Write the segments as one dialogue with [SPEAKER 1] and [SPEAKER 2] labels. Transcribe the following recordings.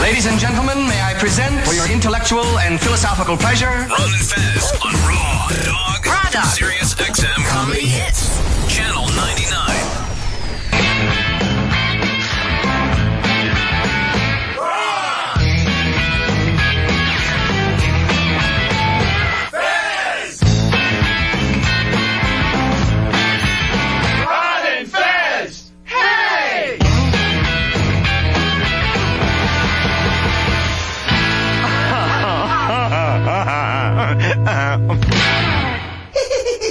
[SPEAKER 1] Ladies and gentlemen, may I present for your intellectual and philosophical pleasure
[SPEAKER 2] Ronan Fez on Raw Dog
[SPEAKER 1] Product.
[SPEAKER 2] Sirius XM Comedy Hits. Channel 99.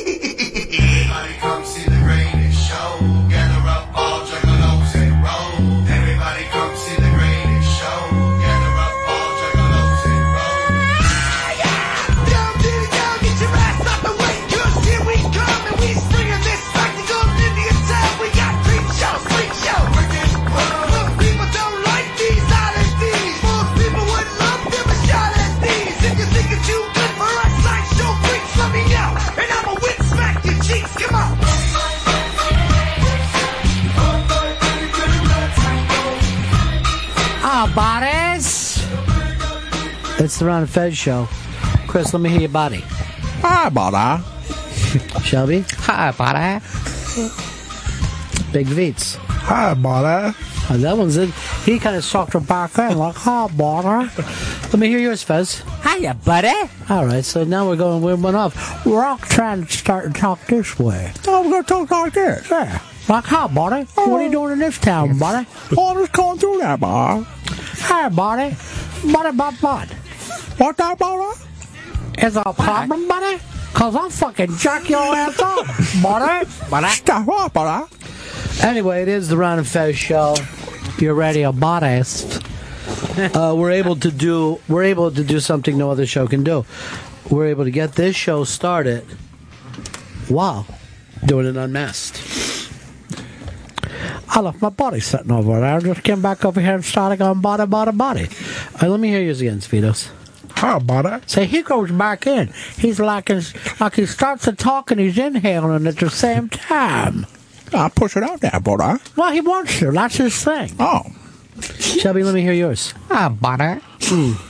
[SPEAKER 3] Everybody come see the greatest show. Gather up all juggalos and roll. Everybody come see the greatest show. Gather up all juggalos and roll.
[SPEAKER 4] Come on!
[SPEAKER 5] Ah, bodies. It's the Ron and Fez show. Chris, let me hear your body.
[SPEAKER 6] Hi, Bada.
[SPEAKER 5] Shelby,
[SPEAKER 6] Hi, Bada.
[SPEAKER 5] Big Veets.
[SPEAKER 6] Hi, Bada.
[SPEAKER 5] Oh, that one's it. He kind of sucked her back in, like, oh, butter. Let me hear yours, Fez.
[SPEAKER 7] Hiya, buddy.
[SPEAKER 5] All right, so now we're going, we went off. We're all trying to start and talk this way.
[SPEAKER 6] I'm Oh, gonna talk like this.
[SPEAKER 5] Yeah. Like, hi, buddy. What are you doing in this town, buddy?
[SPEAKER 6] Oh, just going through that, Bada.
[SPEAKER 5] Hi, buddy. Buddy, buddy, buddy.
[SPEAKER 6] What's that, Bada?
[SPEAKER 5] Is there a problem, buddy? Cause I'll fucking jack your ass up, buddy.
[SPEAKER 6] Stop up, Bada.
[SPEAKER 5] Anyway, it is the Ron and Fez show. Your radio modest. Uh, we're able to do we're able to do something no other show can do. We're able to get this show started while doing it unmasked. I left my body sitting over there. I just came back over here and started going body, body, body. All right, let me hear yours again, Speedos.
[SPEAKER 6] Hi, Bada.
[SPEAKER 5] So he goes back in. He's like, his, like he starts to talk and he's inhaling at the same time.
[SPEAKER 6] I push it out there, Bada.
[SPEAKER 5] Well, he wants to. That's his thing.
[SPEAKER 6] Oh.
[SPEAKER 5] Shelby, let me hear yours.
[SPEAKER 7] Hi, buddy.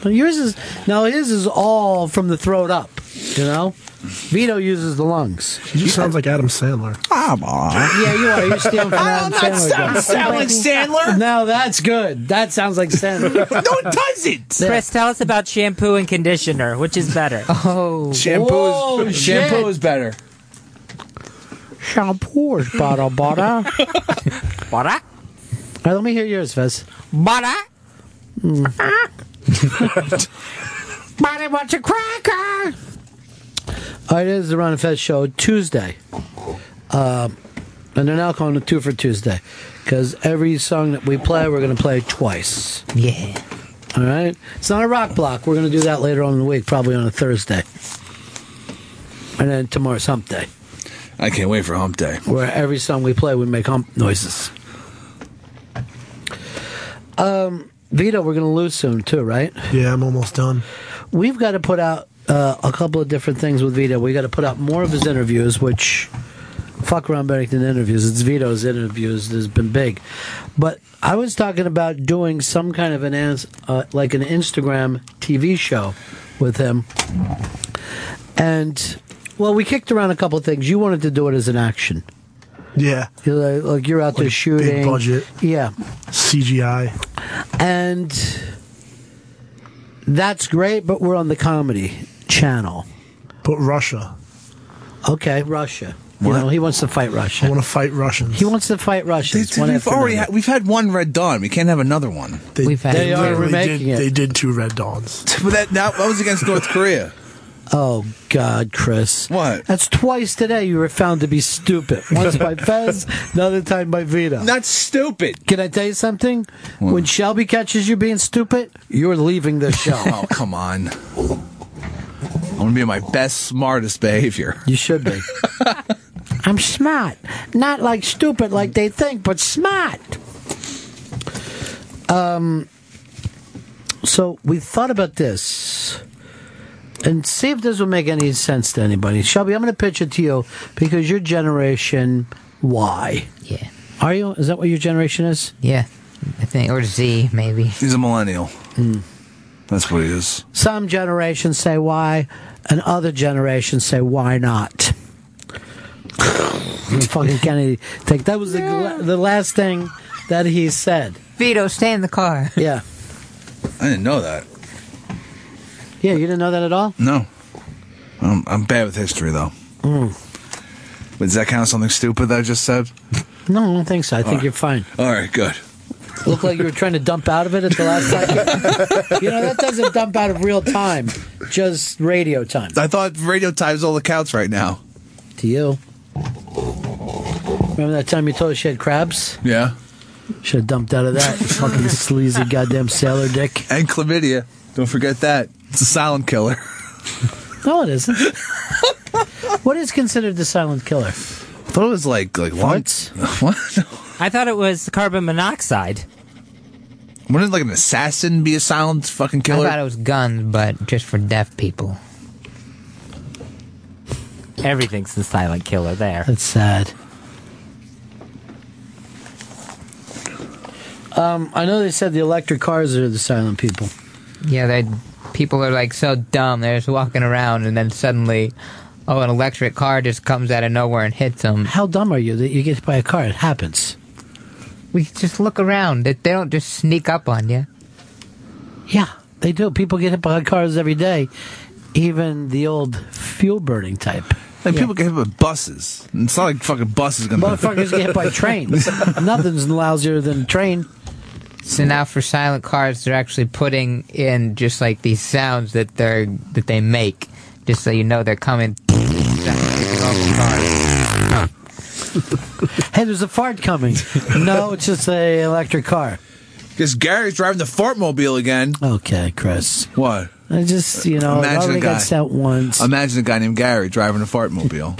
[SPEAKER 5] But yours is now his is all from the throat up. You know, Vito uses the lungs.
[SPEAKER 8] He just sounds like Adam Sandler.
[SPEAKER 6] Hi, Bada.
[SPEAKER 5] Yeah, you are. You're stealing from Adam Sandler.
[SPEAKER 7] Sound like Sandler?
[SPEAKER 5] Now that's good. That sounds like Sandler.
[SPEAKER 6] no, it doesn't.
[SPEAKER 7] Chris, tell us about shampoo and conditioner. Which is better?
[SPEAKER 5] Whoa,
[SPEAKER 9] Shampoo is, shampoo
[SPEAKER 5] shit.
[SPEAKER 9] is better.
[SPEAKER 5] Shampoo's bottle butter. All
[SPEAKER 7] Butter?
[SPEAKER 5] right, let me hear yours, Fez. Mm.
[SPEAKER 7] Butter?
[SPEAKER 5] Body wants a cracker. All right, it is the Ron and Fez show Tuesday. Um, and they're now calling it two for Tuesday because every song that we play, we're going to play twice.
[SPEAKER 7] Yeah.
[SPEAKER 5] All right. It's not a rock block. We're going to do that later on in the week, probably on a Thursday. And then tomorrow's hump day,
[SPEAKER 9] I can't wait for hump day.
[SPEAKER 5] where every song we play, we make hump noises. Um, Vito, we're going to lose soon, too, right?
[SPEAKER 8] Yeah, I'm almost done.
[SPEAKER 5] We've got to put out uh, a couple of different things with Vito. we got to put out more of his interviews, which fuck Ron Bennington interviews. It's Vito's interviews that has been big. But I was talking about doing some kind of an ans- uh, like an Instagram TV show with him. And well, we kicked around a couple of things. You wanted to do it as an action.
[SPEAKER 8] Yeah,
[SPEAKER 5] You're like, like you're out there
[SPEAKER 8] big
[SPEAKER 5] shooting.
[SPEAKER 8] budget.
[SPEAKER 5] Yeah.
[SPEAKER 8] CGI.
[SPEAKER 5] And that's great, but we're on the comedy channel.
[SPEAKER 8] But Russia.
[SPEAKER 5] Okay, Russia. You know, he wants to fight
[SPEAKER 8] I
[SPEAKER 5] Russia.
[SPEAKER 8] want to fight Russians.
[SPEAKER 5] He wants to fight Russia.
[SPEAKER 9] we've already had, we've had one Red Dawn. We can't have another one.
[SPEAKER 8] they,
[SPEAKER 7] We've had-
[SPEAKER 5] They are
[SPEAKER 8] literally
[SPEAKER 5] remaking
[SPEAKER 8] did,
[SPEAKER 5] it.
[SPEAKER 8] They did two Red Dawns.
[SPEAKER 9] But that, that, that was against North Korea.
[SPEAKER 5] Oh God, Chris!
[SPEAKER 9] What?
[SPEAKER 5] That's twice today you were found to be stupid. Once by Fez, another time by Vito.
[SPEAKER 9] That's stupid.
[SPEAKER 5] Can I tell you something? When Shelby catches you being stupid, you're leaving the show.
[SPEAKER 9] Oh, come on. I'm going to be my best, smartest behavior.
[SPEAKER 5] you should be. I'm smart, not like stupid like they think, but smart. Um. So we thought about this. and see if this will make any sense to anybody. Shelby, I'm going to pitch it to you because your generation Y.
[SPEAKER 7] Yeah.
[SPEAKER 5] Are you? Is that what your generation is?
[SPEAKER 7] Yeah.
[SPEAKER 4] I think, or Z maybe.
[SPEAKER 9] He's a millennial.
[SPEAKER 5] Hmm.
[SPEAKER 9] That's what he is.
[SPEAKER 5] Some generations say why, and other generations say why not. And fucking Kennedy, think that was the, gla- the last thing that he said.
[SPEAKER 4] Vito, stay in the car.
[SPEAKER 5] Yeah,
[SPEAKER 9] I didn't know that.
[SPEAKER 5] yeah, you didn't know that at all.
[SPEAKER 9] No. I'm, I'm bad with history, though.
[SPEAKER 5] Hmm.
[SPEAKER 9] But does that count as something stupid that I just said?
[SPEAKER 5] No, I don't think so. I think you're fine.
[SPEAKER 9] All right, good.
[SPEAKER 5] Looked like you were trying to dump out of it at the last second. you know that doesn't dump out of real time, just radio time.
[SPEAKER 9] I thought radio time's all that counts right now.
[SPEAKER 5] To you. Remember that time you told us she had crabs?
[SPEAKER 9] Yeah.
[SPEAKER 5] Should have dumped out of that fucking sleazy goddamn sailor dick.
[SPEAKER 9] And chlamydia. Don't forget that. It's a silent killer.
[SPEAKER 5] No, it isn't. what is considered the silent killer?
[SPEAKER 9] I thought it was like like lung-
[SPEAKER 5] Farts?
[SPEAKER 9] What?
[SPEAKER 7] I thought it was carbon monoxide.
[SPEAKER 9] Wouldn't like an assassin be a silent fucking
[SPEAKER 4] I
[SPEAKER 9] killer?
[SPEAKER 4] thought it was guns, but just for deaf people.
[SPEAKER 7] Everything's the silent killer there.
[SPEAKER 5] That's sad. Um, I know they said the electric cars are the silent people.
[SPEAKER 4] Yeah, they people are like so dumb. They're just walking around, and then suddenly, oh, an electric car just comes out of nowhere and hits them.
[SPEAKER 5] How dumb are you that you get hit by a car? It happens.
[SPEAKER 4] We just look around. They they don't just sneak up on you.
[SPEAKER 5] Yeah, they do. People get hit by cars every day, even the old fuel burning type.
[SPEAKER 9] like people get hit with buses. It's not like fucking buses gonna.
[SPEAKER 5] Motherfuckers get hit by trains. Nothing's lousier than a train.
[SPEAKER 4] So now for silent cars, they're actually putting in just like these sounds that they're that they make, just so you know they're coming.
[SPEAKER 5] Hey, there's a fart coming. No, it's just a electric car.
[SPEAKER 9] Because Gary's driving the Fartmobile again.
[SPEAKER 5] Okay, Chris.
[SPEAKER 9] What?
[SPEAKER 5] I just, you know,
[SPEAKER 9] Imagine
[SPEAKER 5] I only
[SPEAKER 9] a guy.
[SPEAKER 5] got sent once.
[SPEAKER 9] Imagine a guy named Gary driving a Fartmobile.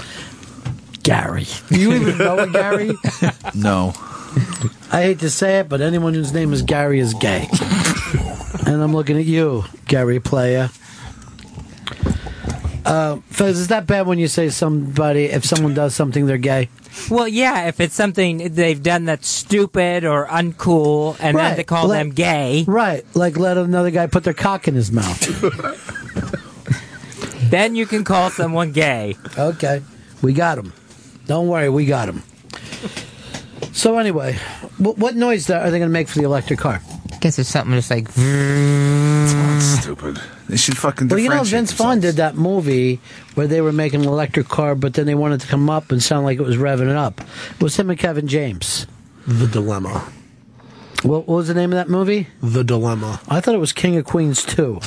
[SPEAKER 5] Gary. Do you even know a Gary?
[SPEAKER 9] no.
[SPEAKER 5] I hate to say it, but anyone whose name is Gary is gay. and I'm looking at you, Gary Player. Uh, Fez, is that bad when you say somebody, if someone does something, they're gay?
[SPEAKER 7] Well, yeah, if it's something they've done that's stupid or uncool, and
[SPEAKER 5] Right.
[SPEAKER 7] then they call
[SPEAKER 5] Let-
[SPEAKER 7] them gay,
[SPEAKER 5] Right, like let another guy put their cock in his mouth.
[SPEAKER 7] then you can call someone gay.
[SPEAKER 5] okay, we got him. Don't worry, we got him. So anyway, what, what noise are they going to make for the electric car?
[SPEAKER 4] guess it's something just like
[SPEAKER 9] Stupid. They should fucking.
[SPEAKER 5] Well, you know,
[SPEAKER 9] differentiate
[SPEAKER 5] Vince Vaughn did
[SPEAKER 9] themselves.
[SPEAKER 5] that movie where they were making an electric car, but then they wanted to come up and sound like it was revving it up. It was him and Kevin James.
[SPEAKER 8] The Dilemma.
[SPEAKER 5] What, what was the name of that movie?
[SPEAKER 8] The Dilemma.
[SPEAKER 5] I thought it was King of Queens 2.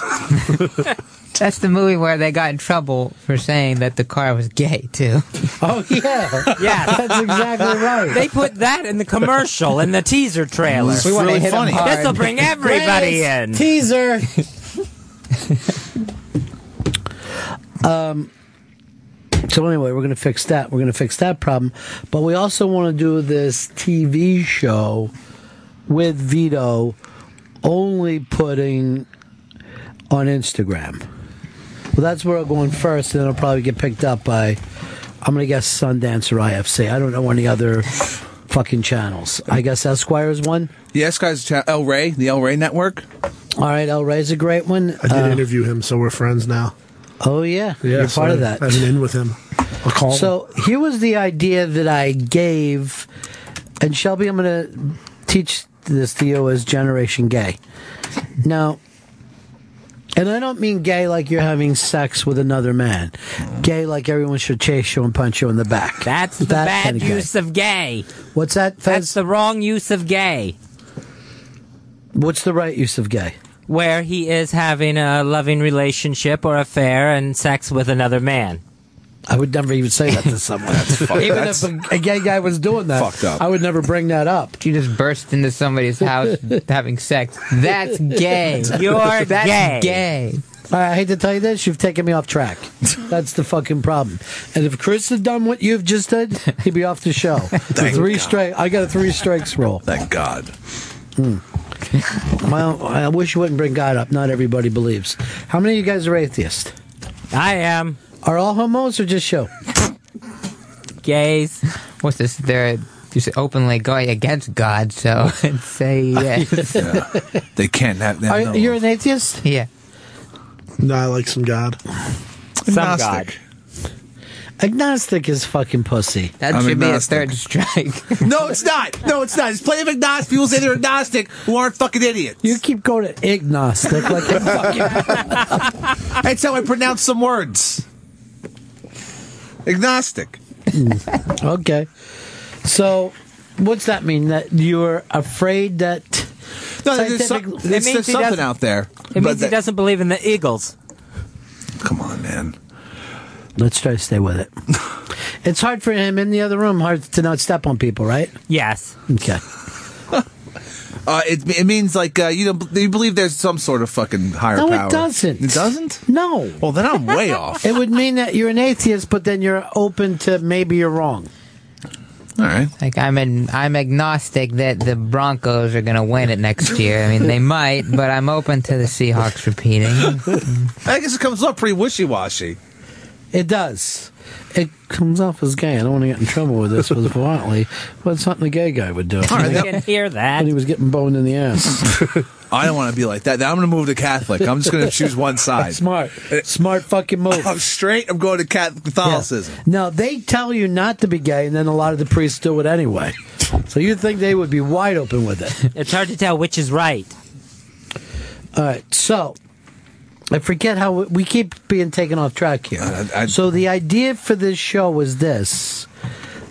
[SPEAKER 4] that's the movie where they got in trouble for saying that the car was gay too.
[SPEAKER 5] oh, yeah.
[SPEAKER 7] Yeah,
[SPEAKER 5] That's exactly right.
[SPEAKER 7] they put that in the commercial in the teaser trailer.
[SPEAKER 9] It's really
[SPEAKER 4] hit 'em
[SPEAKER 9] funny.
[SPEAKER 4] hard.
[SPEAKER 7] This'll bring everybody in.
[SPEAKER 5] Teaser. um, Um, so anyway, we're gonna fix that. We're gonna fix that problem. But we also want to do this TV show with Vito, only putting on Instagram. Well, that's where I'm going first, and then it'll probably get picked up by, I'm gonna guess Sundance or IFC. I don't know any other fucking channels. I guess Esquire is one.
[SPEAKER 9] Yes, guys. cha- El Rey, the El Rey Network.
[SPEAKER 5] All right, El Rey's a great one.
[SPEAKER 8] I did
[SPEAKER 5] Uh,
[SPEAKER 8] interview him, so we're friends now.
[SPEAKER 5] Oh yeah, you're
[SPEAKER 8] so
[SPEAKER 5] part of
[SPEAKER 8] I-
[SPEAKER 5] that.
[SPEAKER 8] I have an in with him. I'll call him.
[SPEAKER 5] Um, so here was the idea that I gave, and Shelby, I'm going to teach this to you as Generation Gay. Now, and I don't mean gay like you're having sex with another man. Gay like everyone should chase you and punch you in the back.
[SPEAKER 7] That's the
[SPEAKER 5] That
[SPEAKER 7] bad
[SPEAKER 5] kinda gay.
[SPEAKER 7] use of gay.
[SPEAKER 5] What's that?
[SPEAKER 7] That's
[SPEAKER 5] Fez?
[SPEAKER 7] the wrong use of gay.
[SPEAKER 5] What's the right use of gay?
[SPEAKER 7] Where he is having a loving relationship or affair and sex with another man.
[SPEAKER 5] I would never even say that to someone. even if a, a gay guy was doing that,
[SPEAKER 9] Fucked up.
[SPEAKER 5] I would never bring that up.
[SPEAKER 4] You just burst into somebody's house having sex. That's gay.
[SPEAKER 7] You're
[SPEAKER 4] That's
[SPEAKER 7] gay.
[SPEAKER 4] gay.
[SPEAKER 5] All right, I hate to tell you this, you've taken me off track. That's the fucking problem. And if Chris had done what you've just did, he'd be off the show. three strike. I got a three strikes roll.
[SPEAKER 9] Thank God.
[SPEAKER 5] My, I wish you wouldn't bring God up. Not everybody believes. How many of you guys are atheists?
[SPEAKER 7] I am
[SPEAKER 5] Are all homos or just show?
[SPEAKER 7] gays.
[SPEAKER 4] What's this? They're just openly going against God, so I'd say yes.
[SPEAKER 9] They can't have them.
[SPEAKER 5] Are,
[SPEAKER 9] no.
[SPEAKER 5] You're an atheist?
[SPEAKER 4] yeah.
[SPEAKER 8] No, I like some God.
[SPEAKER 7] Some
[SPEAKER 9] Agnostic.
[SPEAKER 5] Agnostic is fucking pussy.
[SPEAKER 4] That
[SPEAKER 9] I'm
[SPEAKER 4] should
[SPEAKER 9] agnostic.
[SPEAKER 4] be a third strike.
[SPEAKER 10] No, it's not. No, it's not. It's plenty of agnostic. People say they're agnostic who aren't fucking idiots.
[SPEAKER 5] You keep going to agnostic like a fucking.
[SPEAKER 10] That's how I pronounce some words.
[SPEAKER 9] Agnostic.
[SPEAKER 5] Hmm. okay. So, what's that mean? That you're afraid that.
[SPEAKER 10] No, there's, some,
[SPEAKER 5] Scientific-
[SPEAKER 10] it's,
[SPEAKER 5] It
[SPEAKER 10] there's
[SPEAKER 7] means he
[SPEAKER 10] something
[SPEAKER 7] doesn't-
[SPEAKER 10] out there.
[SPEAKER 7] It means he
[SPEAKER 9] that-
[SPEAKER 7] doesn't believe in the Eagles.
[SPEAKER 9] Come on, man.
[SPEAKER 5] Let's try to stay with it. it's hard for him in the other room, hard to not step on people, right?
[SPEAKER 7] Yes.
[SPEAKER 5] Okay.
[SPEAKER 9] Uh, it, it means like uh, you don't you believe there's some sort of fucking higher
[SPEAKER 5] No,
[SPEAKER 9] power.
[SPEAKER 5] it doesn't.
[SPEAKER 9] It doesn't.
[SPEAKER 5] No.
[SPEAKER 9] Well, then I'm way off.
[SPEAKER 5] It would mean that you're an atheist, but then you're open to maybe you're wrong.
[SPEAKER 9] All right.
[SPEAKER 4] like I'm an, I'm agnostic that the Broncos are going to win it next year. I mean, they might, but I'm open to the Seahawks repeating.
[SPEAKER 9] I guess it comes up pretty wishy washy.
[SPEAKER 5] It does. It comes off as gay. I don't want to get in trouble with this, but apparently, well, it's something the gay guy would do.
[SPEAKER 7] I can hear that.
[SPEAKER 5] When he was getting boned in the ass.
[SPEAKER 9] I don't want to be like that. Now I'm going to move to Catholic. I'm just going to choose one side.
[SPEAKER 5] Smart. Smart fucking move.
[SPEAKER 9] I'm straight. I'm going to Catholic Catholicism.
[SPEAKER 5] Now, they tell you not to be gay, and then a lot of the priests do it anyway. So you'd think they would be wide open with it.
[SPEAKER 7] It's hard to tell which is right.
[SPEAKER 5] All right, so I forget how we keep being taken off track here.
[SPEAKER 9] Uh, I-
[SPEAKER 5] so the idea for this show was this: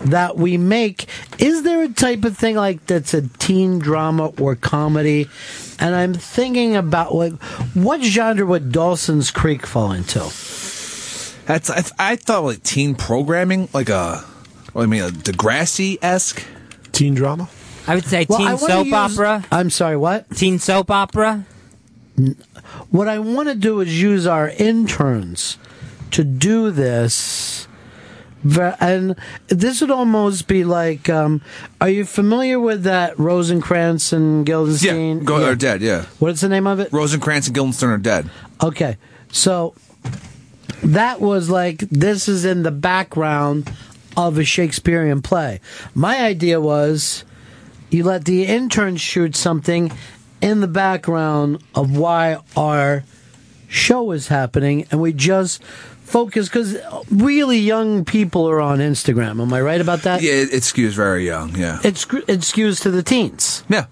[SPEAKER 5] that we make. Is there a type of thing like that's a teen drama or comedy? And I'm thinking about like what genre would Dawson's Creek fall into?
[SPEAKER 9] That's I, I thought like teen programming, like a, what I mean, a Degrassi esque.
[SPEAKER 8] Teen drama.
[SPEAKER 7] I would say
[SPEAKER 5] Well, I
[SPEAKER 7] teen
[SPEAKER 5] wanna
[SPEAKER 7] soap
[SPEAKER 5] use-
[SPEAKER 7] opera.
[SPEAKER 5] I'm sorry, what?
[SPEAKER 7] Teen soap opera.
[SPEAKER 5] What I want to do is use our interns to do this. Ve- And this would almost be like, um, are you familiar with that Rosencrantz and
[SPEAKER 9] Yeah,
[SPEAKER 5] Guildenstein?
[SPEAKER 9] go uh, or dead. Yeah,
[SPEAKER 5] What's the name of it?
[SPEAKER 9] Rosencrantz and Guildenstern are dead.
[SPEAKER 5] Okay, so that was like this is in the background of a Shakespearean play. My idea was you let the intern shoot something in the background of why our show is happening, and we just focus because really young people are on Instagram. Am I right about that?
[SPEAKER 9] Yeah, it, it skews very young. Yeah,
[SPEAKER 5] It's it skews to the teens.
[SPEAKER 9] yeah.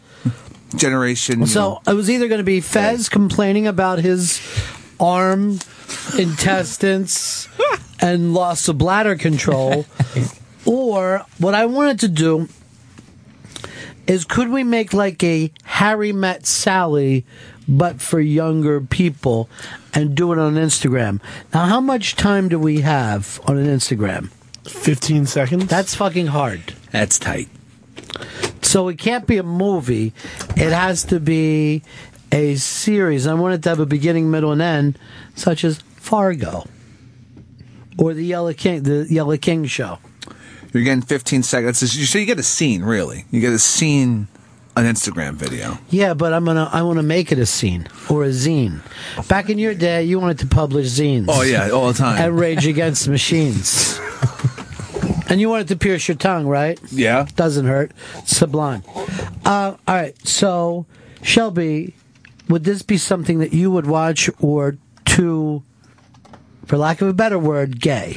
[SPEAKER 9] Generation. you
[SPEAKER 5] So it was either going to be Fez complaining about his arm, intestines, and loss of bladder control, or what I wanted to do is could we make like a Harry Met Sally, but for younger people, and do it on Instagram? Now, how much time do we have on an Instagram?
[SPEAKER 8] 15 seconds.
[SPEAKER 5] That's fucking hard.
[SPEAKER 9] know, that's tight.
[SPEAKER 5] So it can't be a movie. It has to be a series. I want it to have a beginning, middle, and end, such as Fargo or the Yellow King, the Yellow King show.
[SPEAKER 9] You're getting 15 seconds. So you get a scene, really. You get a scene, an Instagram video.
[SPEAKER 5] Yeah, but I'm gonna I want to make it a scene or a zine. Back in your day, you wanted to publish zines.
[SPEAKER 9] Oh yeah, all the time.
[SPEAKER 5] and Rage Against the Machines. and you wanted to pierce your tongue, right?
[SPEAKER 9] yeah.
[SPEAKER 5] Doesn't hurt. Sublime. Uh, all right. So, Shelby, would this be something that you would watch or to, for lack of a better word, gay?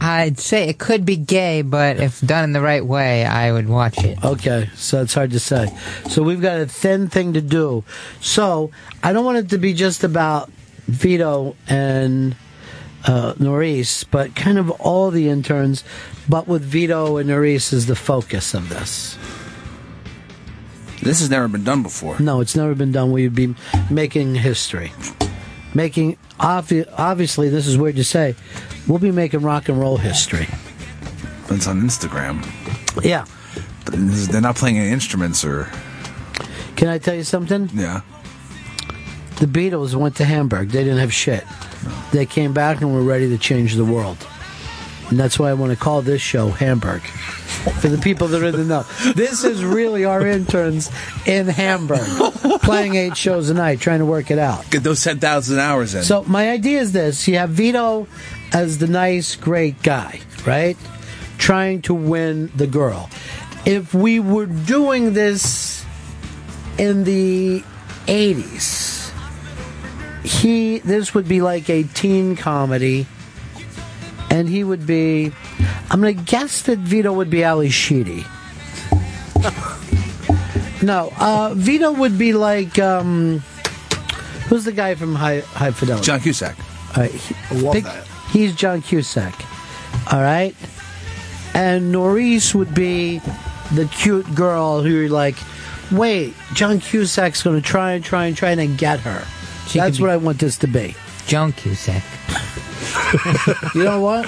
[SPEAKER 4] I'd say it could be gay, but if done in the right way, I would watch it.
[SPEAKER 5] Okay. So it's hard to say. So we've got a thin thing to do. So I don't want it to be just about Vito and uh, Norris, but kind of all the interns, but with Vito and Norris is the focus of this.
[SPEAKER 9] This has never been done before.
[SPEAKER 5] No, it's never been done. We'd be making history. Making, obvi- obviously, this is weird to say, we'll be making rock and roll history.
[SPEAKER 9] But it's on Instagram.
[SPEAKER 5] Yeah.
[SPEAKER 9] But this is- they're not playing any instruments or
[SPEAKER 5] Can I tell you something?
[SPEAKER 9] yeah.
[SPEAKER 5] The Beatles went to Hamburg. They didn't have shit. They came back and were ready to change the world. And that's why I want to call this show Hamburg. For the people that are in the know, this is really our interns in Hamburg playing eight shows a night, trying to work it out.
[SPEAKER 9] Get those 10,000 hours in.
[SPEAKER 5] So my idea is this: you have Vito as the nice, great guy, right? trying to win the girl. If we were doing this in the 80s, he this would be like a teen comedy, and he would be. I'm gonna guess that Vito would be Ali Sheedy. No, uh, Vito would be like um, who's the guy from High High Fidelity?
[SPEAKER 9] John Cusack.
[SPEAKER 5] Uh, he-
[SPEAKER 9] I love
[SPEAKER 5] pick-
[SPEAKER 9] that.
[SPEAKER 5] He's John Cusack. All right, and Norris would be the cute girl who you're like, wait, John Cusack's going to try and try and try and get her.
[SPEAKER 4] She
[SPEAKER 5] That's
[SPEAKER 4] could
[SPEAKER 5] what
[SPEAKER 4] be-
[SPEAKER 5] I want this to be.
[SPEAKER 4] John Cusack.
[SPEAKER 5] you know what?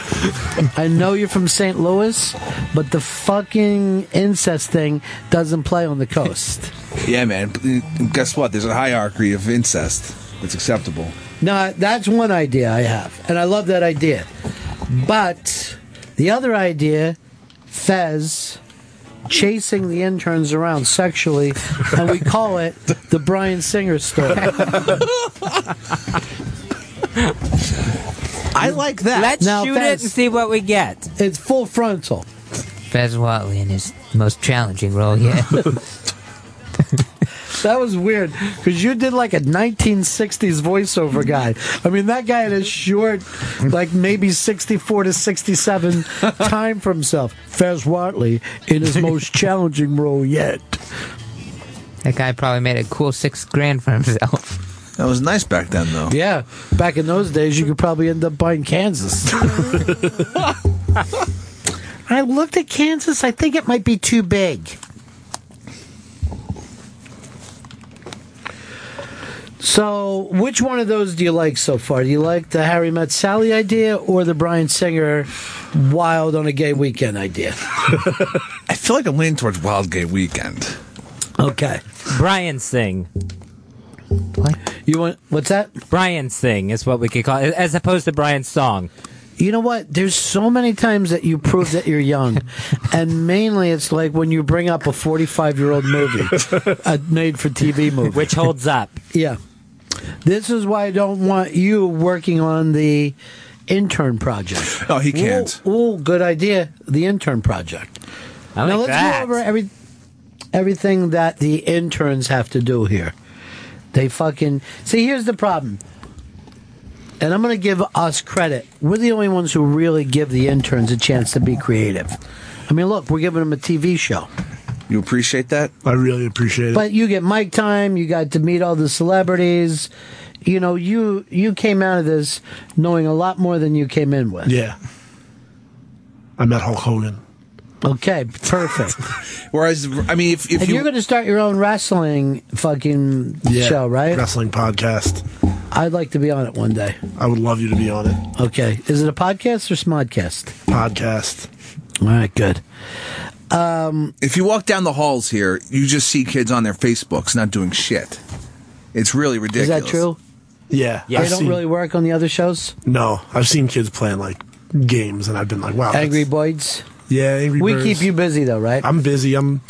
[SPEAKER 5] I know you're from St. Louis, but the fucking incest thing doesn't play on the coast.
[SPEAKER 9] Yeah, man. P- Guess what? There's a hierarchy of incest that's acceptable.
[SPEAKER 5] Now, that's one idea I have, and I love that idea. But the other idea, Fez chasing the interns around sexually, and we call it the Brian Singer story. I like that.
[SPEAKER 7] Let's shoot it and see what we get.
[SPEAKER 5] It's full frontal.
[SPEAKER 4] Fez Watley in his most challenging role yet.
[SPEAKER 5] That was weird because you did like a 1960s voiceover guy. I mean, that guy had a short, like maybe 64 to 67 time for himself. Fez Watley in his most challenging role yet.
[SPEAKER 4] that guy probably made a cool six grand for himself.
[SPEAKER 9] That was nice back then, though.
[SPEAKER 5] Yeah, back in those days, you could probably end up buying Kansas. I looked at Kansas. I think it might be too big. So, which one of those do you like so far? Do you like the Harry Met Sally idea or the Brian Singer Wild on a Gay Weekend idea?
[SPEAKER 9] I feel like I'm leaning towards Wild Gay Weekend.
[SPEAKER 5] Okay.
[SPEAKER 7] Brian Singh.
[SPEAKER 5] You want what's that?
[SPEAKER 7] Brian Singh is what we could call it, as opposed to Brian's song.
[SPEAKER 5] You know what? There's so many times that you prove that you're young, and mainly it's like when you bring up a 45 year old movie, a made for TV movie.
[SPEAKER 7] which holds up.
[SPEAKER 5] Yeah. This is why I don't want you working on the intern project.
[SPEAKER 9] Oh, he can't.
[SPEAKER 5] Oh, good idea. The intern project.
[SPEAKER 7] I like
[SPEAKER 5] now let's
[SPEAKER 7] that.
[SPEAKER 5] go over every everything that the interns have to do here. They fucking see. Here's the problem, and I'm gonna give us credit. We're the only ones who really give the interns a chance to be creative. I mean, look, we're giving them a TV show,
[SPEAKER 9] You appreciate that?
[SPEAKER 8] I really appreciate it.
[SPEAKER 5] but you get mic time. You got to meet all the celebrities. You know, you you came out of this knowing a lot more than you came in with.
[SPEAKER 8] yeah. I met Hulk Hogan.
[SPEAKER 5] Okay, perfect.
[SPEAKER 9] Whereas, I mean, if, if
[SPEAKER 5] and
[SPEAKER 9] you
[SPEAKER 5] you're going to start your own wrestling fucking show, right?
[SPEAKER 8] Wrestling podcast.
[SPEAKER 5] I'd like to be on it one day.
[SPEAKER 8] I would love you to be on it.
[SPEAKER 5] Okay. Is it a podcast or smodcast?
[SPEAKER 8] Podcast.
[SPEAKER 5] All right, good.
[SPEAKER 9] Um, if you walk down the halls here, you just see kids on their Facebooks not doing shit. It's really
[SPEAKER 5] Is
[SPEAKER 9] ridiculous.
[SPEAKER 5] that true?
[SPEAKER 8] Yeah.
[SPEAKER 7] Yeah.
[SPEAKER 8] I've
[SPEAKER 5] They don't
[SPEAKER 8] seen-
[SPEAKER 5] really work on the other shows?
[SPEAKER 8] No, I've seen kids playing like games, and I've been like, wow. that's-
[SPEAKER 5] Angry Boys?
[SPEAKER 8] Yeah, Angry
[SPEAKER 5] We
[SPEAKER 8] Birds.
[SPEAKER 5] keep you busy, though, right?
[SPEAKER 8] I'm busy. I'm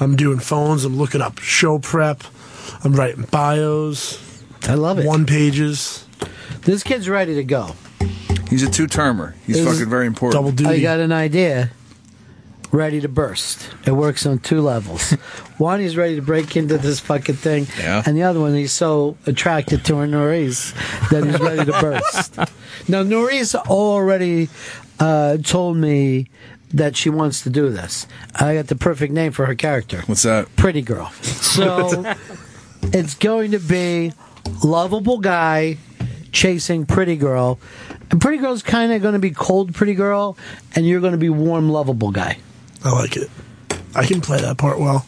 [SPEAKER 8] I'm doing phones. I'm looking up show prep. I'm writing bios,
[SPEAKER 5] I love it.
[SPEAKER 8] one pages,
[SPEAKER 5] This kid's ready to go.
[SPEAKER 9] He's a two termer. He's
[SPEAKER 5] Is-
[SPEAKER 9] fucking very important.
[SPEAKER 8] double duty.
[SPEAKER 5] I Oh, got an idea. Ready to burst. It works on two levels. one, he's ready to break into this fucking thing.
[SPEAKER 9] Yeah.
[SPEAKER 5] And the other one, he's so attracted to her Norris that he's ready to burst. now, Norris already uh, told me that she wants to do this. I got the perfect name for her character
[SPEAKER 9] What's that?
[SPEAKER 5] Pretty Girl. So it's going to be lovable guy chasing pretty girl. And pretty girl's kind of going to be cold pretty girl, and you're going to be warm lovable guy.
[SPEAKER 8] I like it. I can play that part well.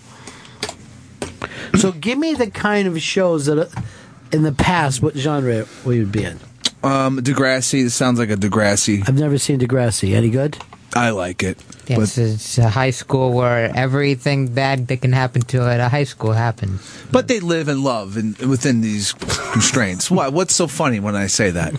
[SPEAKER 5] So give me the kind of shows that uh, in the past, what genre we would be in.
[SPEAKER 9] Um, Degrassi. This sounds like a Degrassi.
[SPEAKER 5] I've never seen Degrassi. Any good?
[SPEAKER 9] I like it.
[SPEAKER 4] Yeah,
[SPEAKER 9] But
[SPEAKER 4] it's, it's a high school where everything bad that can happen to it at a high school happens.
[SPEAKER 9] But they live and love and within these constraints. Why? What's so funny when I say that?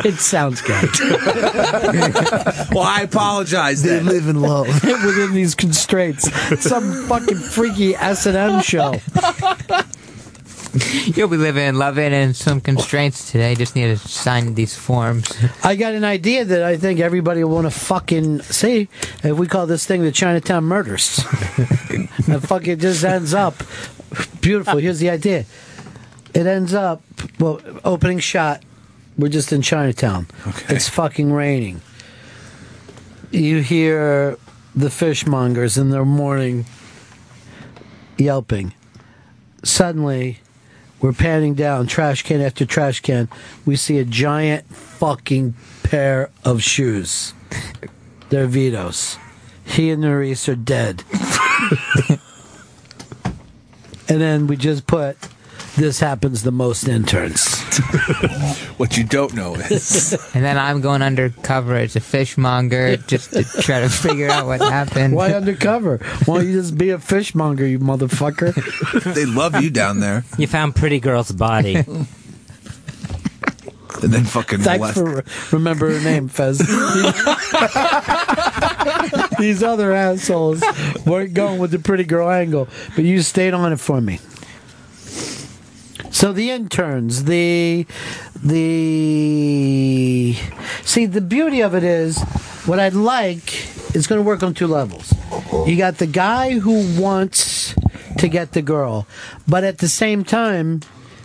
[SPEAKER 5] It sounds good.
[SPEAKER 9] well, I apologize.
[SPEAKER 8] They
[SPEAKER 9] Then.
[SPEAKER 8] live in love.
[SPEAKER 5] Within these constraints, some fucking freaky S and M show.
[SPEAKER 4] You'll be living and loving and some constraints today. Just need to sign these forms.
[SPEAKER 5] I got an idea that I think everybody will want to fucking see if we call this thing the Chinatown Murders. the fuck it just ends up beautiful. Here's the idea. It ends up well opening shot. We're just in Chinatown. It's fucking raining. You hear the fishmongers in the morning yelping. Suddenly, we're panning down, trash can after trash can. We see a giant fucking pair of shoes. They're Vito's. He and Nerys are dead. and then we just put this happens the most interns.
[SPEAKER 9] What you don't know is.
[SPEAKER 4] and then I'm going undercover as a fishmonger just to try to figure out what happened.
[SPEAKER 5] Why undercover? Why don't you just be a fishmonger, you motherfucker?
[SPEAKER 9] they love you down there.
[SPEAKER 7] You found Pretty Girl's body.
[SPEAKER 9] and then fucking
[SPEAKER 5] Thanks
[SPEAKER 9] left.
[SPEAKER 5] for re- remember her name, Fez. These other assholes weren't going with the pretty girl angle, but you stayed on it for me. So the interns, the the see the beauty of it is what I'd like is going to work on two levels. You got the guy who wants to get the girl, but at the same time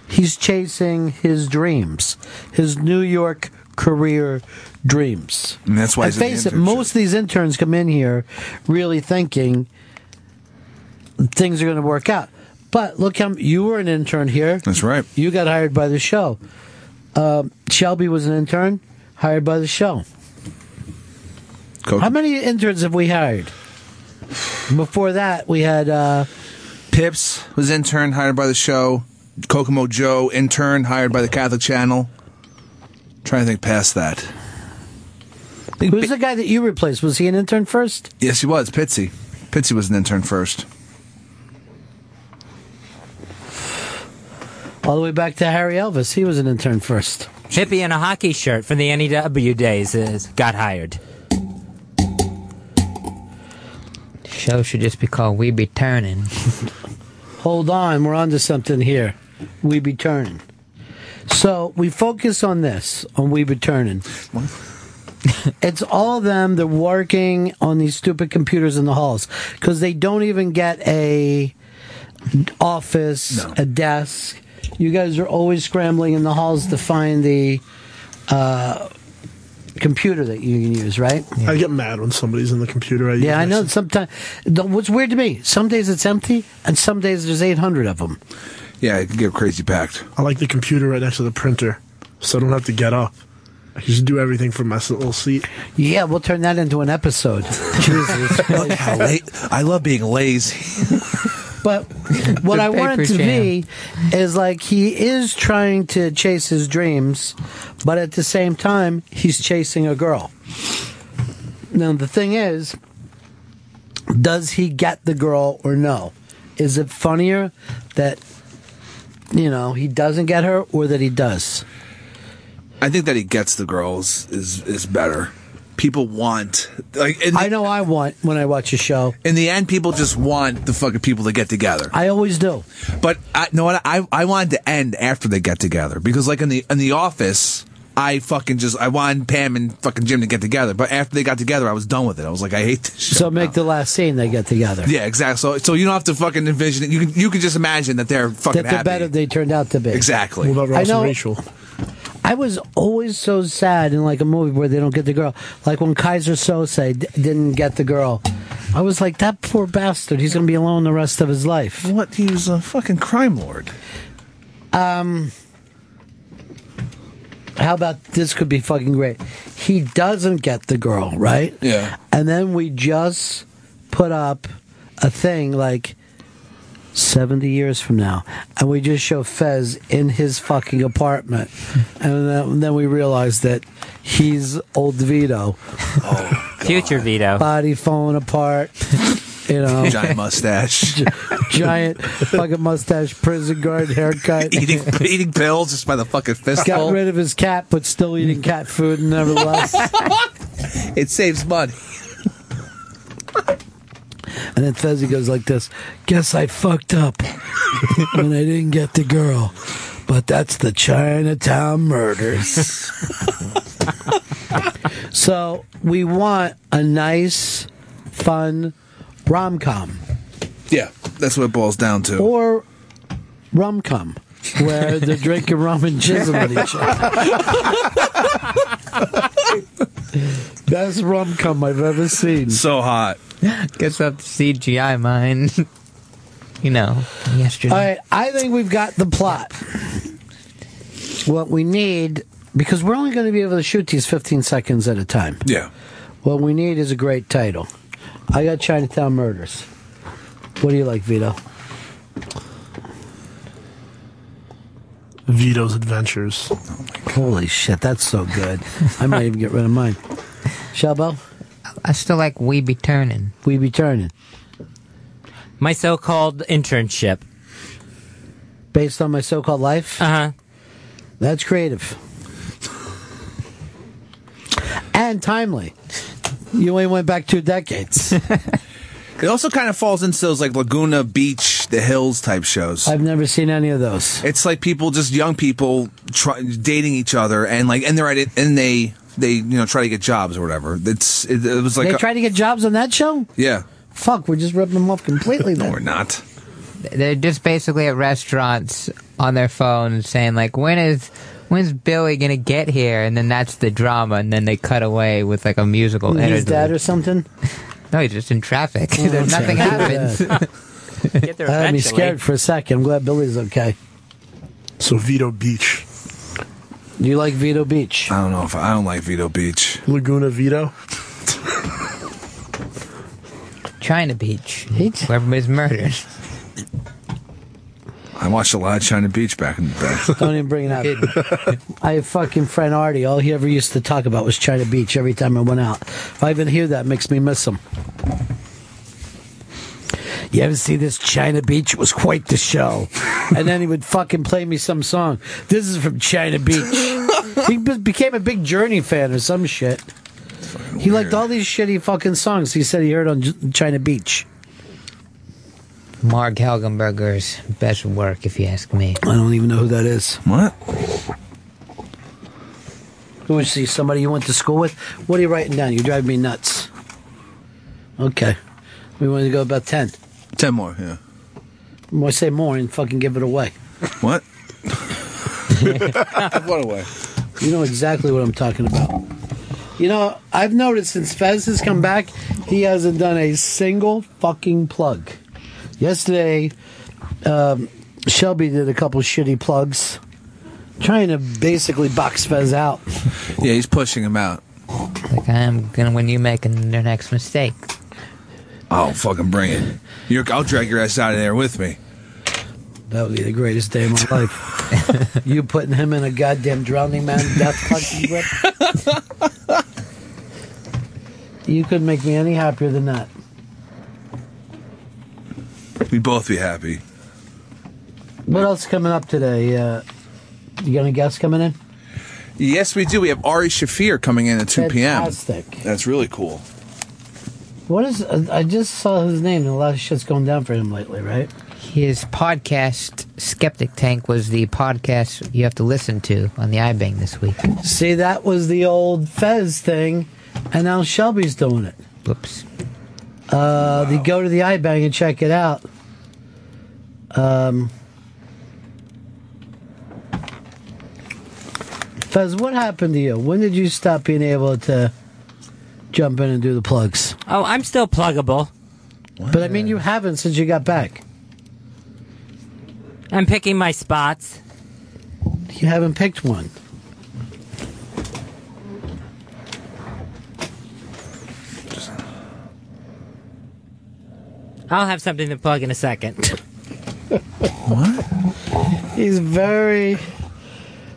[SPEAKER 5] he's chasing his dreams, his New York career dreams.
[SPEAKER 9] And that's why
[SPEAKER 5] And
[SPEAKER 9] he's in the
[SPEAKER 5] face it,
[SPEAKER 9] internship.
[SPEAKER 5] most of these interns come in here really thinking things are going to work out. But look how you were an intern here. That's
[SPEAKER 9] right.
[SPEAKER 5] You got hired by the show. Um, Shelby was an intern hired by the show. How many interns have we hired? Before that, we had uh,
[SPEAKER 9] Pips was intern hired by the show. Kokomo Joe, intern hired by the Catholic Channel. Trying to think past that.
[SPEAKER 5] who's the guy that you replaced? Was he an intern first?
[SPEAKER 9] Yes, he was. Pitsy. Pitsy was an intern first.
[SPEAKER 5] All the way back to Harry Elvis. He was an intern first.
[SPEAKER 7] Hippie in a hockey shirt from the NEW days is, got hired.
[SPEAKER 4] Show should just be called We Be Turning.
[SPEAKER 5] Hold on, we're onto something here. We be turning. So we focus on this, on we be turning. it's all them. They're working on these stupid computers in the halls because they don't even get a office, a desk. You guys are always scrambling in the halls to find the uh, computer that you can use, right?
[SPEAKER 8] I get mad when somebody's in the computer. I
[SPEAKER 5] Yeah, I know. Sometimes, what's weird to me, some days it's empty, and some days there's 800 of them.
[SPEAKER 9] Yeah, it can get crazy packed.
[SPEAKER 8] I like the computer right next to the printer, so I don't have to get up. I can just do everything from my s- little seat.
[SPEAKER 5] Yeah, we'll turn that into an episode. Jesus. Christ.
[SPEAKER 9] How late? I love being lazy.
[SPEAKER 5] But what
[SPEAKER 9] The
[SPEAKER 5] I want it
[SPEAKER 9] paper
[SPEAKER 5] to be is like he is trying to chase his dreams, but at the same time, he's chasing a girl. Now, the thing is, does he get the girl or no? Is it funnier that, you know, he doesn't get her or that he does?
[SPEAKER 9] I think that he gets the girls is is better. People want like
[SPEAKER 5] I know I want when I watch a show.
[SPEAKER 9] in the end, people just want the fucking people to get together.
[SPEAKER 5] I always do.
[SPEAKER 9] But I, no, what I I wanted to end after they get together because like in the in the office, I fucking just I wanted Pam and fucking Jim to get together. But after they got together, I was done with it. I was like, I hate this. Shit.
[SPEAKER 5] So make the last scene they get together.
[SPEAKER 9] Yeah, exactly. So so you don't have to fucking envision it. You can you can just imagine that they're fucking
[SPEAKER 5] that they're
[SPEAKER 9] happy.
[SPEAKER 5] better than they turned out to be.
[SPEAKER 9] Exactly. What
[SPEAKER 5] about Ross I know- and Rachel? I was always so sad in like a movie where they don't get the girl. Like when Kaiser Sose d- didn't get the girl, I was like, that poor bastard. He's going to be alone the rest of his life.
[SPEAKER 9] What? He was a fucking crime lord.
[SPEAKER 5] Um. How about this could be fucking great? He doesn't get the girl, right?
[SPEAKER 9] Yeah.
[SPEAKER 5] And then we just put up a thing like 70 years from now, and we just show Fez in his fucking apartment. And then, and then we realize that he's old Vito.
[SPEAKER 9] Oh,
[SPEAKER 7] Future Vito.
[SPEAKER 5] Body falling apart, you know.
[SPEAKER 9] Giant mustache.
[SPEAKER 5] Gi- giant fucking mustache, prison guard haircut.
[SPEAKER 9] eating eating pills just by the fucking
[SPEAKER 5] Got
[SPEAKER 9] fistful.
[SPEAKER 5] rid of his cat, but still eating cat food, nevertheless.
[SPEAKER 9] It saves money.
[SPEAKER 5] And then Fezzi goes like this Guess I fucked up when I didn't get the girl. But that's the Chinatown murders. so we want a nice, fun rom com
[SPEAKER 9] Yeah, that's what it boils down to.
[SPEAKER 5] or rum cum, where they're drinking rum and jizzing at each other. Best rum cum I've ever seen.
[SPEAKER 9] So hot.
[SPEAKER 4] Gets up to CGI mine. you know, yesterday.
[SPEAKER 5] All right, I think we've got the plot. What we need, because we're only going to be able to shoot these 15 seconds at a time.
[SPEAKER 9] Yeah.
[SPEAKER 5] What we need is a great title. I got Chinatown Murders. What do you like, Vito?
[SPEAKER 8] Vito's Adventures.
[SPEAKER 5] Holy shit, that's so good. I might even get rid of mine. Shelbo?
[SPEAKER 4] I still like We Be Turning.
[SPEAKER 5] We Be Turning.
[SPEAKER 7] My so-called internship.
[SPEAKER 5] Based on my so called life?
[SPEAKER 7] Uh huh.
[SPEAKER 5] That's creative. and timely. You only went back two decades.
[SPEAKER 9] It also kind of falls into those like Laguna Beach, the Hills type shows.
[SPEAKER 5] I've never seen any of those.
[SPEAKER 9] it's like people, just young people, try, dating each other, and like, and they're at it, and they, they, you know, try to get jobs or whatever. It's, it, it was like,
[SPEAKER 5] they
[SPEAKER 9] a-
[SPEAKER 5] try to get jobs on that show?
[SPEAKER 9] yeah,
[SPEAKER 5] Fuck, we're just ripping them off completely
[SPEAKER 9] no,
[SPEAKER 5] then.
[SPEAKER 9] we're not.
[SPEAKER 4] They're just basically at restaurants on their phones saying like, when is when's Billy gonna get here? And then that's the drama, and then they cut away with like a musical.
[SPEAKER 5] He's
[SPEAKER 4] interlude.
[SPEAKER 5] dead or something? Oh,
[SPEAKER 4] no, he's just in traffic. There-
[SPEAKER 5] okay.
[SPEAKER 4] Nothing happens.
[SPEAKER 7] Get there
[SPEAKER 5] I had me
[SPEAKER 7] eventually.
[SPEAKER 5] scared for a second. I'm glad Billy's okay.
[SPEAKER 8] So Vito Beach.
[SPEAKER 5] Do you like Vito Beach?
[SPEAKER 9] I don't know if I don't like Vito Beach.
[SPEAKER 8] Laguna Vito.
[SPEAKER 4] China Beach, where everybody's murdered.
[SPEAKER 9] I watched a lot of China Beach back in the
[SPEAKER 5] Don't even bring it up. I have fucking friend Artie. All he ever used to talk about was China Beach every time I went out. If I even hear that, it makes me miss him. You ever see this China Beach? It was quite the show. and then he would fucking play me some song. This is from China Beach. he be- became a big Journey fan or some shit.
[SPEAKER 9] day.
[SPEAKER 5] He liked all these shitty fucking songs he said he heard on J- China Beach.
[SPEAKER 4] Mark Helgenberger's best work, if you ask me.
[SPEAKER 5] I don't even know who that is.
[SPEAKER 9] What?
[SPEAKER 5] Who is he? Somebody you went to school with? What are you writing down? You drive me nuts. Okay. We wanted to go about 10.
[SPEAKER 9] Ten more. Yeah.
[SPEAKER 5] I say more and fucking give it away.
[SPEAKER 9] What? what away?
[SPEAKER 5] You know exactly what I'm talking about. You know, I've noticed since Fez has come back, he hasn't done a single fucking plug. Yesterday, um, Shelby did a couple shitty plugs, trying to basically box Fez out.
[SPEAKER 9] Yeah, he's pushing him out.
[SPEAKER 4] Like I'm gonna win you making their next mistake.
[SPEAKER 9] Oh, fucking bring it! You're, I'll drag your ass out of there with me.
[SPEAKER 5] That would be the greatest day of my life. you putting him in a goddamn drowning man death fucking grip. you couldn't make me any happier than that.
[SPEAKER 9] We both be happy.
[SPEAKER 5] What else coming up today? Uh, you got a guest coming in?
[SPEAKER 9] Yes, we do. We have Ari Shafir coming in at two p.m.
[SPEAKER 5] Fantastic.
[SPEAKER 9] That's really cool.
[SPEAKER 5] What is? Uh, I just saw his name, and a lot of shit's going down for him lately, right?
[SPEAKER 4] His podcast, Skeptic Tank, was the podcast you have to listen to on the iBang this week.
[SPEAKER 5] See, that was the old Fez thing, and now Shelby's doing it.
[SPEAKER 4] Whoops.
[SPEAKER 5] Uh, they go to the iBang and check it out. Um, Fez, what happened to you? When did you stop being able to jump in and do the plugs?
[SPEAKER 7] Oh, I'm still pluggable.
[SPEAKER 5] But I mean, you haven't since you got back.
[SPEAKER 7] I'm picking my spots.
[SPEAKER 5] You haven't picked one.
[SPEAKER 7] I'll have something to plug in a second.
[SPEAKER 5] He's very.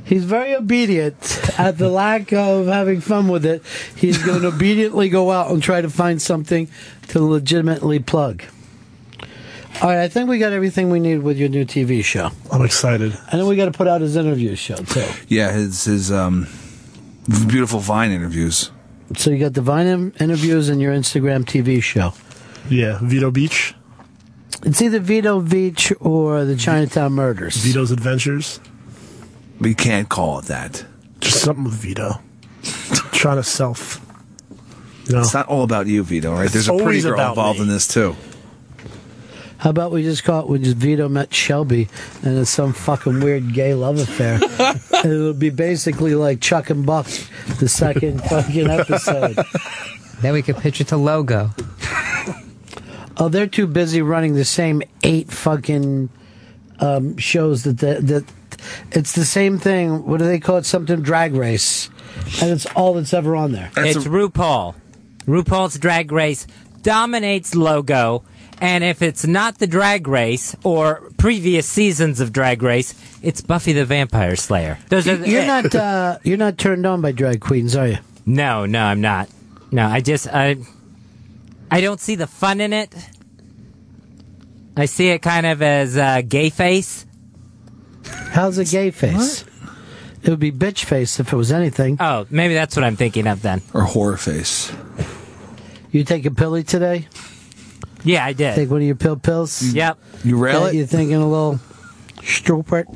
[SPEAKER 5] He's very obedient. At the lack of having fun with it, he's going to obediently go out and try to find something to legitimately plug. All right, I think we got everything we need with your new TV show.
[SPEAKER 8] I'm excited.
[SPEAKER 5] And then we got to put out his interview show too.
[SPEAKER 9] Yeah, his his um beautiful Vine interviews.
[SPEAKER 5] So you got the Vine in- interviews and your Instagram TV show.
[SPEAKER 8] Yeah, Vito Beach.
[SPEAKER 5] It's either Vito Beach or the Chinatown Murders.
[SPEAKER 8] Vito's Adventures.
[SPEAKER 9] We can't call it that.
[SPEAKER 8] Just something with Vito. Trying to self. No.
[SPEAKER 9] It's not all about you, Vito. Right?
[SPEAKER 8] It's
[SPEAKER 9] There's a pretty
[SPEAKER 8] always
[SPEAKER 9] girl
[SPEAKER 8] about
[SPEAKER 9] involved in this too.
[SPEAKER 5] How about we just call it when just Vito met Shelby and it's some fucking weird gay love affair? and it'll be basically like Chuck and Buck, the second fucking episode.
[SPEAKER 4] Then we could picture the logo.
[SPEAKER 5] Oh, they're too busy running the same eight fucking um, shows that the, that it's the same thing. What do they call it? Something drag race, and it's all that's ever on there.
[SPEAKER 7] it's RuPaul. RuPaul's Drag Race dominates logo, and if it's not the Drag Race or previous seasons of Drag Race, it's Buffy the Vampire Slayer. Those are the-
[SPEAKER 5] You're not uh, you're not turned on by drag queens, are you?
[SPEAKER 7] No, no, I'm not. No, I just I I don't see the fun in it. I see it kind of as uh, gay face.
[SPEAKER 5] How's a gay face? It would be bitch face if it was anything.
[SPEAKER 7] Oh, maybe that's what I'm thinking of then.
[SPEAKER 9] Or horror face.
[SPEAKER 5] You take a pilly today?
[SPEAKER 7] Yeah, I did.
[SPEAKER 5] Take one of your pill pills?
[SPEAKER 7] Yep.
[SPEAKER 9] You rail
[SPEAKER 5] Yeah,
[SPEAKER 9] it?
[SPEAKER 5] You're thinking a little stupid.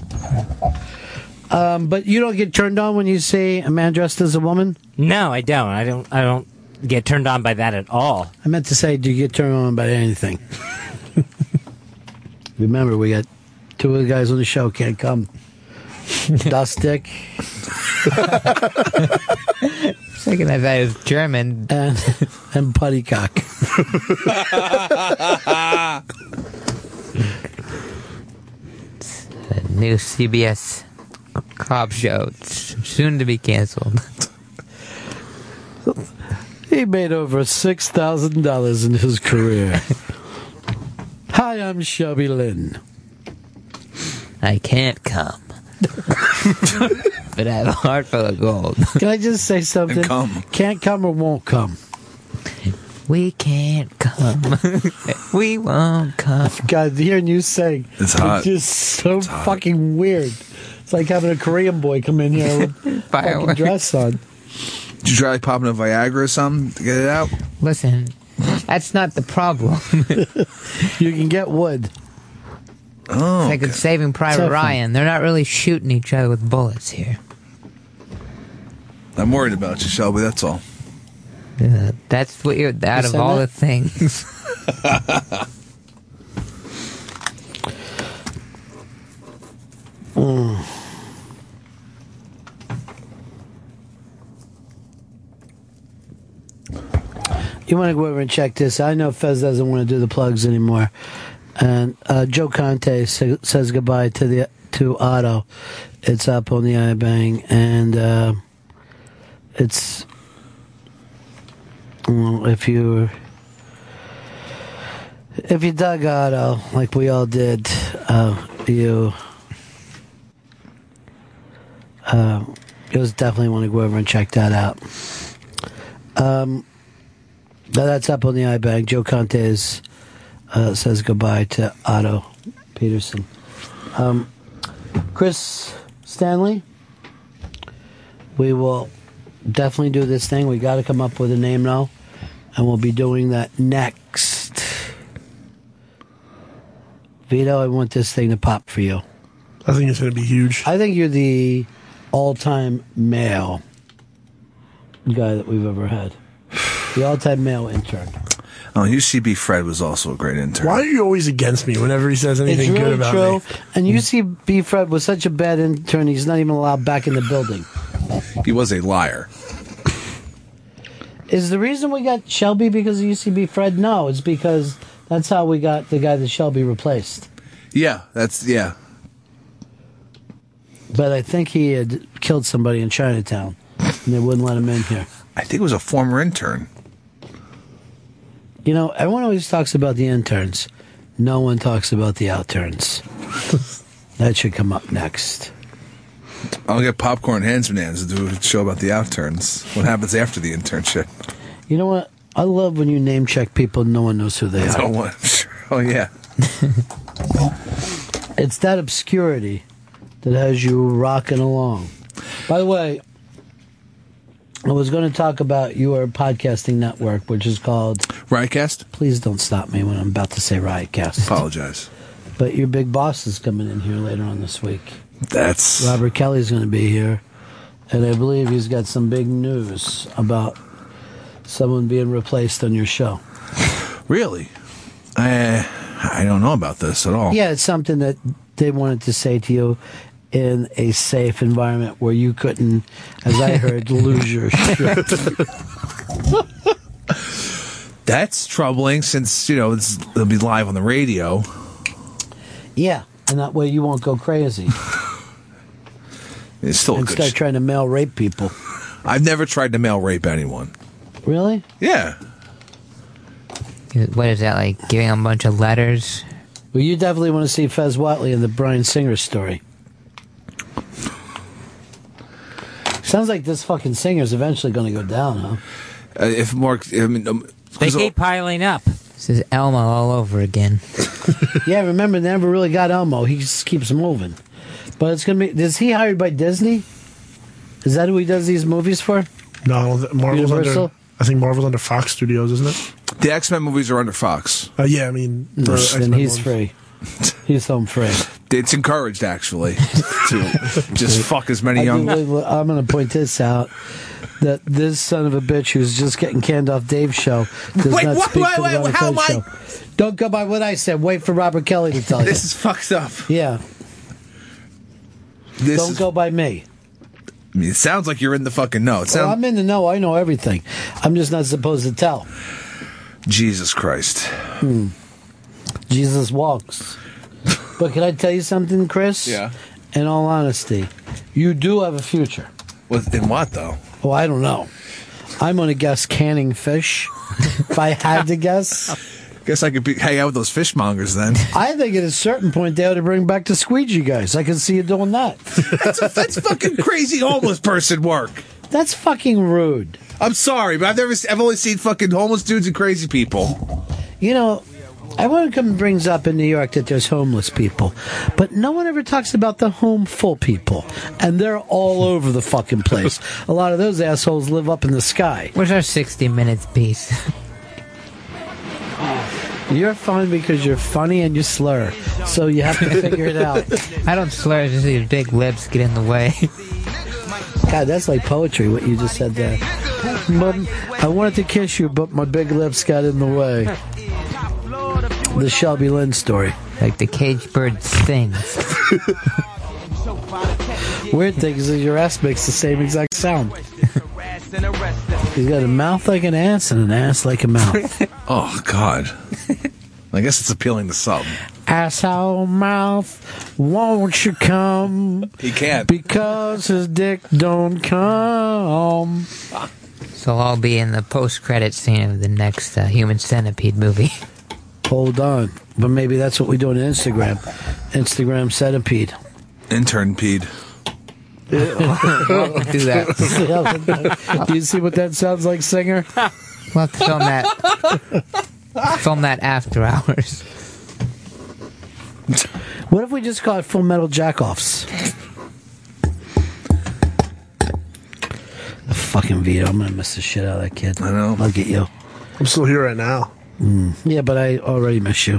[SPEAKER 5] Um, but you don't get turned on when you see a man dressed as a woman?
[SPEAKER 7] No, I don't. I don't. I don't get turned on by that at all.
[SPEAKER 5] I meant to say, do you get turned on by anything? Remember, we got two of the guys on the show can't come. Dust Dick
[SPEAKER 4] Second, that that is German.
[SPEAKER 5] and and Putty Cock.
[SPEAKER 4] The new CBS cop show, s- soon to be canceled.
[SPEAKER 5] He made over six thousand dollars in his career. Hi, I'm Shelby Lynn.
[SPEAKER 4] I can't come, but I have a heart full of gold.
[SPEAKER 5] Can I just say something?
[SPEAKER 9] come.
[SPEAKER 5] Can't come or won't come.
[SPEAKER 4] We can't come. we won't come.
[SPEAKER 5] God, hearing you sing
[SPEAKER 9] It's hot.
[SPEAKER 5] is just so fucking weird. It's like having a Korean boy come in here with fucking
[SPEAKER 4] Fireworks.
[SPEAKER 5] dress on.
[SPEAKER 9] Did you try like, popping a Viagra or something to get it out?
[SPEAKER 4] Listen, that's not the problem.
[SPEAKER 5] You can get wood.
[SPEAKER 9] Oh,
[SPEAKER 4] Like in Saving Private
[SPEAKER 5] Tough one.
[SPEAKER 4] Ryan, they're not really shooting each other with bullets here.
[SPEAKER 9] I'm worried about you, Shelby. That's all.
[SPEAKER 4] Uh, that's what you're. Out of
[SPEAKER 5] said
[SPEAKER 4] all
[SPEAKER 5] that?
[SPEAKER 4] the things,
[SPEAKER 5] You want to go over and check this. I know Fez doesn't want to do the plugs anymore, and uh, Joe Conte sa- says goodbye to the to Otto. It's up on the iBang, and uh, it's well, if you if you dug Otto like we all did, uh, you. Uh, you was definitely want to go over and check that out. Um, Now that's up on the iBank. Joe Contes uh, says goodbye to Otto Peterson. Um, Chris Stanley, we will definitely do this thing. We got to come up with a name now, and we'll be doing that next. Vito, I want this thing to pop for you.
[SPEAKER 8] I think it's going to be huge.
[SPEAKER 5] I think you're the all-time male guy that we've ever had. The all-time male intern.
[SPEAKER 9] Oh, UCB Fred was also a great intern.
[SPEAKER 8] Why are you always against me whenever he says anything
[SPEAKER 5] It's
[SPEAKER 8] good
[SPEAKER 5] really
[SPEAKER 8] about
[SPEAKER 5] true.
[SPEAKER 8] me?
[SPEAKER 5] And UCB Fred was such a bad intern, he's not even allowed back in the building.
[SPEAKER 9] He was a liar.
[SPEAKER 5] Is the reason we got Shelby because of UCB Fred? No, it's because that's how we got the guy that Shelby replaced.
[SPEAKER 9] Yeah, that's yeah.
[SPEAKER 5] But I think he had killed somebody in Chinatown, and they wouldn't let him in here.
[SPEAKER 9] I think it was a former intern.
[SPEAKER 5] You know, everyone always talks about the interns. No one talks about the outturns. that should come up next.
[SPEAKER 9] I'll get popcorn hands bananas to do a show about the outturns. What happens after the internship?
[SPEAKER 5] You know what? I love when you name check people and no one knows who they are.
[SPEAKER 9] Oh, what? oh yeah.
[SPEAKER 5] It's that obscurity that has you rocking along. By the way, I was going to talk about your podcasting network, which is called
[SPEAKER 9] Riotcast?
[SPEAKER 5] Please don't stop me when I'm about to say Riotcast.
[SPEAKER 9] Apologize.
[SPEAKER 5] But your big boss is coming in here later on this week.
[SPEAKER 9] That's
[SPEAKER 5] Robert Kelly's going to be here, and I believe he's got some big news about someone being replaced on your show.
[SPEAKER 9] Really? I I don't know about this at all.
[SPEAKER 5] Yeah, it's something that they wanted to say to you in a safe environment where you couldn't, as I heard, lose your shit.
[SPEAKER 9] That's troubling since, you know, it's, it'll be live on the radio.
[SPEAKER 5] Yeah, and that way you won't go crazy
[SPEAKER 9] It's still a
[SPEAKER 5] and
[SPEAKER 9] good
[SPEAKER 5] start
[SPEAKER 9] sh-
[SPEAKER 5] trying to mail rape people.
[SPEAKER 9] I've never tried to male rape anyone.
[SPEAKER 5] Really?
[SPEAKER 9] Yeah.
[SPEAKER 4] What is that like? Giving them a bunch of letters?
[SPEAKER 5] Well, you definitely want to see Fez Watley in the Brian Singer story. Sounds like this fucking singer's eventually going to go down, huh?
[SPEAKER 9] Uh, if Mark, I mean, um,
[SPEAKER 7] They
[SPEAKER 9] 'cause-
[SPEAKER 7] keep piling up.
[SPEAKER 4] This is Elmo all over again.
[SPEAKER 5] yeah, remember they never really got Elmo. He just keeps moving. But it's gonna be. Is he hired by Disney? Is that who he does these movies for?
[SPEAKER 8] No, I don't thi- Marvel's
[SPEAKER 5] Universal?
[SPEAKER 8] under. I think Marvel's under Fox Studios, isn't it?
[SPEAKER 9] the X Men movies are under Fox.
[SPEAKER 8] Uh, yeah, I mean, the
[SPEAKER 5] then
[SPEAKER 8] X-Men
[SPEAKER 5] he's
[SPEAKER 8] ones.
[SPEAKER 5] free. He's home free.
[SPEAKER 9] It's encouraged actually to just fuck as many
[SPEAKER 5] I do
[SPEAKER 9] young.
[SPEAKER 5] believe- I'm going to point this out. That this son of a bitch who's just getting canned off Dave's show does
[SPEAKER 9] Wait,
[SPEAKER 5] not
[SPEAKER 9] what-
[SPEAKER 5] speak
[SPEAKER 9] wait,
[SPEAKER 5] for the
[SPEAKER 9] wait,
[SPEAKER 5] Robert
[SPEAKER 9] how
[SPEAKER 5] Kelly
[SPEAKER 9] am
[SPEAKER 5] show. Don't go by what I said. Wait for Robert Kelly to tell you.
[SPEAKER 9] This is fucked up.
[SPEAKER 5] yeah,
[SPEAKER 9] This
[SPEAKER 5] don't
[SPEAKER 9] is,
[SPEAKER 5] go by me.
[SPEAKER 9] I mean, it sounds like you're in the fucking know. It
[SPEAKER 5] Well,
[SPEAKER 9] sounds
[SPEAKER 5] I'm in the know. I know everything. I'm just not supposed to tell. Hmm.
[SPEAKER 9] Jesus Christ.
[SPEAKER 5] Jesus walks. But can I tell you something, Chris?
[SPEAKER 9] Yeah.
[SPEAKER 5] In all honesty, you do have a future.
[SPEAKER 9] With in what though?
[SPEAKER 5] Well, I don't know. I'm going to guess canning fish. if I had to guess,
[SPEAKER 9] Guess I could be, hang out with those fishmongers then.
[SPEAKER 5] I think at a certain point they ought to bring back the squeegee guys. I can see you doing that.
[SPEAKER 9] that's, a, that's fucking crazy homeless person work.
[SPEAKER 5] That's fucking rude.
[SPEAKER 9] I'm sorry, but I've never. se- I've only seen fucking homeless dudes and crazy people.
[SPEAKER 5] You know, everyone come brings up in New York that there's homeless people, but no one ever talks about the homeful people, and they're all over the fucking place. a lot of those assholes live up in the sky.
[SPEAKER 4] Where's our 60 minutes piece?
[SPEAKER 5] You're fun because you're funny and you slur, so you have to figure it out.
[SPEAKER 4] I don't slur, it's just these big lips get in the way.
[SPEAKER 5] God, that's like poetry. What you just said there. Mom, I wanted to kiss you, but my big lips got in the way. The Shelby Lynn story.
[SPEAKER 4] like the caged bird sings.
[SPEAKER 5] Weird thing is that your ass makes the same exact sound. He's got a mouth like an ass and an ass like a mouth.
[SPEAKER 9] Oh God. I guess it's appealing to some.
[SPEAKER 5] Asshole mouth, won't you come?
[SPEAKER 9] He can't.
[SPEAKER 5] Because his dick don't come.
[SPEAKER 4] So I'll be in the post-credit scene of the next uh, Human Centipede movie.
[SPEAKER 5] Hold on. But maybe that's what we do on Instagram. Instagram centipede.
[SPEAKER 9] Intern peed.
[SPEAKER 4] we'll do that.
[SPEAKER 5] do you see what that sounds like, singer?
[SPEAKER 4] We'll have to film that. film that after hours.
[SPEAKER 5] What if we just call it Full Metal Jackoffs? Fucking Vito, I'm gonna miss the shit out of that kid.
[SPEAKER 9] I know.
[SPEAKER 5] I'll get you. Mm.
[SPEAKER 8] I'm still here right now.
[SPEAKER 5] Yeah, but I already miss you.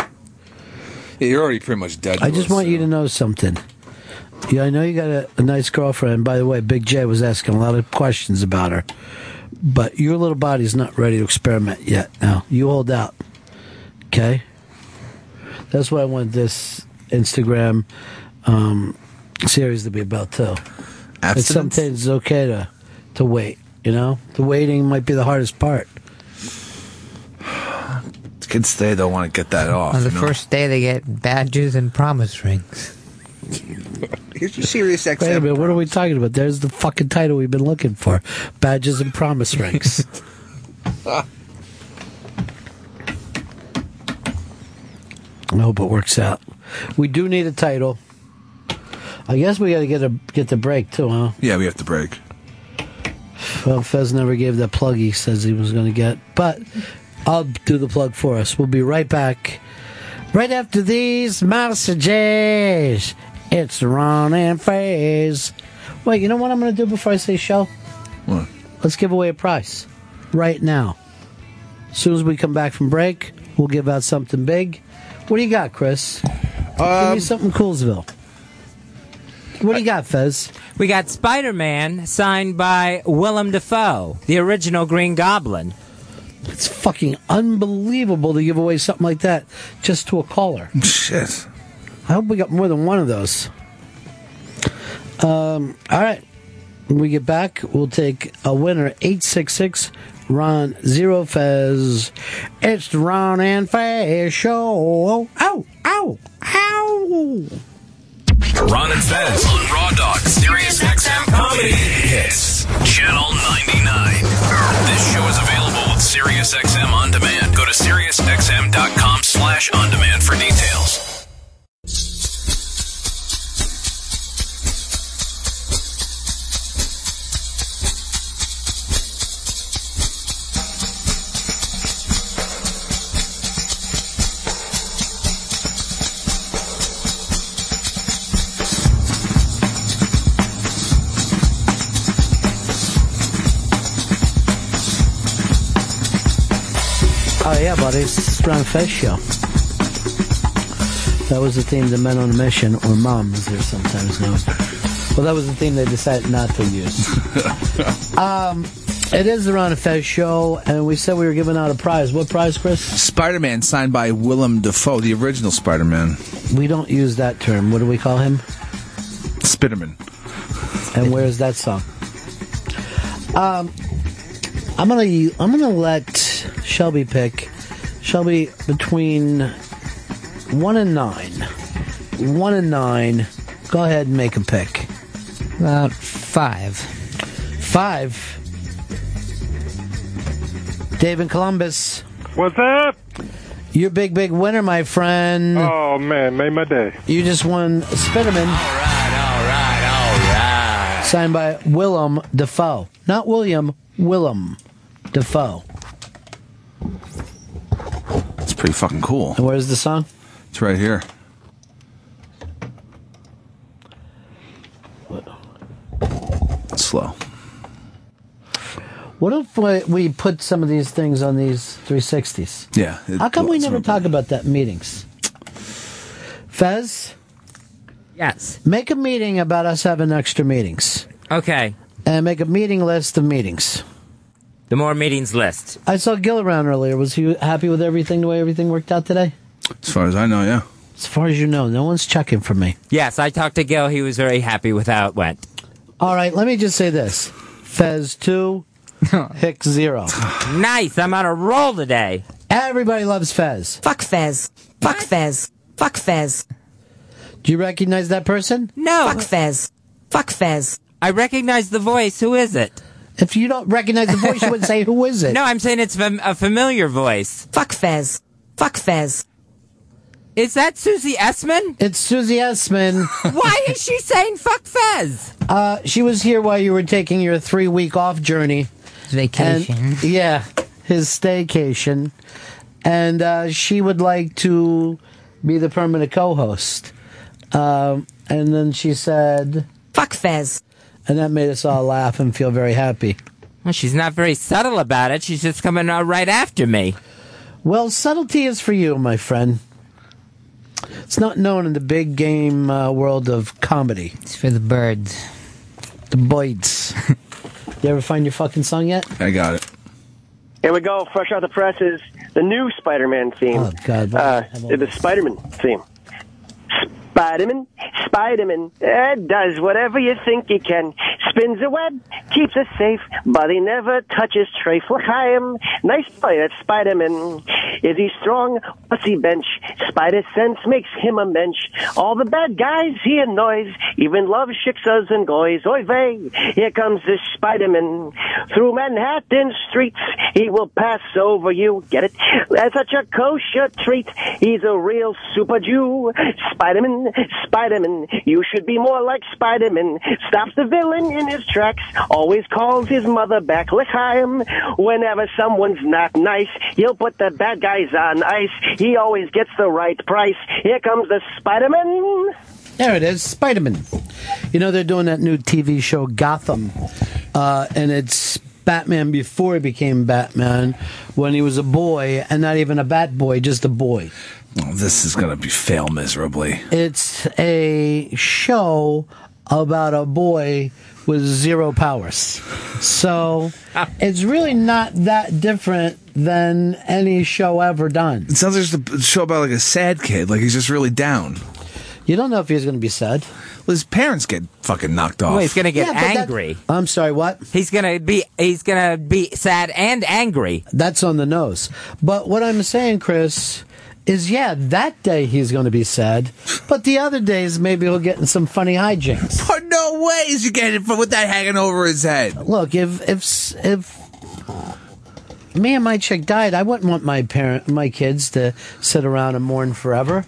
[SPEAKER 9] Yeah, you're already pretty much dead.
[SPEAKER 5] I just want you to know something. Yeah, I know you got a, a nice girlfriend. By the way, Big J was asking a lot of questions about her, but your little body's not ready to experiment yet. Now you hold out, okay? That's what I want this Instagram um, series to be about too. It's
[SPEAKER 9] Abstinence?
[SPEAKER 5] sometimes it's okay to to wait. You know, the waiting might be the hardest part.
[SPEAKER 9] Kids today don't want to get that off.
[SPEAKER 4] On the
[SPEAKER 9] you know?
[SPEAKER 4] first day, they get badges and promise rings.
[SPEAKER 9] Here's your serious XM.
[SPEAKER 5] Wait a minute, what are we talking about? There's the fucking title we've been looking for: badges and promise rings. I hope it works out. We do need a title. I guess we got to get a get the break too, huh?
[SPEAKER 9] Yeah, we have to break.
[SPEAKER 5] Well, Fez never gave that plug he says he was going to get, but I'll do the plug for us. We'll be right back right after these messages. It's Ron and Fez. Wait, you know what I'm going to do before I say show?
[SPEAKER 9] What?
[SPEAKER 5] Let's give away a prize right now. As soon as we come back from break, we'll give out something big. What do you got, Chris? give me something Coolsville. What do you got, Fez?
[SPEAKER 7] We got Spider Man signed by Willem Dafoe, the original Green Goblin.
[SPEAKER 5] It's fucking unbelievable to give away something like that just to a caller.
[SPEAKER 9] Shit.
[SPEAKER 5] I hope we got more than one of those. Um, all right. When we get back, we'll take a winner 866 Ron Zero Fez. It's the Ron and Fez show. Ow, ow, ow.
[SPEAKER 2] Ron and Fez on Raw Dog, Sirius XM Comedy Hits, Channel 99. This show is available with Sirius XM On Demand. Go to SiriusXM.com slash On Demand for details.
[SPEAKER 5] Oh, yeah, buddy. It's the Ron and Fez show. That was the theme the men on a mission, or mom, as they're sometimes known. Well, that was the theme they decided not to use. Um, it is the Ron and Fez show, and we said we were giving out a prize. What prize, Chris?
[SPEAKER 9] Spider Man signed by Willem Dafoe, the original Spider Man.
[SPEAKER 5] We don't use that term. What do we call him?
[SPEAKER 9] Spiderman.
[SPEAKER 5] And where is that song? Um, I'm gonna I'm gonna let Shelby pick. Shelby between one and nine. One and nine. Go ahead and make a pick. About five. Five. Dave in Columbus.
[SPEAKER 11] What's up?
[SPEAKER 5] You're big, big winner, my friend.
[SPEAKER 11] Oh man, made my day.
[SPEAKER 5] You just won Spinnerman. Signed by Willem Defoe. Not William, Willem Defoe.
[SPEAKER 9] It's pretty fucking cool.
[SPEAKER 5] And where's the song?
[SPEAKER 9] It's right here. It's slow.
[SPEAKER 5] What if we- we put some of these things on these 360s?
[SPEAKER 9] Yeah. it-
[SPEAKER 5] How come we
[SPEAKER 9] it's
[SPEAKER 5] never
[SPEAKER 9] real-
[SPEAKER 5] talk about that in meetings? Fez? Yes. Make a meeting about us having extra meetings.
[SPEAKER 7] Okay.
[SPEAKER 5] And make a meeting list of meetings.
[SPEAKER 7] The more meetings list.
[SPEAKER 5] I saw Gil around earlier. Was he happy with everything, the way everything worked out today?
[SPEAKER 9] As far as I know, yeah.
[SPEAKER 5] As far as you know, no one's checking for me.
[SPEAKER 7] Yes, I talked to Gil. He was very happy with how it went.
[SPEAKER 5] All right, let me just say this Fez 2, Hicks 0.
[SPEAKER 7] Nice. I'm on a roll today.
[SPEAKER 5] Everybody loves Fez.
[SPEAKER 12] Fuck Fez. Fuck Fez. Fuck Fez.
[SPEAKER 5] Do you recognize that person?
[SPEAKER 7] No.
[SPEAKER 12] Fuck Fez. Fuck Fez.
[SPEAKER 7] I recognize the voice. Who is it?
[SPEAKER 5] If you don't recognize the voice, you would say, Who is it?
[SPEAKER 7] No, I'm saying it's fam- a familiar voice.
[SPEAKER 12] Fuck Fez. Fuck Fez.
[SPEAKER 7] Is that Susie Essman?
[SPEAKER 5] It's Susie Essman.
[SPEAKER 7] Why is she saying fuck Fez?
[SPEAKER 5] Uh, she was here while you were taking your three week off journey.
[SPEAKER 4] Vacation.
[SPEAKER 5] And- yeah, his staycation. And uh, she would like to be the permanent co host. Um, and then she said,
[SPEAKER 12] Fuck Fez.
[SPEAKER 5] And that made us all laugh and feel very happy.
[SPEAKER 7] Well, she's not very subtle about it. She's just coming out right after me.
[SPEAKER 5] Well, subtlety is for you, my friend. It's not known in the big game uh, world of comedy. It's for the birds. The birds. you ever find your fucking song yet?
[SPEAKER 9] I got it.
[SPEAKER 13] Here we go, fresh out the presses. The new Spider-Man theme. Oh
[SPEAKER 5] God!
[SPEAKER 13] Uh, the Spider-Man theme. Spider-Man, Spider-Man, eh, does whatever you think he can. Spins a web, keeps us safe, but he never touches trafe. L'chaim, nice boy, that's Spider-Man. Is he strong? What's he bench? Spider sense makes him a mensch. All the bad guys he annoys, even love shiksas and goys. Oy vey, here comes this Spider-Man. Through Manhattan streets, he will pass over you. Get it? That's such a kosher treat. He's a real super Jew. Spider-Man, Spider-Man, you should be more like Spider-Man. Stops the villain in his tracks, always calls his mother back. L'chaim, whenever someone's not nice, he'll put the bad guys on ice. He always gets the right price. Here comes the Spider-Man.
[SPEAKER 5] There it is, Spider-Man. You know they're doing that new TV show Gotham, uh, and it's Batman before he became Batman when he was a boy and not even a bat boy, just a boy.
[SPEAKER 9] Oh, this is gonna be fail miserably.
[SPEAKER 5] It's a show about a boy with zero powers. So it's really not that different than any show ever done.
[SPEAKER 9] It sounds like just a show about like a sad kid. Like he's just really down.
[SPEAKER 5] You don't know if he's going to be sad.
[SPEAKER 9] Well, his parents get fucking knocked off.
[SPEAKER 7] Well, he's gonna get
[SPEAKER 5] Yeah, but that-
[SPEAKER 7] angry.
[SPEAKER 5] I'm sorry, what?
[SPEAKER 7] He's gonna be he's gonna be sad and angry.
[SPEAKER 5] That's on the nose. But what I'm saying, Chris, is yeah, that day he's going to be sad, but the other days maybe he'll get in some funny hijinks.
[SPEAKER 9] But Oh, no way is he getting it with that hanging over his head.
[SPEAKER 5] Look, if if if me and my chick died, I wouldn't want my parent, my kids to sit around and mourn forever.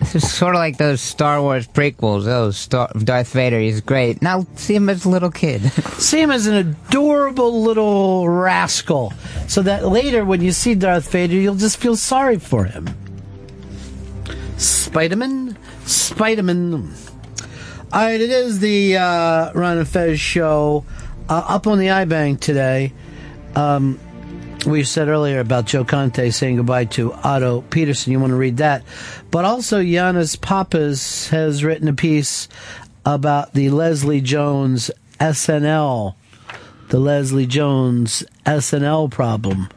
[SPEAKER 4] This is sort of like those Star Wars prequels. Oh, Star- Darth Vader, he's great. Now see him as a little kid.
[SPEAKER 5] See him as an adorable little rascal, so that later when you see Darth Vader, you'll just feel sorry for him. Spiderman, Spiderman. All right, it is the uh, Ron and Fez show uh, up on the iBank today. Um, we said earlier about Joe Conte saying goodbye to Otto Peterson. You want to read that, but also Giannis Pappas has written a piece about the Leslie Jones SNL, the Leslie Jones SNL problem.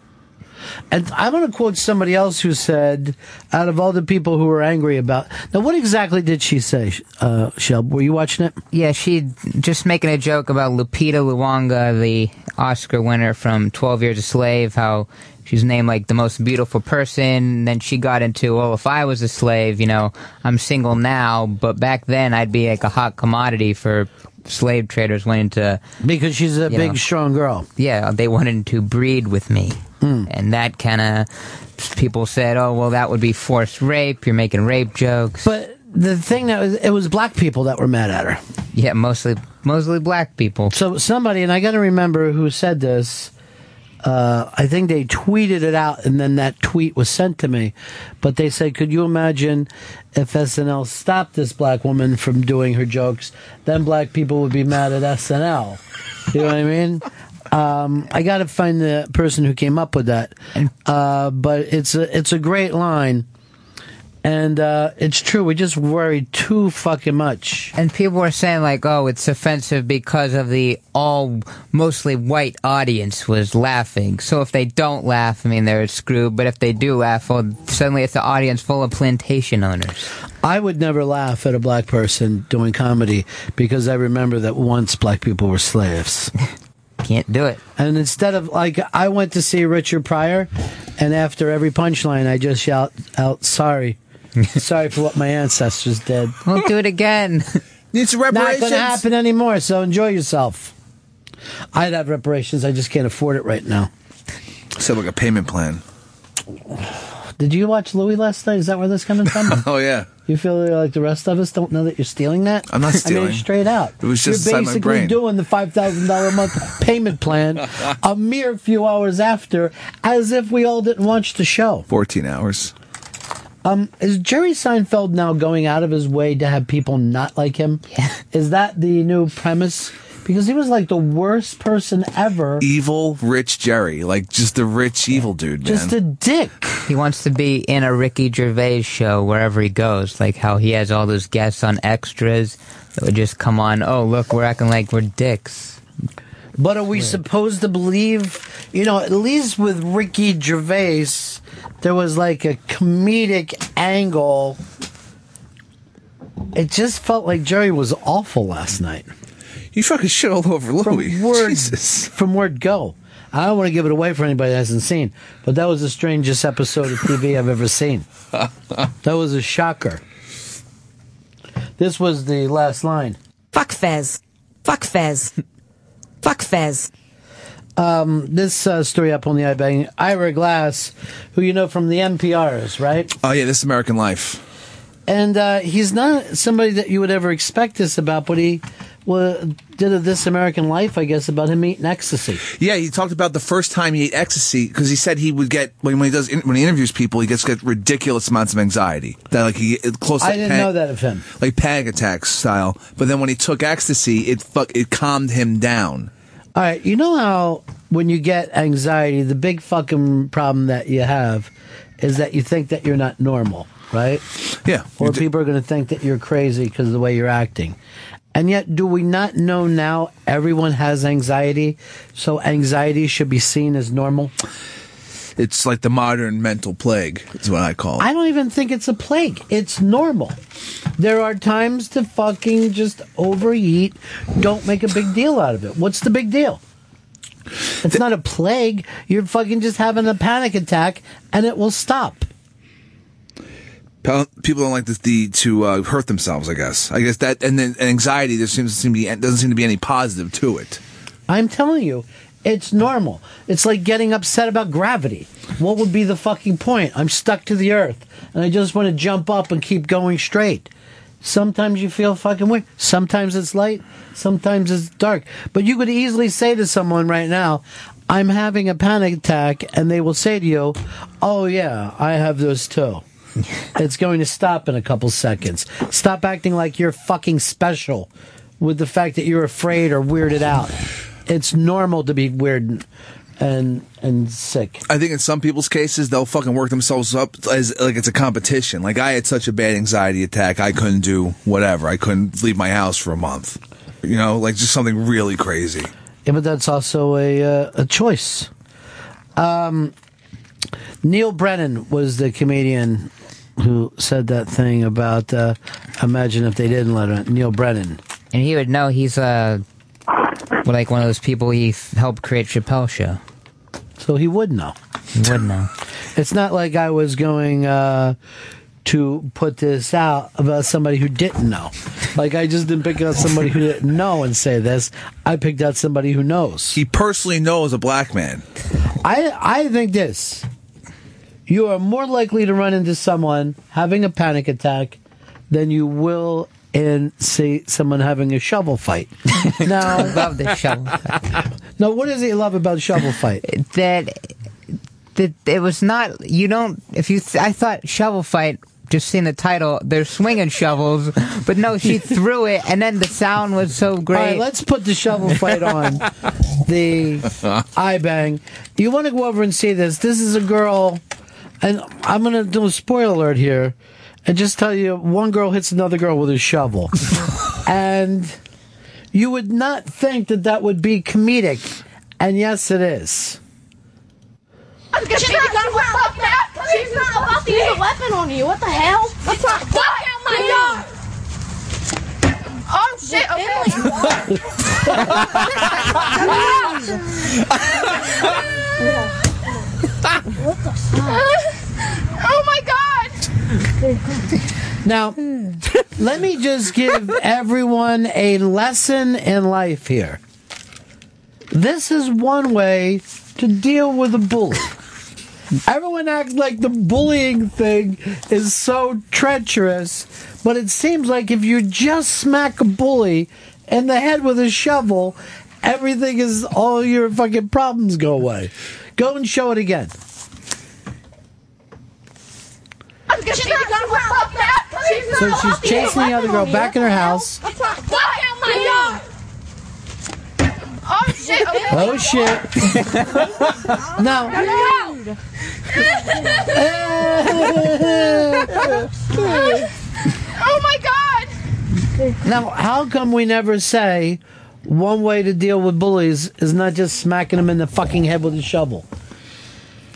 [SPEAKER 5] And I'm going to quote somebody else who said, out of all the people who were angry about. Now, what exactly did she say, uh, Shelb? Were you watching it?
[SPEAKER 4] yeah, she just making a joke about Lupita Luongo, the Oscar winner from Twelve Years a Slave. How she's named like the most beautiful person. Then she got into, well, if I was a slave, you know, I'm single now, but back then I'd be like a hot commodity for slave traders wanting to
[SPEAKER 5] because she's a big, strong girl.
[SPEAKER 4] Yeah, they wanted to breed with me.
[SPEAKER 5] Hmm.
[SPEAKER 4] And that kind of people said, "Oh, well, that would be forced rape. You're making rape jokes."
[SPEAKER 5] But the thing that was, it was black people that were mad at her.
[SPEAKER 4] Yeah, mostly mostly black people.
[SPEAKER 5] So somebody, and I got to remember who said this. Uh, I think they tweeted it out, and then that tweet was sent to me. But they said, "Could you imagine if SNL stopped this black woman from doing her jokes? Then black people would be mad at SNL." You know what I mean? Um, I got to find the person who came up with that. Uh, but it's a it's a great line. And uh, it's true. We just worry too fucking much.
[SPEAKER 4] And people were saying like, "Oh, it's offensive because of the all mostly white audience was laughing." So if they don't laugh, I mean, they're screwed. But if they do laugh, well, suddenly it's an audience full of plantation owners.
[SPEAKER 5] I would never laugh at a black person doing comedy because I remember that once black people were slaves.
[SPEAKER 4] Can't do it.
[SPEAKER 5] And instead of like, I went to see Richard Pryor, and after every punchline, I just shout out, "Sorry, sorry for what my ancestors did."
[SPEAKER 4] We'll do it again.
[SPEAKER 9] It's
[SPEAKER 5] Not
[SPEAKER 9] reparations.
[SPEAKER 5] going to happen anymore. So enjoy yourself. I'd have reparations. I just can't afford it right now.
[SPEAKER 9] So like a payment plan.
[SPEAKER 5] Did you watch Louis last night? Is that where this coming from?
[SPEAKER 9] Oh yeah.
[SPEAKER 5] You feel like the rest of us don't know that you're stealing that?
[SPEAKER 9] I'm not
[SPEAKER 5] I
[SPEAKER 9] stealing.
[SPEAKER 5] mean, straight out.
[SPEAKER 9] It was just
[SPEAKER 5] you're
[SPEAKER 9] inside my
[SPEAKER 5] basically
[SPEAKER 9] brain.
[SPEAKER 5] doing the five thousand dollar a month payment plan a mere few hours after, as if we all didn't watch the show.
[SPEAKER 9] Fourteen hours.
[SPEAKER 5] Um, is Jerry Seinfeld now going out of his way to have people not like him? Yeah. Is that the new premise? Because he was like the worst person ever.
[SPEAKER 9] Evil rich Jerry, like just the rich evil dude.
[SPEAKER 5] Just
[SPEAKER 9] man.
[SPEAKER 5] a dick.
[SPEAKER 4] He wants to be in a Ricky Gervais show wherever he goes, like how he has all those guests on extras that would just come on. Oh, look, we're acting like we're dicks.
[SPEAKER 5] But are we supposed to believe, you know, at least with Ricky Gervais, there was like a comedic angle. It just felt like Jerry was awful last night.
[SPEAKER 9] You fucking shit all over Louis.
[SPEAKER 5] From word, From word go. I don't want to give it away for anybody that hasn't seen, but that was the strangest episode of TV I've ever seen. That was a shocker. This was the last line.
[SPEAKER 12] Fuck Fez. Fuck Fez. Fuck Fez.
[SPEAKER 5] Um, this uh, story up on the iBang, Ira Glass, who you know from the NPRs, right?
[SPEAKER 9] Oh yeah, this is American life.
[SPEAKER 5] and uh, he's not somebody that you would ever expect this about, but he well, did a This American Life, I guess, about him eating ecstasy.
[SPEAKER 9] Yeah, he talked about the first time he ate ecstasy because he said he would get when, when he does when he interviews people, he gets get ridiculous amounts of anxiety that like he it- close.
[SPEAKER 5] I
[SPEAKER 9] like
[SPEAKER 5] didn't
[SPEAKER 9] pan-
[SPEAKER 5] know that of him.
[SPEAKER 9] like panic attack style. But then when he took ecstasy, it fuck it calmed him down.
[SPEAKER 5] All right, you know how when you get anxiety, the big fucking problem that you have is that you think that you're not normal, right?
[SPEAKER 9] Yeah.
[SPEAKER 5] Or people are going to think that you're crazy because of the way you're acting. And yet, do we not know now everyone has anxiety? So anxiety should be seen as normal?
[SPEAKER 9] It's like the modern mental plague, is what I call it.
[SPEAKER 5] I don't even think it's a plague. It's normal. There are times to fucking just overeat. Don't make a big deal out of it. What's the big deal? It's not a plague. You're fucking just having a panic attack and it will stop.
[SPEAKER 9] Pe- People don't like this, the to uh, hurt themselves. I guess. I guess that and then anxiety. There seems to seem to be doesn't seem to be any positive to it.
[SPEAKER 5] I'm telling you, it's normal. It's like getting upset about gravity. What would be the fucking point? I'm stuck to the earth and I just want to jump up and keep going straight. Sometimes you feel fucking weird. Sometimes it's light, sometimes it's dark. But you could easily say to someone right now, I'm having a panic attack, and they will say to you, Oh, yeah, I have those too. it's going to stop in a couple seconds. Stop acting like you're fucking special with the fact that you're afraid or weirded out. It's normal to be weird and and, and sick.
[SPEAKER 9] I think in some people's cases they'll fucking work themselves up as like it's a competition. Like I had such a bad anxiety attack, I couldn't do whatever. I couldn't leave my house for a month. You know, like just something really crazy.
[SPEAKER 5] Yeah, but that's also a uh, a choice. Um, Neil Brennan was the comedian who said that thing about uh, imagine if they didn't let him. Neil Brennan.
[SPEAKER 4] And he would know he's uh, like one of those people he f- helped create Chappelle show.
[SPEAKER 5] So he would know.
[SPEAKER 4] He would know.
[SPEAKER 5] It's not like I was going uh, to put this out about somebody who didn't know. Like I just didn't pick out somebody who didn't know and say this. I picked out somebody who knows.
[SPEAKER 9] He personally knows a black man.
[SPEAKER 5] I I think this. You are more likely to run into someone having a panic attack than you will in say someone having a shovel fight. now,
[SPEAKER 4] love the shovel.
[SPEAKER 5] Now, what does he love about shovel fight?
[SPEAKER 4] that that it was not. You don't. If you, th- I thought shovel fight. Just seeing the title, they're swinging shovels, but no, she threw it, and then the sound was so great.
[SPEAKER 5] All right, let's put the shovel fight on the eye bang. You want to go over and see this? This is a girl, and I'm going to do a spoiler alert here, and just tell you one girl hits another girl with a shovel, and you would not think that that would be comedic, and yes, it is.
[SPEAKER 14] She's not a weapon. She's not allowed to use a weapon on you. What the hell? That's not fuck out my yard. Oh shit! Okay. what the fuck? Oh my god!
[SPEAKER 5] Now, let me just give everyone a lesson in life here. This is one way to deal with a bully. Everyone acts like the bullying thing is so treacherous, but it seems like if you just smack a bully in the head with a shovel, everything is all your fucking problems go away. Go and show it again.
[SPEAKER 14] She's not a weapon. She's not
[SPEAKER 5] So
[SPEAKER 14] allowed
[SPEAKER 5] she's
[SPEAKER 14] to use a
[SPEAKER 5] chasing the other
[SPEAKER 14] weapon
[SPEAKER 5] girl
[SPEAKER 14] on you.
[SPEAKER 5] back in her house.
[SPEAKER 14] That's not fuck out my yard. Oh shit! Okay.
[SPEAKER 5] Oh shit. no.
[SPEAKER 14] oh my god!
[SPEAKER 5] Now, how come we never say one way to deal with bullies is not just smacking them in the fucking head with a shovel?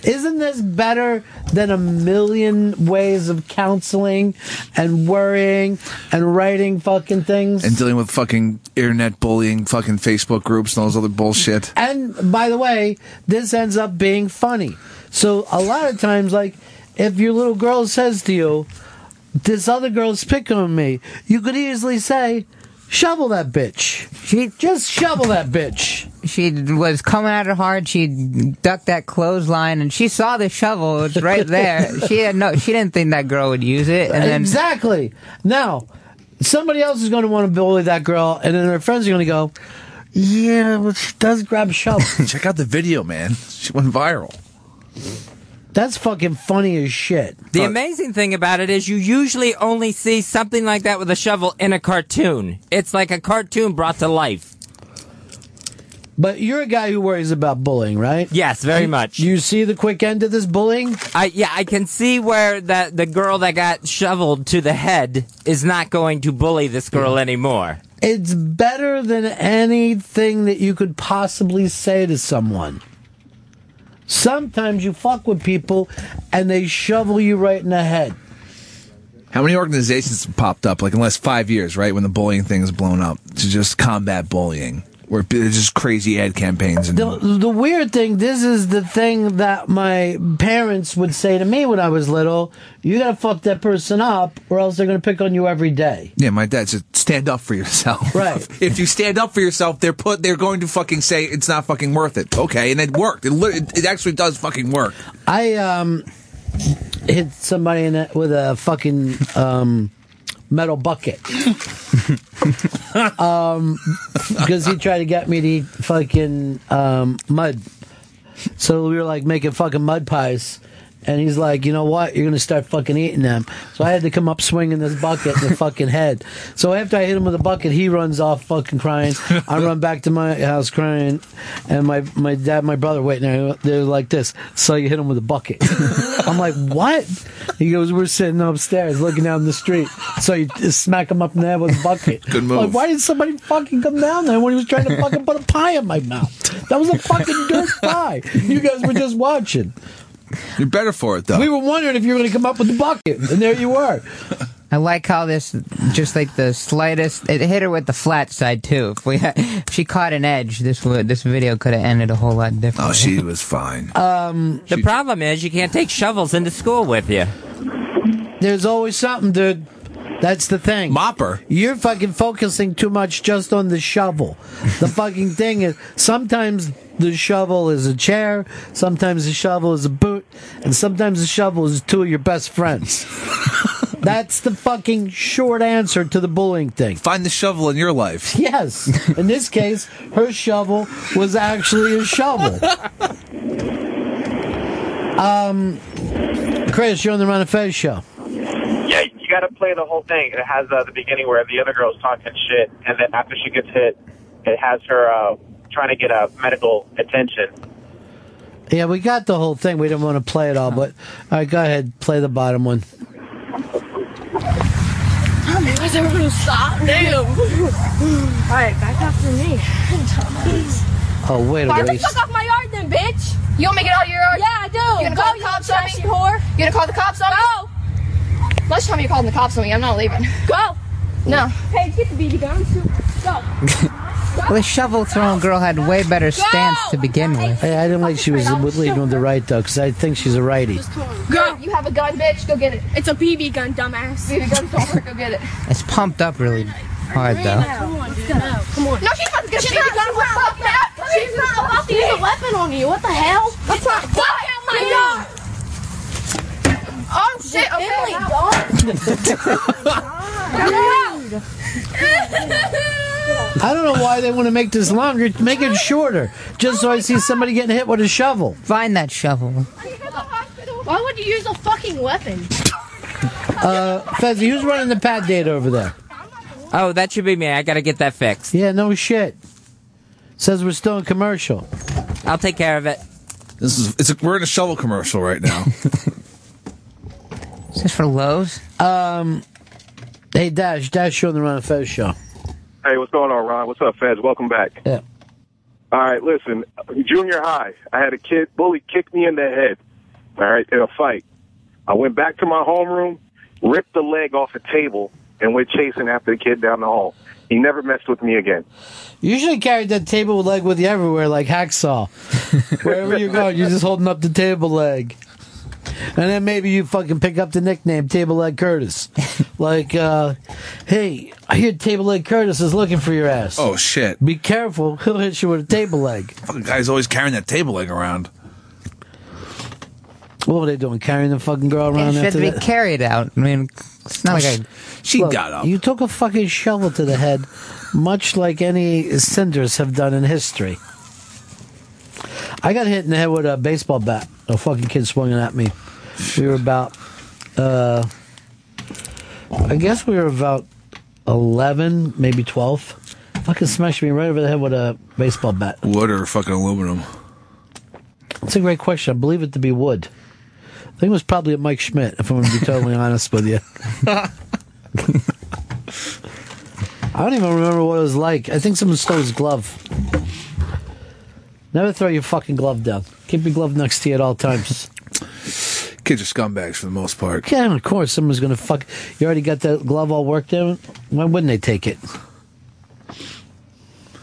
[SPEAKER 5] Isn't this better than a million ways of counseling and worrying and writing fucking things?
[SPEAKER 9] And dealing with fucking internet bullying, fucking Facebook groups, and all this other bullshit.
[SPEAKER 5] And by the way, this ends up being funny. So a lot of times, like if your little girl says to you, "This other girl's picking on me," you could easily say, "Shovel that bitch." She just shovel that bitch.
[SPEAKER 4] She was coming at her hard. She ducked that clothesline, and she saw the shovel. It's right there. she had no. She didn't think that girl would use it, and then
[SPEAKER 5] exactly. Now, somebody else is going to want to bully that girl, and then her friends are going to go, "Yeah, but she does grab shovel."
[SPEAKER 9] Check out the video, man. She went viral.
[SPEAKER 5] That's fucking funny as shit.
[SPEAKER 7] The amazing thing about it is you usually only see something like that with a shovel in a cartoon. It's like a cartoon brought to life.
[SPEAKER 5] But you're a guy who worries about bullying, right?
[SPEAKER 7] Yes, very much.
[SPEAKER 5] You see the quick end of this bullying?
[SPEAKER 7] I yeah, I can see where that the girl that got shoveled to the head is not going to bully this girl anymore.
[SPEAKER 5] It's better than anything that you could possibly say to someone. Sometimes you fuck with people and they shovel you right in the head.
[SPEAKER 9] How many organizations have popped up, like in the last five years, right, when the bullying thing has blown up, to just combat bullying? Where there's just crazy ad campaigns and
[SPEAKER 5] The, the weird thing, this is the thing that my parents would say to me when I was little you gotta fuck that person up or else they're gonna pick on you every day.
[SPEAKER 9] Yeah, my dad said, "Stand up for yourself."
[SPEAKER 5] Right.
[SPEAKER 9] if you stand up for yourself, they're put. They're going to fucking say it's not fucking worth it. Okay, and it worked. It lit- it, it actually does fucking work.
[SPEAKER 5] I um hit somebody in the, with a fucking um metal bucket. um because he tried to get me to eat fucking um mud. So we were like making fucking mud pies. And he's like, you know what? You're gonna start fucking eating them. So I had to come up swinging this bucket in the fucking head. So after I hit him with a bucket, he runs off fucking crying. I run back to my house crying, and my my dad, and my brother waiting there. They're like this. So you hit him with a bucket. I'm like, what? He goes, we're sitting upstairs looking down the street. So you just smack him up in the head with a bucket.
[SPEAKER 9] Good
[SPEAKER 5] Like,
[SPEAKER 9] move.
[SPEAKER 5] why did somebody fucking come down there when he was trying to fucking put a pie in my mouth? That was a fucking dirt pie. You guys were just watching.
[SPEAKER 9] You're better for it though.
[SPEAKER 5] We were wondering if you were going to come up with the bucket, and there you were.
[SPEAKER 4] I like how this, just like the slightest, it hit her with the flat side too. If we, had, if she caught an edge, this would, this video could have ended a whole lot differently.
[SPEAKER 9] Oh, she was fine.
[SPEAKER 7] Um, the problem is you can't take shovels into school with you.
[SPEAKER 5] There's always something, dude. That's the thing.
[SPEAKER 9] Mopper.
[SPEAKER 5] You're fucking focusing too much just on the shovel. The fucking thing is sometimes the shovel is a chair, sometimes the shovel is a boot, and sometimes the shovel is two of your best friends. That's the fucking short answer to the bullying thing.
[SPEAKER 9] Find the shovel in your life.
[SPEAKER 5] Yes. In this case, her shovel was actually a shovel. Um, Chris, you're on the Run of Fez show.
[SPEAKER 15] Yeah, you got to play the whole thing. It has uh, the beginning where the other girl's talking shit, and then after she gets hit, it has her uh, trying to get uh, medical attention.
[SPEAKER 5] Yeah, we got the whole thing. We didn't want to play it all, but all right, go ahead, play the bottom one.
[SPEAKER 14] Oh, man, is everyone gonna stop? Damn. All right, back after me. Dumbass.
[SPEAKER 5] Oh, wait a
[SPEAKER 14] Fire the
[SPEAKER 5] minute.
[SPEAKER 14] fuck off my yard then, bitch! You want me to get out of your yard? Yeah, I do. You gonna call the cops on me? Whore. You gonna call the cops on me? Go! Unless you tell me you're calling the cops on me, I'm not leaving. Go! No. Paige, get the BB gun. Go.
[SPEAKER 4] Well, the shovel thrown girl had way better stance to begin with.
[SPEAKER 5] Hey, I didn't like she was leading with the right, though, because I think she's a righty.
[SPEAKER 14] Go! You have a gun, bitch. Go get it. It's a BB gun, dumbass. BB gun don't work. Go get it.
[SPEAKER 4] It's pumped up really hard though.
[SPEAKER 14] Come on, dude. Come on. No, she's about to get she's a BB gun. What's up, man? She's not allowed to use a weapon on you. What the hell? That's not fuck out my yard. Oh shit! Okay, Emily,
[SPEAKER 5] I don't know why they want to make this longer. Make it shorter, just so I see somebody getting hit with a shovel.
[SPEAKER 4] Find that shovel.
[SPEAKER 14] Why would you use a fucking weapon?
[SPEAKER 5] Uh, Fezzi, who's running the pad date over there?
[SPEAKER 7] Oh, that should be me. I gotta get that fixed.
[SPEAKER 5] Yeah, no shit. Says we're still in commercial.
[SPEAKER 7] I'll take care of it.
[SPEAKER 9] This is it's a, we're in a shovel commercial right now.
[SPEAKER 4] Is this for Lowe's?
[SPEAKER 5] Um, hey Dash, Dash, you on the Run of Fez show.
[SPEAKER 11] Hey, what's going on, Ron? What's up, Feds? Welcome back.
[SPEAKER 5] Yeah.
[SPEAKER 11] All right, listen. Junior high, I had a kid bully kick me in the head. All right, in a fight, I went back to my homeroom, ripped the leg off the table, and went chasing after the kid down the hall. He never messed with me again.
[SPEAKER 5] You should have carried that table leg with you everywhere, like hacksaw. Wherever you're going, you're just holding up the table leg. And then maybe you fucking pick up the nickname Table Leg Curtis. like, uh, hey, I hear Table Leg Curtis is looking for your ass.
[SPEAKER 9] oh shit!
[SPEAKER 5] Be careful, he'll hit you with a table leg.
[SPEAKER 9] Fucking guy's always carrying that table leg around.
[SPEAKER 5] What were they doing? Carrying the fucking girl
[SPEAKER 4] It
[SPEAKER 5] around
[SPEAKER 4] should
[SPEAKER 5] after
[SPEAKER 4] be
[SPEAKER 5] that?
[SPEAKER 4] carried out. I mean, it's not like I.
[SPEAKER 9] She
[SPEAKER 5] got up. You took a fucking shovel to the head, much like any cinders have done in history. I got hit in the head with a baseball bat. A fucking kid swung it at me. We were about, uh, I guess we were about 11, maybe 12. Fucking smashed me right over the head with a baseball bat.
[SPEAKER 9] Wood or fucking aluminum?
[SPEAKER 5] That's a great question. I believe it to be wood. I think it was probably a Mike Schmidt, if I'm going to be totally honest with you. I don't even remember what it was like. I think someone stole his glove. Never throw your fucking glove down. Keep your glove next to you at all times.
[SPEAKER 9] Kids are scumbags for the most part.
[SPEAKER 5] Yeah, and of course, someone's going to fuck. You already got that glove all worked out. Why wouldn't they take it?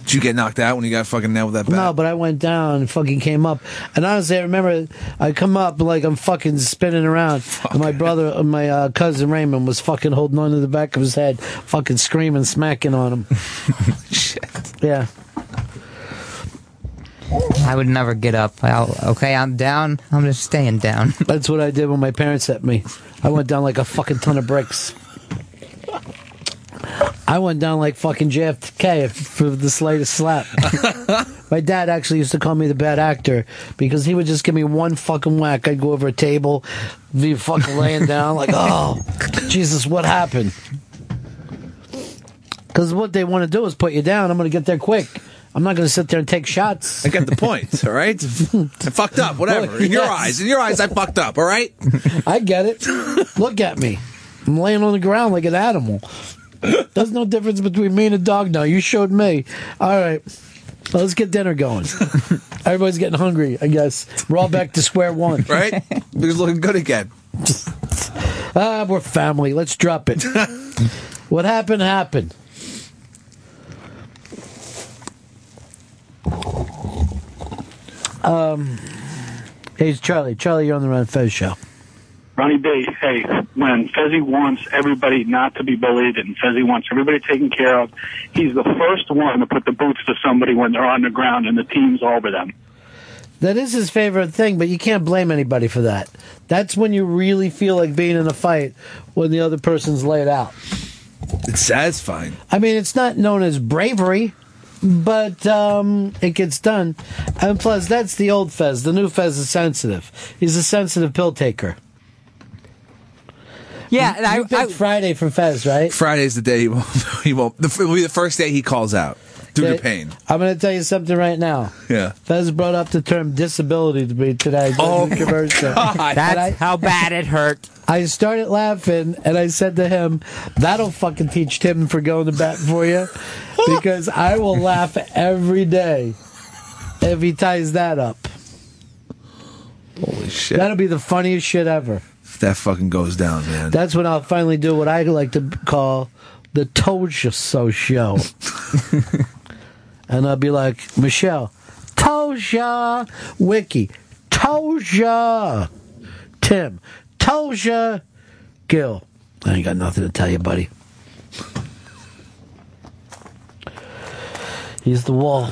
[SPEAKER 9] Did you get knocked out when you got fucking nailed with that bat?
[SPEAKER 5] No, but I went down and fucking came up. And honestly, I remember I come up like I'm fucking spinning around. And my brother, uh, my uh, cousin Raymond, was fucking holding on to the back of his head, fucking screaming, smacking on him. Shit. Yeah.
[SPEAKER 4] I would never get up. I'll, okay, I'm down. I'm just staying down.
[SPEAKER 5] That's what I did when my parents hit me. I went down like a fucking ton of bricks. I went down like fucking JFK for the slightest slap. my dad actually used to call me the bad actor because he would just give me one fucking whack. I'd go over a table, be fucking laying down like, oh, Jesus, what happened? Because what they want to do is put you down. I'm going to get there quick. I'm not going to sit there and take shots.
[SPEAKER 9] I got the point, all right? I fucked up, whatever. In your
[SPEAKER 5] Yes.
[SPEAKER 9] eyes, in your eyes, I fucked up, all right?
[SPEAKER 5] I get it. Look at me. I'm laying on the ground like an animal. There's no difference between me and a dog now. You showed me. All right. Well, let's get dinner going. Everybody's getting hungry, I guess. We're all back to square one.
[SPEAKER 9] Right? He's looking good again.
[SPEAKER 5] Ah, we're family. Let's drop it. what happened, happened. Um, hey, it's Charlie. Charlie, you're on the Ron Fez show.
[SPEAKER 16] Ronnie B, hey, when Fezzi wants everybody not to be bullied and Fezzi wants everybody taken care of, he's the first one to put the boots to somebody when they're on the ground and the team's over them.
[SPEAKER 5] That is his favorite thing, but you can't blame anybody for that. That's when you really feel like being in a fight when the other person's laid out.
[SPEAKER 9] It's satisfying.
[SPEAKER 5] I mean, it's not known as bravery, but um, it gets done. And plus, that's the old Fez. The new Fez is sensitive. He's a sensitive pill taker.
[SPEAKER 7] Yeah, and I,
[SPEAKER 5] I Friday for Fez, right?
[SPEAKER 9] Friday's the day he won't. He won't. The, it'll be the first day he calls out due
[SPEAKER 5] Yeah.
[SPEAKER 9] to pain.
[SPEAKER 5] I'm going to tell you something right now.
[SPEAKER 9] Yeah.
[SPEAKER 5] Fez brought up the term disability to me today.
[SPEAKER 9] Oh, my
[SPEAKER 5] controversial.
[SPEAKER 9] God.
[SPEAKER 7] That's how bad it hurt.
[SPEAKER 5] I started laughing and I said to him, That'll fucking teach Tim for going to bat for you because I will laugh every day if he ties that up.
[SPEAKER 9] Holy shit.
[SPEAKER 5] That'll be the funniest shit ever.
[SPEAKER 9] That fucking goes down, man.
[SPEAKER 5] That's when I'll finally do what I like to call the told you so show. and I'll be like, Michelle, told ya. Wiki, told ya. Tim, told ya. Gil, I ain't got nothing to tell you, buddy. He's the wall.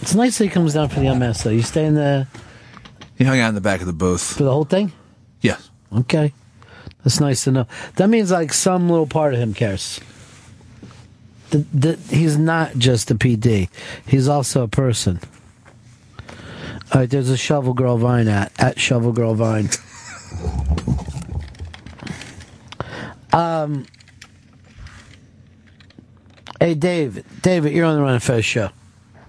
[SPEAKER 5] It's nice that he comes down for the MS, though. You stay in the
[SPEAKER 9] he hung out in the back of the booth.
[SPEAKER 5] for the whole thing?
[SPEAKER 9] Yeah.
[SPEAKER 5] Okay. That's nice to know. That means like some little part of him cares. Th th he's not just a PD. He's also a person. All right, there's a Shovel Girl Vine at at Shovel Girl Vine. um, hey David, David, you're on the Run and Fez show.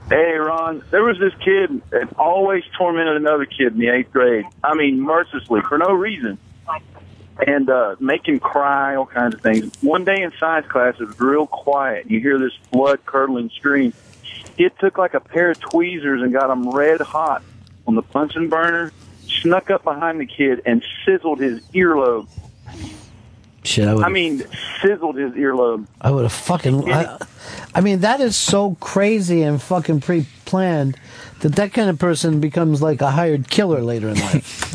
[SPEAKER 17] Hey, Ron, there was this kid that always tormented another kid in the eighth grade. I mean, mercilessly, for no reason. And uh, make him cry, all kinds of things. One day in science class, it was real quiet. You hear this blood curdling scream. It took like a pair of tweezers and got him red hot on the punching burner, snuck up behind the kid and sizzled his earlobe.
[SPEAKER 5] Shit, I would
[SPEAKER 17] I mean, sizzled his earlobe.
[SPEAKER 5] I would have fucking. I, I mean, that is so crazy and fucking pre-planned that that kind of person becomes like a hired killer later in life.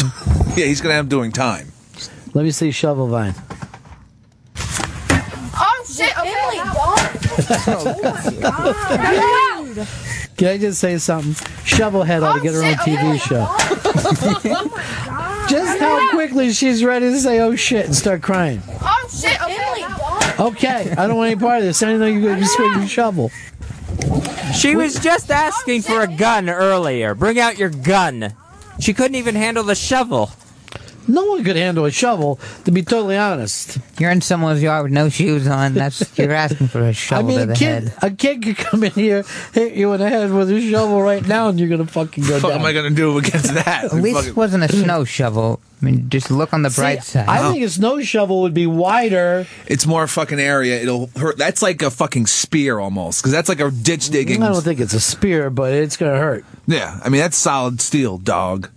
[SPEAKER 9] Yeah, he's gonna have him doing time.
[SPEAKER 5] Let me see shovel vine.
[SPEAKER 14] Oh shit! Okay.
[SPEAKER 5] Oh
[SPEAKER 14] Oh,
[SPEAKER 5] Can I just say something? Shovelhead ought to get her own TV Oh, show. just how quickly she's ready to say "oh shit" and start crying.
[SPEAKER 14] Oh shit! Okay.
[SPEAKER 5] Okay, I don't want any part of this. I didn't know you were going to be swinging a shovel.
[SPEAKER 7] She was just asking for a gun earlier. Bring out your gun. She couldn't even handle the shovel.
[SPEAKER 5] No one could handle a shovel, to be totally honest.
[SPEAKER 4] You're in someone's yard with no shoes on. That's you're asking for a
[SPEAKER 5] I
[SPEAKER 4] shovel
[SPEAKER 5] mean,
[SPEAKER 4] to the
[SPEAKER 5] a kid,
[SPEAKER 4] head.
[SPEAKER 5] a kid could come in here, hit you in the head with a shovel right now, and you're gonna fucking go
[SPEAKER 9] What the fuck
[SPEAKER 5] down.
[SPEAKER 9] am I gonna do against that?
[SPEAKER 4] At least
[SPEAKER 9] Fucking-
[SPEAKER 4] it wasn't a snow shovel. I mean, just look on the bright
[SPEAKER 5] See,
[SPEAKER 4] side. Oh,
[SPEAKER 5] I think a snow shovel would be wider.
[SPEAKER 9] Oh. It's more fucking area. It'll hurt. That's like a fucking spear almost, because that's like a ditch digging.
[SPEAKER 5] I don't think it's a spear, but it's gonna hurt.
[SPEAKER 9] Yeah, I mean that's solid steel, dog.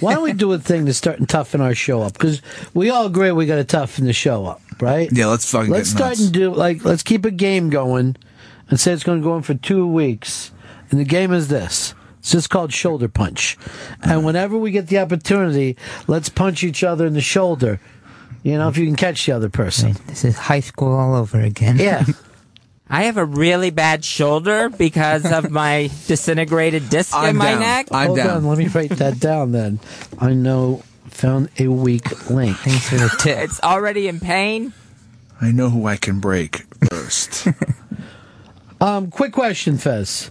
[SPEAKER 5] Why don't we do a thing to start and toughen our show up? Because we all agree we got to toughen the show up, right?
[SPEAKER 9] Yeah, let's fucking
[SPEAKER 5] Let's
[SPEAKER 9] get
[SPEAKER 5] start
[SPEAKER 9] nuts.
[SPEAKER 5] and do like let's keep a game going, and say it's going to go on for two weeks, and the game is this. It's just called shoulder punch, and whenever we get the opportunity, let's punch each other in the shoulder. You know, if you can catch the other person.
[SPEAKER 4] This is high school all over again.
[SPEAKER 5] Yeah.
[SPEAKER 7] I have a really bad shoulder because of my disintegrated disc in my neck.
[SPEAKER 5] Hold on, let me write that down. Then I know found a weak link. Thanks
[SPEAKER 4] for the tip.
[SPEAKER 7] It's already in pain.
[SPEAKER 9] I know who I can break first.
[SPEAKER 5] Um, quick question, Fez.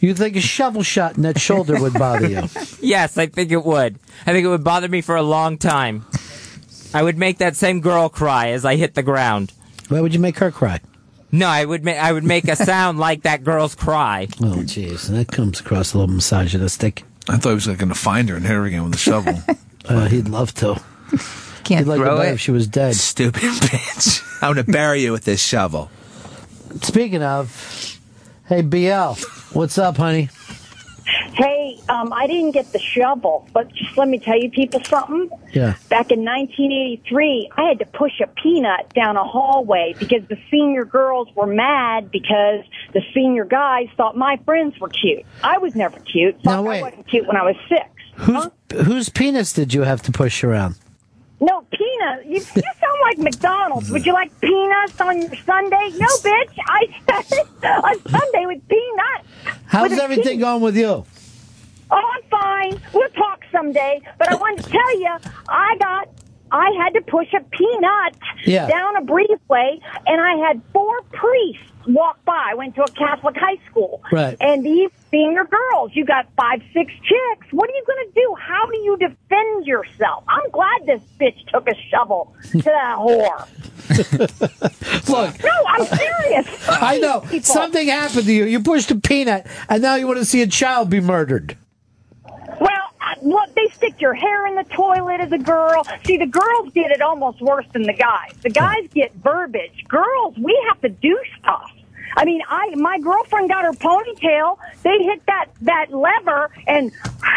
[SPEAKER 5] You think a shovel shot in that shoulder would bother you?
[SPEAKER 7] Yes, I think it would. I think it would bother me for a long time. I would make that same girl cry as I hit the ground.
[SPEAKER 5] Why would you make her cry?
[SPEAKER 7] No, I would. Ma- I would make a sound like that girl's cry.
[SPEAKER 5] Oh, jeez, that comes across a little misogynistic.
[SPEAKER 9] I thought he was like, going to find her and hit her again with a shovel.
[SPEAKER 5] Uh, he'd love to.
[SPEAKER 4] Can't
[SPEAKER 5] he'd like
[SPEAKER 9] throw
[SPEAKER 5] it better
[SPEAKER 9] it.
[SPEAKER 5] if she was dead.
[SPEAKER 9] Stupid bitch. I'm going to bury you with this shovel.
[SPEAKER 5] Speaking of, hey BL, what's up, honey?
[SPEAKER 18] Hey, um, I didn't get the shovel, but just let me tell you people something.
[SPEAKER 5] Yeah.
[SPEAKER 18] Back in 1983, I had to push a peanut down a hallway because the senior girls were mad because the senior guys thought my friends were cute. I was never cute. Fuck, I wasn't cute when I was six.
[SPEAKER 5] Whose
[SPEAKER 18] uh,
[SPEAKER 5] whose penis did you have to push around?
[SPEAKER 18] No, peanut. You, you sound like McDonald's. Would you like peanuts on your Sunday? No, bitch. I started on Sunday with peanuts.
[SPEAKER 5] How's
[SPEAKER 18] With a
[SPEAKER 5] everything going with you?
[SPEAKER 18] Oh, I'm fine. We'll talk someday. But I wanted to tell you, I got, I had to push a peanut
[SPEAKER 3] Yeah.
[SPEAKER 18] down a breezeway, and I had four priests walk by. I went to a Catholic high school.
[SPEAKER 3] Right.
[SPEAKER 18] And these senior girls, you got five, six chicks. What are you going to do? How do you defend yourself? I'm glad this bitch took a shovel to that whore.
[SPEAKER 5] Look.
[SPEAKER 18] No, I'm serious.
[SPEAKER 5] I know something happened to you. You pushed a peanut, and now you want to see a child be murdered.
[SPEAKER 18] Well, I- look, they stick your hair in the toilet as a girl. See, the girls get it almost worse than the guys. The guys get verbiage. Girls, we have to do stuff. I mean, I my girlfriend got her ponytail. They hit that that lever, and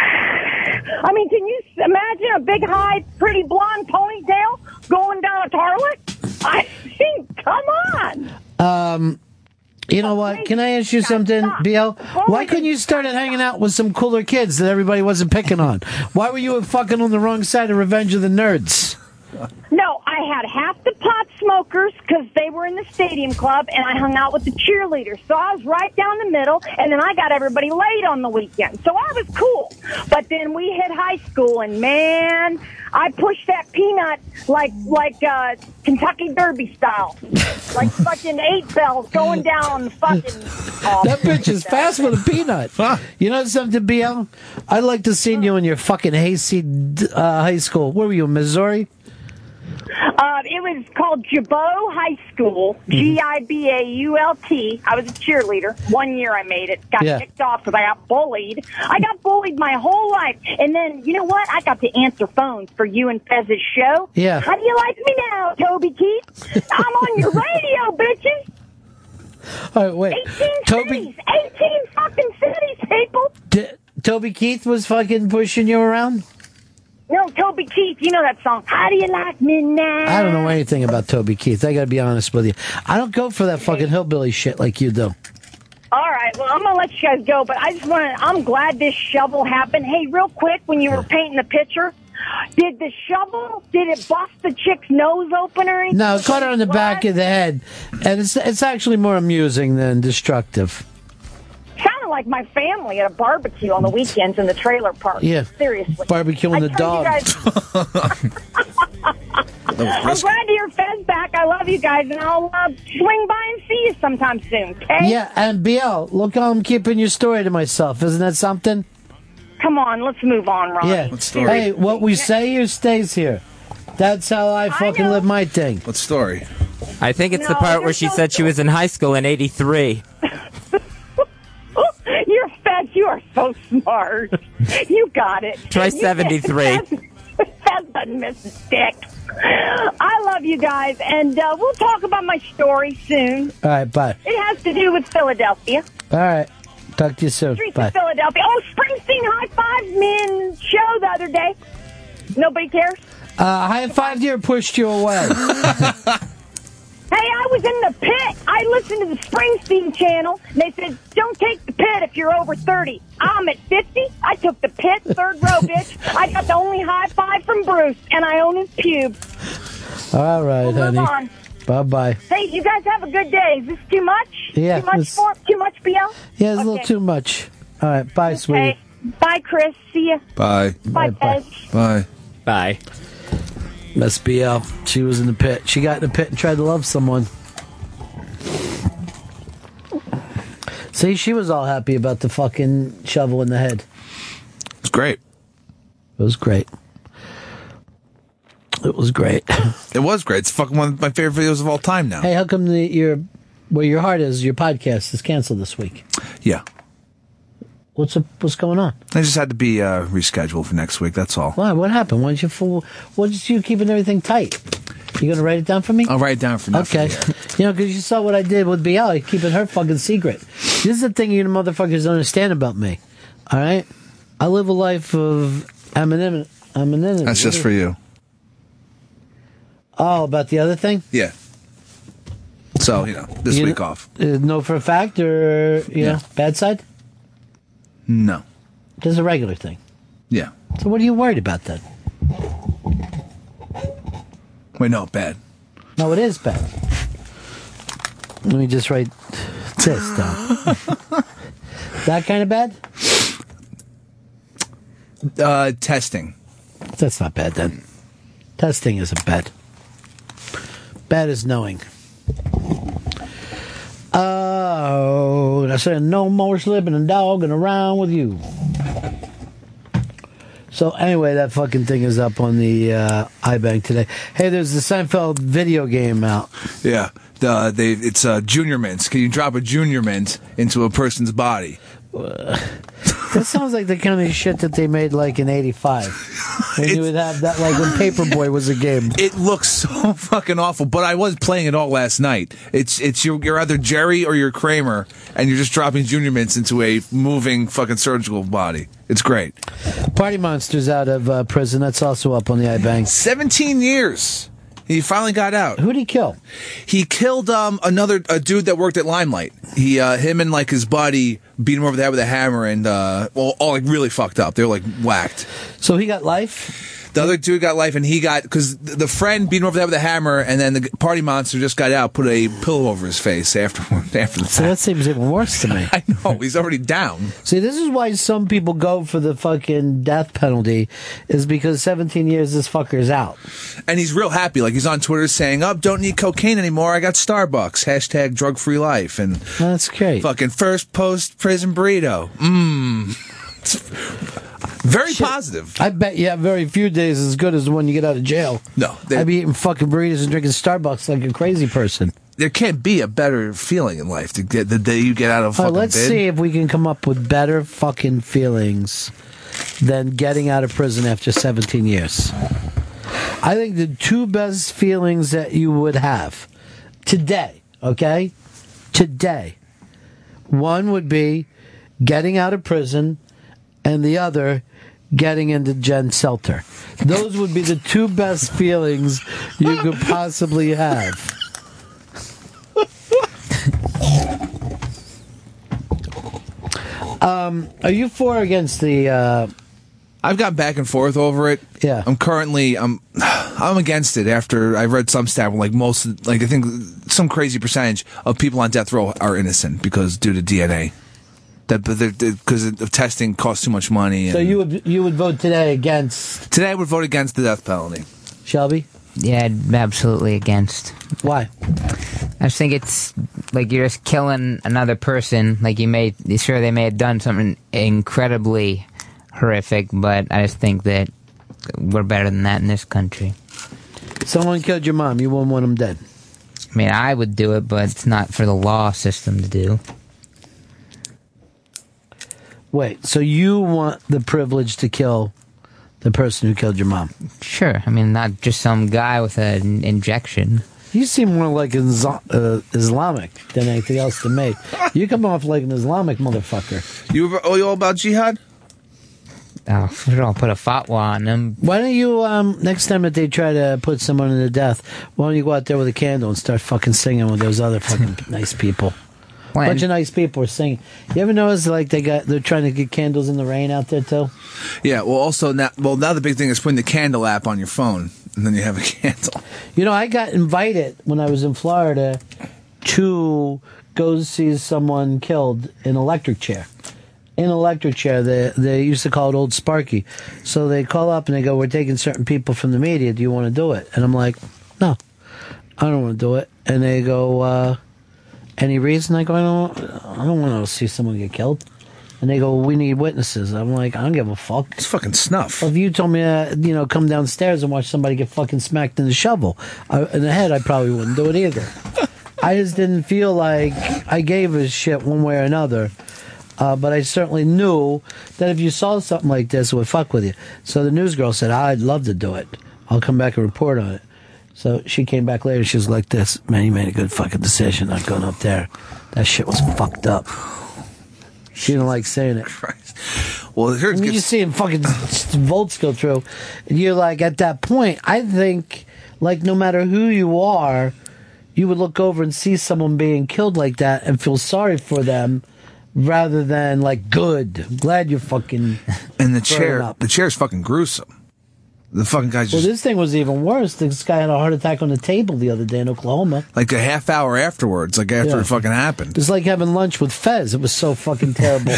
[SPEAKER 18] I mean, can you s- imagine a big, high, pretty blonde ponytail going down a toilet? I mean, come on.
[SPEAKER 5] Um, you know what? Can I ask you something, BL? Why couldn't you start hanging out with some cooler kids that everybody wasn't picking on? Why were you fucking on the wrong side of Revenge of the Nerds?
[SPEAKER 18] No, I had half the pot smokers 'cause they were in the stadium club, and I hung out with the cheerleaders. So I was right down the middle, and then I got everybody laid on the weekend. So I was cool. But then we hit high school, and man, I pushed that peanut like like uh, Kentucky Derby style, like fucking eight bells going down the fucking. Oh,
[SPEAKER 5] That bitch is fast with a peanut. You know something, BL? I'd like to see you in your fucking hayseed uh, high school. Where were you, Missouri?
[SPEAKER 18] Uh, it was called Jabot High School,
[SPEAKER 3] Mm-hmm.
[SPEAKER 18] G I B A U L T. I was a cheerleader. One year I made it. Got
[SPEAKER 3] Yeah.
[SPEAKER 18] kicked off because I got bullied. I got bullied my whole life. And then, you know what? I got to answer phones for you and Fez's show.
[SPEAKER 3] Yeah.
[SPEAKER 18] How do you like me now, Toby Keith? I'm on your radio, bitches.
[SPEAKER 5] All right, wait.
[SPEAKER 18] 18 cities. 18 fucking cities, people.
[SPEAKER 5] D- Toby Keith was fucking pushing you around?
[SPEAKER 18] No, Toby Keith, you know that song. How do you like me now?
[SPEAKER 5] I don't know anything about Toby Keith. I gotta be honest with you. I don't go for that fucking hillbilly shit like you do.
[SPEAKER 18] All right, well, I'm gonna let you guys go, but I just want to. I'm glad this shovel happened. Hey, real quick, when you were painting the picture, did the shovel did it bust the chick's nose open or anything?
[SPEAKER 5] No, it caught her on the back of the head, and it's it's actually more amusing than destructive.
[SPEAKER 18] Sounded like my family at a barbecue on the weekends in the trailer park.
[SPEAKER 5] Yeah.
[SPEAKER 18] seriously,
[SPEAKER 5] Barbecuing
[SPEAKER 18] I
[SPEAKER 5] the
[SPEAKER 18] told you
[SPEAKER 5] dog.
[SPEAKER 18] guys- I'm glad to hear Fez back. I love you guys, and I'll uh, swing by and see you sometime soon. Okay?
[SPEAKER 5] Yeah, and BL, look how I'm keeping your story to myself. Isn't that something?
[SPEAKER 18] come on, let's move on, Ron.
[SPEAKER 5] Yeah. Hey, what we say here stays here. That's how I fucking live my thing.
[SPEAKER 9] What story?
[SPEAKER 7] I think it's the
[SPEAKER 18] No,
[SPEAKER 7] part
[SPEAKER 18] you're
[SPEAKER 7] where she
[SPEAKER 18] so-
[SPEAKER 7] said she was in high school in '83.
[SPEAKER 18] You're fat. You are so smart. you got it.
[SPEAKER 7] Try
[SPEAKER 18] You did-
[SPEAKER 7] 73.
[SPEAKER 18] That's a mistake. I love you guys, and uh, we'll talk about my story soon.
[SPEAKER 5] All right, bye.
[SPEAKER 18] It has to do with Philadelphia.
[SPEAKER 5] All right. Talk to you soon.
[SPEAKER 18] Streets
[SPEAKER 5] Bye.
[SPEAKER 18] of Philadelphia. Oh, Springsteen High Five Men show the other day. Nobody cares.
[SPEAKER 5] Uh, high five year pushed you away.
[SPEAKER 18] Hey, I was in the pit. I listened to the Springsteen channel. And they said, don't take the pit if you're over 30. I'm at 50. I took the pit, third row, bitch. I got the only high five from Bruce, and I own his pube.
[SPEAKER 5] All right,
[SPEAKER 18] Move
[SPEAKER 5] honey.
[SPEAKER 18] on.
[SPEAKER 5] Bye bye.
[SPEAKER 18] Hey, you guys have a good day. Is this too much?
[SPEAKER 5] Yeah,
[SPEAKER 18] Too much
[SPEAKER 5] this-
[SPEAKER 18] for Too much, BL?
[SPEAKER 5] Yeah, it's a
[SPEAKER 18] Okay.
[SPEAKER 5] little too much. All right, bye, sweetie.
[SPEAKER 18] Hey, bye, Chris. See ya.
[SPEAKER 9] Bye.
[SPEAKER 18] Bye, Pez.
[SPEAKER 9] Bye.
[SPEAKER 5] Bye. Miss BL. She was in the pit. She got in the pit and tried to love someone. See, she was all happy about the fucking shovel in the head.
[SPEAKER 9] It was great.
[SPEAKER 5] It was great. It was great.
[SPEAKER 9] It was great. It's fucking one of my favorite videos of all time now.
[SPEAKER 5] Hey, how come the, your where your heart is, your podcast is canceled this week?
[SPEAKER 9] Yeah.
[SPEAKER 5] What's up, what's going on?
[SPEAKER 9] I just had to be uh, rescheduled for next week. That's all.
[SPEAKER 5] Why? What happened? Why did you fool? What did you keeping everything tight? You gonna write it down for me?
[SPEAKER 9] I'll write it down for now.
[SPEAKER 5] Okay. You know, because you saw what I did with BL, keeping her fucking secret. This is the thing you motherfuckers don't understand about me. All right? I live a life of anonymity. anonymity.
[SPEAKER 9] That's just for you.
[SPEAKER 5] Oh, about the other thing?
[SPEAKER 9] Yeah. So you know, this
[SPEAKER 5] You
[SPEAKER 9] week
[SPEAKER 5] kn-
[SPEAKER 9] off.
[SPEAKER 5] Uh, know for a fact or, you know, bad side?
[SPEAKER 9] No.
[SPEAKER 5] This is a regular thing.
[SPEAKER 9] Yeah.
[SPEAKER 5] So what are you worried about then?
[SPEAKER 9] Wait, no, bad.
[SPEAKER 5] No, it is bad. Let me just write this down. that kind of bad?
[SPEAKER 9] Uh, testing.
[SPEAKER 5] That's not bad then. Testing isn't bad. Bad is knowing. Oh, I said no more slipping and dogging around with you. So anyway, that fucking thing is up on the uh, iBank today. Hey, there's the Seinfeld video game out.
[SPEAKER 9] Yeah. The, they it's uh, junior mints. Can you drop a junior mint into a person's body?
[SPEAKER 5] That sounds like the kind of shit that they made like in '85. When you would have that, like when Paperboy was a game.
[SPEAKER 9] It looks so fucking awful, but I was playing it all last night. It's it's you're, you're either Jerry or you're Kramer, and you're just dropping junior mints into a moving fucking surgical body. It's great.
[SPEAKER 5] Party Monsters out of uh, prison. That's also up on the iBank.
[SPEAKER 9] 17 years. He finally got out.
[SPEAKER 5] Who did he kill?
[SPEAKER 9] He killed um, another a dude that worked at Limelight. He, uh, him, and like his buddy beat him over the head with a hammer, and uh, all, all like really fucked up. They were like whacked.
[SPEAKER 5] So he got life.
[SPEAKER 9] The other dude got life, and he got because the friend beat him over the head with a hammer, and then the party monster just got out, put a pillow over his face afterward. After the
[SPEAKER 5] So that seems even worse to me.
[SPEAKER 9] I know he's already down.
[SPEAKER 5] See, this is why some people go for the fucking death penalty, is because 17 years this fucker's out.
[SPEAKER 9] And he's real happy. Like he's on Twitter saying, "Up, don't need cocaine anymore. I got Starbucks." Hashtag drug free life and
[SPEAKER 5] that's great.
[SPEAKER 9] Fucking first post prison burrito. Mmm. Very positive.
[SPEAKER 5] I bet you have very few days as good as the one you get out of jail.
[SPEAKER 9] No,
[SPEAKER 5] I'd be eating fucking burritos and drinking Starbucks like a crazy person.
[SPEAKER 9] There can't be a better feeling in life to get the day you get out of a
[SPEAKER 5] All
[SPEAKER 9] fucking
[SPEAKER 5] right, let's
[SPEAKER 9] bid.
[SPEAKER 5] see if we can come up with better fucking feelings than getting out of prison after 17 years. I think the two best feelings that you would have today, okay? Today. One would be getting out of prison, and the other, getting into Jen Selter. Those would be the two best feelings you could possibly have. Um, are you for or against the? Uh,
[SPEAKER 9] I've gone back and forth over it.
[SPEAKER 5] Yeah.
[SPEAKER 9] I'm currently I'm I'm against it after I read some stat where like most like I think some crazy percentage of people on death row are innocent because due to DNA. That but because of testing costs too much money. And
[SPEAKER 5] so you would you would vote today against
[SPEAKER 9] today I would vote against the death penalty.
[SPEAKER 5] Shelby?
[SPEAKER 4] Yeah, I'd be absolutely against.
[SPEAKER 5] Why?
[SPEAKER 4] I just think it's like you're just killing another person. Like you may, sure they may have done something incredibly horrific, but I just think that we're better than that in this country.
[SPEAKER 5] Someone killed your mom. You wouldn't want them dead.
[SPEAKER 4] I mean, I would do it, but it's not for the law system to do.
[SPEAKER 5] Wait, so you want the privilege to kill the person who killed your mom?
[SPEAKER 4] Sure. I mean, not just some guy with an injection.
[SPEAKER 5] You seem more like an Iso- uh, Islamic than anything else to me. You come off like an Islamic motherfucker.
[SPEAKER 9] You were- oh, you all about jihad?
[SPEAKER 4] Oh, we don't put a fatwa on them.
[SPEAKER 5] Why don't you, um, next time that they try to put someone to death, why don't you go out there with a candle and start fucking singing with those other fucking nice people?
[SPEAKER 4] When-
[SPEAKER 5] Bunch of nice people are singing. You ever notice like they got they're trying to get candles in the rain out there too?
[SPEAKER 9] Yeah. Well, also now, well now the big thing is putting the candle app on your phone, and then you have a candle.
[SPEAKER 5] You know, I got invited when I was in Florida to go see someone killed in electric chair. In electric chair, they they used to call it Old Sparky. So they call up and they go, "We're taking certain people from the media. Do you want to do it?" And I'm like, "No, I don't want to do it." And they go, uh, "Any reason?" I go, "I don't, I don't want to see someone get killed." And they go, "We need witnesses." I'm like, "I don't give a fuck." It's
[SPEAKER 9] fucking snuff.
[SPEAKER 5] If you told me, uh, you know, come downstairs and watch somebody get fucking smacked in the shovel I, in the head, I probably wouldn't do it either. I just didn't feel like I gave a shit one way or another. Uh, but I certainly knew that if you saw something like this, it would fuck with you. So the news girl said, "I'd love to do it. I'll come back and report on it." So she came back later. She was like, "This man, you made a good fucking decision not going up there. That shit was fucked up." She didn't like saying it.
[SPEAKER 9] Well, here
[SPEAKER 5] I mean, you see him fucking volts go through, and you're like, at that point, I think, like, no matter who you are, you would look over and see someone being killed like that and feel sorry for them, rather than like, good, I'm glad you're fucking.
[SPEAKER 9] And the
[SPEAKER 5] Burn
[SPEAKER 9] chair,
[SPEAKER 5] up.
[SPEAKER 9] the chair is fucking gruesome. The fucking guy's
[SPEAKER 5] Well,
[SPEAKER 9] just
[SPEAKER 5] this thing was even worse. This guy had a heart attack on the table the other day in Oklahoma.
[SPEAKER 9] like a half hour afterwards, like after
[SPEAKER 5] Yeah.
[SPEAKER 9] it fucking happened.
[SPEAKER 5] It was like having lunch with Fez. It was so fucking terrible.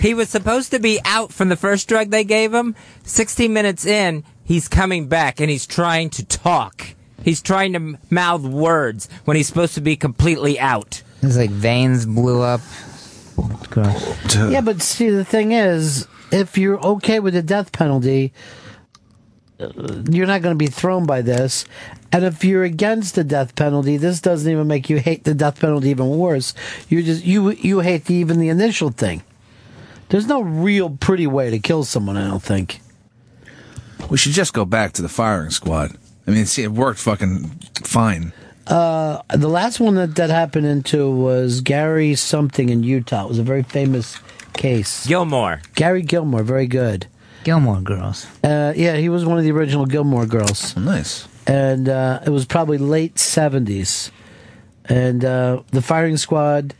[SPEAKER 7] He was supposed to be out from the first drug they gave him. 16 minutes in, he's coming back and he's trying to talk. He's trying to m- mouth words when he's supposed to be completely out.
[SPEAKER 4] It's like veins blew up. Gross.
[SPEAKER 5] Yeah, but see, the thing is, if you're okay with the death penalty, uh, you're not going to be thrown by this. And if you're against the death penalty, this doesn't even make you hate the death penalty even worse. You just you you hate the, even the initial thing. There's no real pretty way to kill someone. I don't think.
[SPEAKER 9] We should just go back to the firing squad. I mean, see, it worked fucking fine.
[SPEAKER 5] Uh, the last one that that happened into was Gary something in Utah. It was a very famous case.
[SPEAKER 7] Gilmore.
[SPEAKER 5] Gary Gilmore, very good.
[SPEAKER 4] Gilmore Girls. Oh,
[SPEAKER 5] Uh, yeah, he was one of the original Gilmore Girls.
[SPEAKER 9] nice.
[SPEAKER 5] And uh, it was probably late seventies. And uh, the firing squad,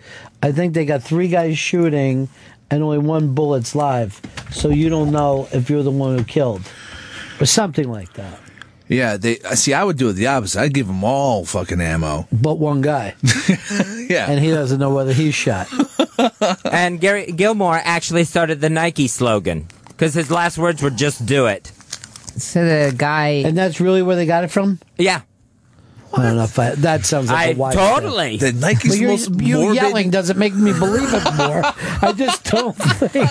[SPEAKER 5] I think they got three guys shooting, and only one bullet's live. So you don't know if you're the one who killed, or something like that.
[SPEAKER 9] Yeah, they I see. I would do it the opposite. I'd give them all fucking ammo.
[SPEAKER 5] But one guy.
[SPEAKER 9] yeah.
[SPEAKER 5] And he doesn't know whether he's shot.
[SPEAKER 7] and Gary Gilmore actually started the Nike slogan because his last words were just do it.
[SPEAKER 4] So the guy.
[SPEAKER 5] And that's really where they got it from.
[SPEAKER 7] Yeah.
[SPEAKER 5] I don't know if I, that sounds like a
[SPEAKER 7] I
[SPEAKER 5] wide
[SPEAKER 7] totally.
[SPEAKER 5] thing.
[SPEAKER 7] The Nike's
[SPEAKER 5] But you're-
[SPEAKER 7] most
[SPEAKER 5] you
[SPEAKER 7] morbid-
[SPEAKER 5] yelling doesn't make me believe it more. I just don't think.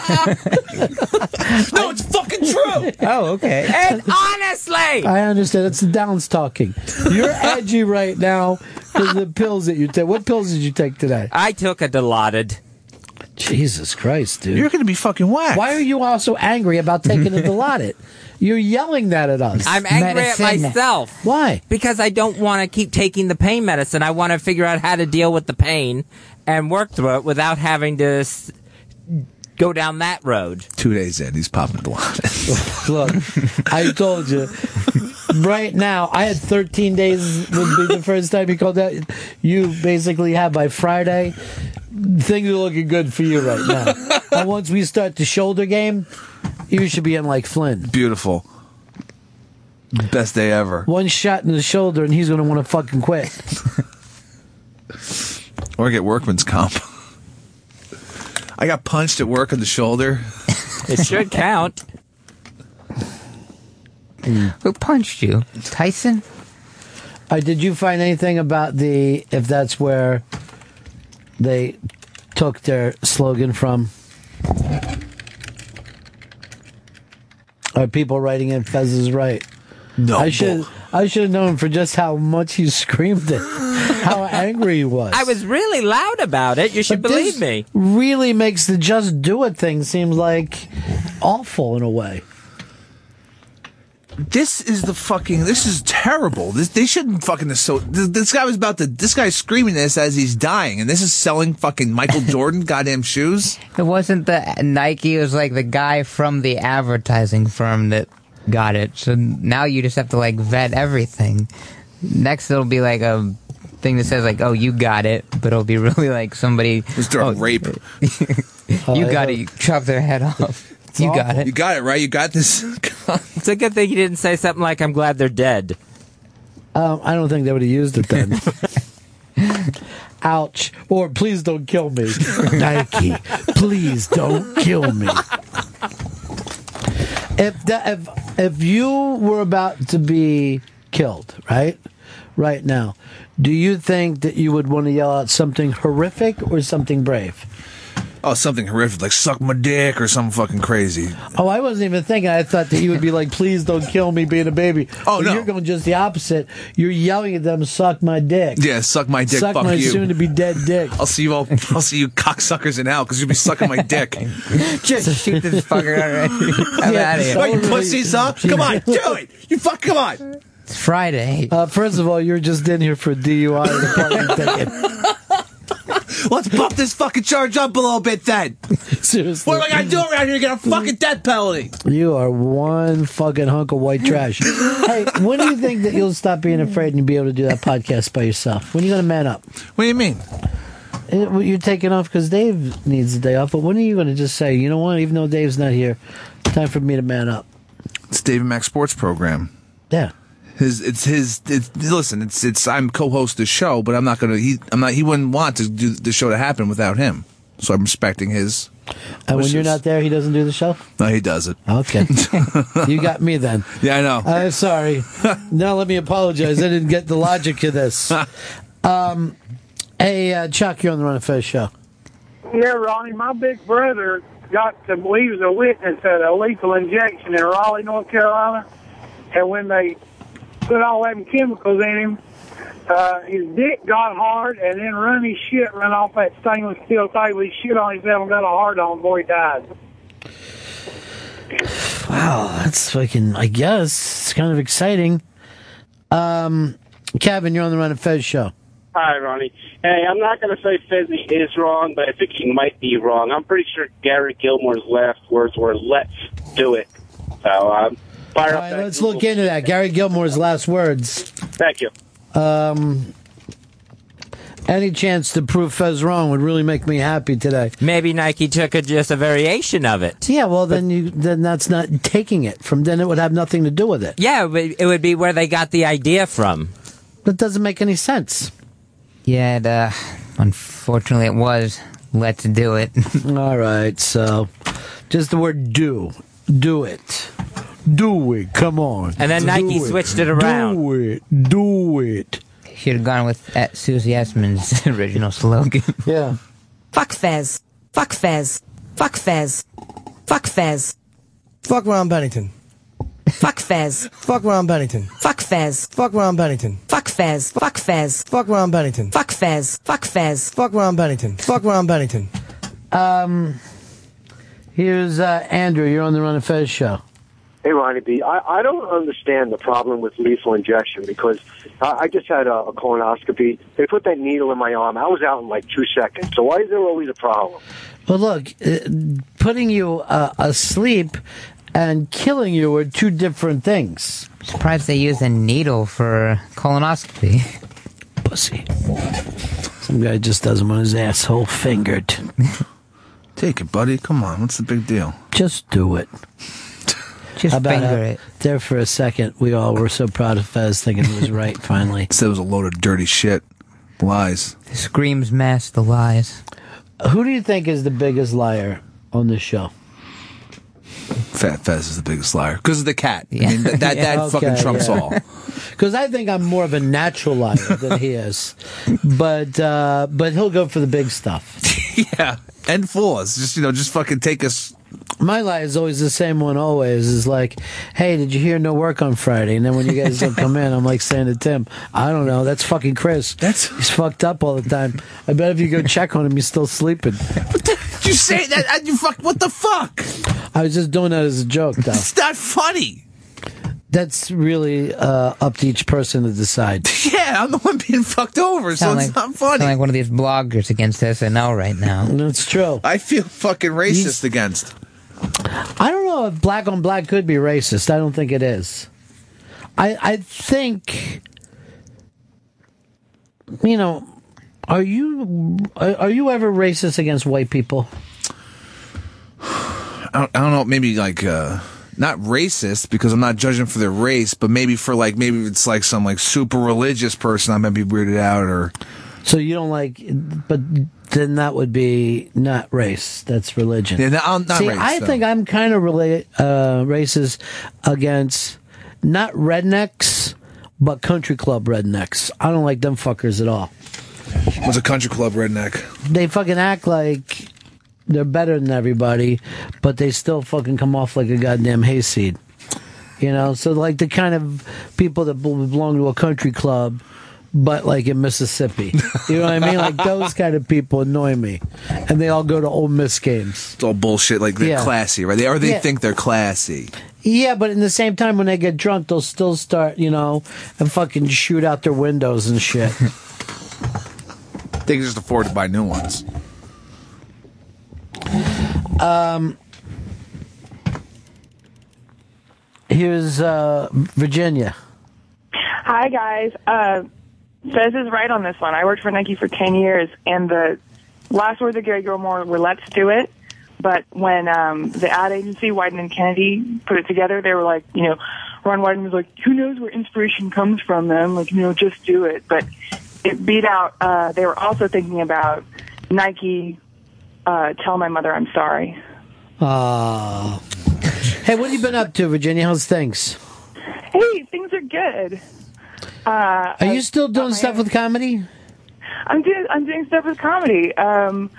[SPEAKER 9] no, it's fucking true.
[SPEAKER 4] Oh, okay.
[SPEAKER 7] And honestly,
[SPEAKER 5] I understand. It's the Downs talking. You're edgy right now because the pills that you take. What pills did you take today?
[SPEAKER 7] I took a Dilaudid.
[SPEAKER 5] Jesus Christ, dude.
[SPEAKER 9] You're going to be fucking whacked.
[SPEAKER 5] Why are you also angry about taking a Dilaudid? You're yelling that at us.
[SPEAKER 7] I'm angry at myself.
[SPEAKER 5] Why?
[SPEAKER 7] Because I don't want to keep taking the pain medicine. I want to figure out how to deal with the pain and work through it without having to s- go down that road.
[SPEAKER 9] Two days in, he's popping blood.
[SPEAKER 5] Look, I told you. Right now, I had 13 days would be the first time you called out. You basically have by Friday. Things are looking good for you right now. and once we start the shoulder game, you should be in like Flynn.
[SPEAKER 9] Beautiful. Best day ever.
[SPEAKER 5] One shot in the shoulder, and he's going to want to fucking quit.
[SPEAKER 9] Or get workman's comp. I got punched at work on the shoulder.
[SPEAKER 7] It should count.
[SPEAKER 4] Who punched you? Tyson?
[SPEAKER 5] Uh, did you find anything about the if that's where they took their slogan from? Are people writing in Fez is right? No. I should I should have known for just how much you screamed it, how angry you was.
[SPEAKER 7] I was really loud about it. You should
[SPEAKER 5] But
[SPEAKER 7] believe
[SPEAKER 5] this
[SPEAKER 7] me.
[SPEAKER 5] Really makes the just do it thing seem like awful in a way.
[SPEAKER 9] This is the fucking. This is terrible. This they shouldn't fucking. So this, this guy was about to. This guy's screaming this as he's dying, and this is selling fucking Michael Jordan goddamn shoes.
[SPEAKER 4] It wasn't the Nike. It was like the guy from the advertising firm that got it. So now you just have to like vet everything. Next, it'll be like a thing that says like, "Oh, you got it," but it'll be really like somebody
[SPEAKER 9] It was during rape.
[SPEAKER 5] Oh,
[SPEAKER 4] you got it. You chop their head off. you got it.
[SPEAKER 9] You got it right. You got this.
[SPEAKER 7] it's a good thing you didn't say something like, I'm glad they're dead.
[SPEAKER 5] Um, I don't think they would have used it then. Ouch. Or please don't kill me. Nike, please don't kill me. If, the, if, if you were about to be killed, right? Right now, do you think that you would want to yell out something horrific or something brave?
[SPEAKER 9] Oh, something horrific like suck my dick or something fucking crazy.
[SPEAKER 5] Oh, I wasn't even thinking. I thought that you would be like, please don't kill me being a baby. Oh, no. You're going just the opposite. You're yelling at them, suck my dick.
[SPEAKER 9] Yeah, suck my dick.
[SPEAKER 5] Suck
[SPEAKER 9] fuck
[SPEAKER 5] my
[SPEAKER 9] you.
[SPEAKER 5] soon to be dead dick.
[SPEAKER 9] I'll see you all. I'll see you cocksuckers in hell because you'll be sucking my dick.
[SPEAKER 4] Just shoot this fucker already. I'm
[SPEAKER 9] Yeah,
[SPEAKER 4] out of here.
[SPEAKER 9] Wait, you pussies, huh? Come on, do it. You fuck. Come on.
[SPEAKER 4] It's Friday.
[SPEAKER 5] Uh, first of all, you're just in here for DUI and a parking ticket.
[SPEAKER 9] Let's bump this fucking charge up a little bit then.
[SPEAKER 5] Seriously.
[SPEAKER 9] What am I gonna do around here? Get a fucking death penalty.
[SPEAKER 5] You are one fucking hunk of white trash. hey, when do you think that you'll stop being afraid and be able to do that podcast by yourself? When are you going to man up? Eh,
[SPEAKER 9] What do you mean?
[SPEAKER 5] You're taking off because Dave needs a day off, but when are you going to just say, you know what, even though Dave's not here, time for me to man up?
[SPEAKER 9] It's David Mack Sports Program.
[SPEAKER 5] Yeah.
[SPEAKER 9] His, it's his. It's, listen, it's it's. I'm co-host the show, but I'm not gonna. He, I'm not. He wouldn't want to do the show to happen without him. So I'm respecting his.
[SPEAKER 5] And when you're
[SPEAKER 9] wishes.
[SPEAKER 5] not there, he doesn't do the show?
[SPEAKER 9] no, he does it.
[SPEAKER 5] Okay. you got me then.
[SPEAKER 9] Yeah, I know.
[SPEAKER 5] I'm sorry. now let me apologize. I didn't get the logic of this. Um, hey, uh, Chuck, you're on the Run of Fez show.
[SPEAKER 19] Yeah, Ronnie, my big brother got to, well, he was a witness at a lethal injection in Raleigh, North Carolina. And when they put all them chemicals in him, uh, his dick got hard and then run his shit run off that stainless steel table. He shit on himself and got a hard on before he died.
[SPEAKER 5] Wow, that's fucking, I guess, it's kind of exciting. Um, Kevin, you're on the Run of Fez show.
[SPEAKER 20] Hi, Ronnie. Hey, I'm not going to say Fezzi is wrong, but I think he might be wrong. I'm pretty sure Gary Gilmore's last words were, let's do it. So, um, fire
[SPEAKER 5] All
[SPEAKER 20] up
[SPEAKER 5] right,
[SPEAKER 20] that.
[SPEAKER 5] let's look into that. Gary Gilmore's last words.
[SPEAKER 20] Thank you.
[SPEAKER 5] Um, any chance to prove Fez wrong would really make me happy today.
[SPEAKER 7] Maybe Nike took a, just a variation of it.
[SPEAKER 5] Yeah, well, then you then that's not taking it from. Then it would have nothing to do with it.
[SPEAKER 7] Yeah, but it would be where they got the idea from.
[SPEAKER 5] That doesn't make any sense.
[SPEAKER 4] Yeah, it, uh, unfortunately, it was. Let's do it.
[SPEAKER 5] All right, so just the word do. Do it. Do it. Come on.
[SPEAKER 7] And then Nike
[SPEAKER 5] Do
[SPEAKER 7] switched it around.
[SPEAKER 5] Do it. Do it.
[SPEAKER 4] Should have gone with uh, Susie Essman's original slogan.
[SPEAKER 5] Yeah.
[SPEAKER 12] Fuck Fez. Fuck Fez. Fuck Fez. Fuck Fez.
[SPEAKER 21] Fuck Ron Bennington.
[SPEAKER 12] Fuck Fez.
[SPEAKER 21] Fuck Ron Bennington.
[SPEAKER 12] Fuck Fez.
[SPEAKER 21] Fuck Ron Bennington.
[SPEAKER 12] Fuck Fez. Fuck Fez.
[SPEAKER 21] Fuck Ron Bennington.
[SPEAKER 12] Fuck Fez. Fuck Fez.
[SPEAKER 21] Fuck Ron Bennington. Fuck Ron Bennington.
[SPEAKER 5] Um, here's uh, Andrew. You're on the Run of Fez show.
[SPEAKER 22] Hey, Ronnie B. I, I don't understand the problem with lethal injection because I, I just had a, a colonoscopy. They put that needle in my arm. I was out in like two seconds. So why is there always a problem?
[SPEAKER 5] Well, look, uh, putting you uh, asleep and killing you are two different things.
[SPEAKER 4] Surprised they use a needle for colonoscopy.
[SPEAKER 5] Pussy. Some guy just doesn't want his asshole fingered.
[SPEAKER 9] Take it, buddy. Come on. What's the big deal?
[SPEAKER 5] Just do it.
[SPEAKER 4] Just
[SPEAKER 5] How about,
[SPEAKER 4] finger
[SPEAKER 5] uh,
[SPEAKER 4] it.
[SPEAKER 5] There for a second, we all were so proud of Fez, thinking he was right. Finally,
[SPEAKER 9] said it was a load of dirty shit, lies.
[SPEAKER 4] Screams mask the lies.
[SPEAKER 5] Who do you think is the biggest liar on this show?
[SPEAKER 9] Fat Fez is the biggest liar because of the cat. I mean, that that, that fucking
[SPEAKER 5] Okay,
[SPEAKER 9] trumps
[SPEAKER 5] yeah.
[SPEAKER 9] all.
[SPEAKER 5] Because I think I'm more of a natural liar than he is, but uh, but he'll go for the big stuff.
[SPEAKER 9] yeah, and flaws. Just you know, just fucking take us
[SPEAKER 5] My lie is always the same one. Always is like, "Hey, did you hear no work on Friday?" And then when you guys don't come in, I'm like saying to Tim, "I don't know. That's fucking Chris. That's he's fucked up all the time. I bet if you go check on him, he's still sleeping."
[SPEAKER 10] Did you say that? I- You fuck. What the fuck?
[SPEAKER 5] I was just doing that as a joke, though.
[SPEAKER 10] It's not funny.
[SPEAKER 5] That's really uh, up to each person to decide.
[SPEAKER 10] Yeah, I'm the one being fucked over, so
[SPEAKER 4] Sound
[SPEAKER 10] it's
[SPEAKER 4] like-
[SPEAKER 10] not funny.
[SPEAKER 4] sound like one of these bloggers against SNL right now.
[SPEAKER 5] That's true.
[SPEAKER 9] I feel fucking racist against.
[SPEAKER 5] I don't know if black on black could be racist. I don't think it is. I I think you know, are you are are you ever racist against white people?
[SPEAKER 9] I don't, I don't know, maybe like uh not racist because I'm not judging for their race, but maybe for like maybe it's like some like super religious person I might be weirded out or
[SPEAKER 5] So you don't like but then that would be not race. That's religion.
[SPEAKER 9] Yeah, no, I'm not
[SPEAKER 5] See,
[SPEAKER 9] race,
[SPEAKER 5] I
[SPEAKER 9] though.
[SPEAKER 5] think I'm kind of rela- uh, racist against not rednecks, but country club rednecks. I don't like them fuckers at all.
[SPEAKER 9] was a country club redneck.
[SPEAKER 5] they fucking act like they're better than everybody, but they still fucking come off like a goddamn hayseed. You know, so like the kind of people that bel- belong to a country club, but like in Mississippi. You know what I mean? Like those kind of people annoy me, and they all go to Ole Miss games.
[SPEAKER 9] It's all bullshit. Like they're
[SPEAKER 5] Yeah.
[SPEAKER 9] classy, right? They or they
[SPEAKER 5] Yeah.
[SPEAKER 9] think they're classy.
[SPEAKER 5] Yeah, but in the same time, when they get drunk, they'll still start, you know, and fucking shoot out their windows and shit.
[SPEAKER 9] They can just afford to buy new ones.
[SPEAKER 5] Um, here's uh, Virginia.
[SPEAKER 1] Hi guys. Uh, Fez is right on this one. I worked for Nike for ten years, and the last words of Gary Gilmore were "Let's do it." But when um, the ad agency Wyden and Kennedy put it together, they were like, you know, Ron Wyden was like, "Who knows where inspiration comes from?" Then, like, you know, just do it. But it beat out. Uh, they were also thinking about Nike. Uh, tell my mother I'm sorry.
[SPEAKER 5] Oh. Hey, what have you been up to, Virginia? How's things?
[SPEAKER 1] Hey, things are good. Uh,
[SPEAKER 5] Are you still doing stuff with comedy?
[SPEAKER 1] I'm doing I'm doing stuff with comedy. Um,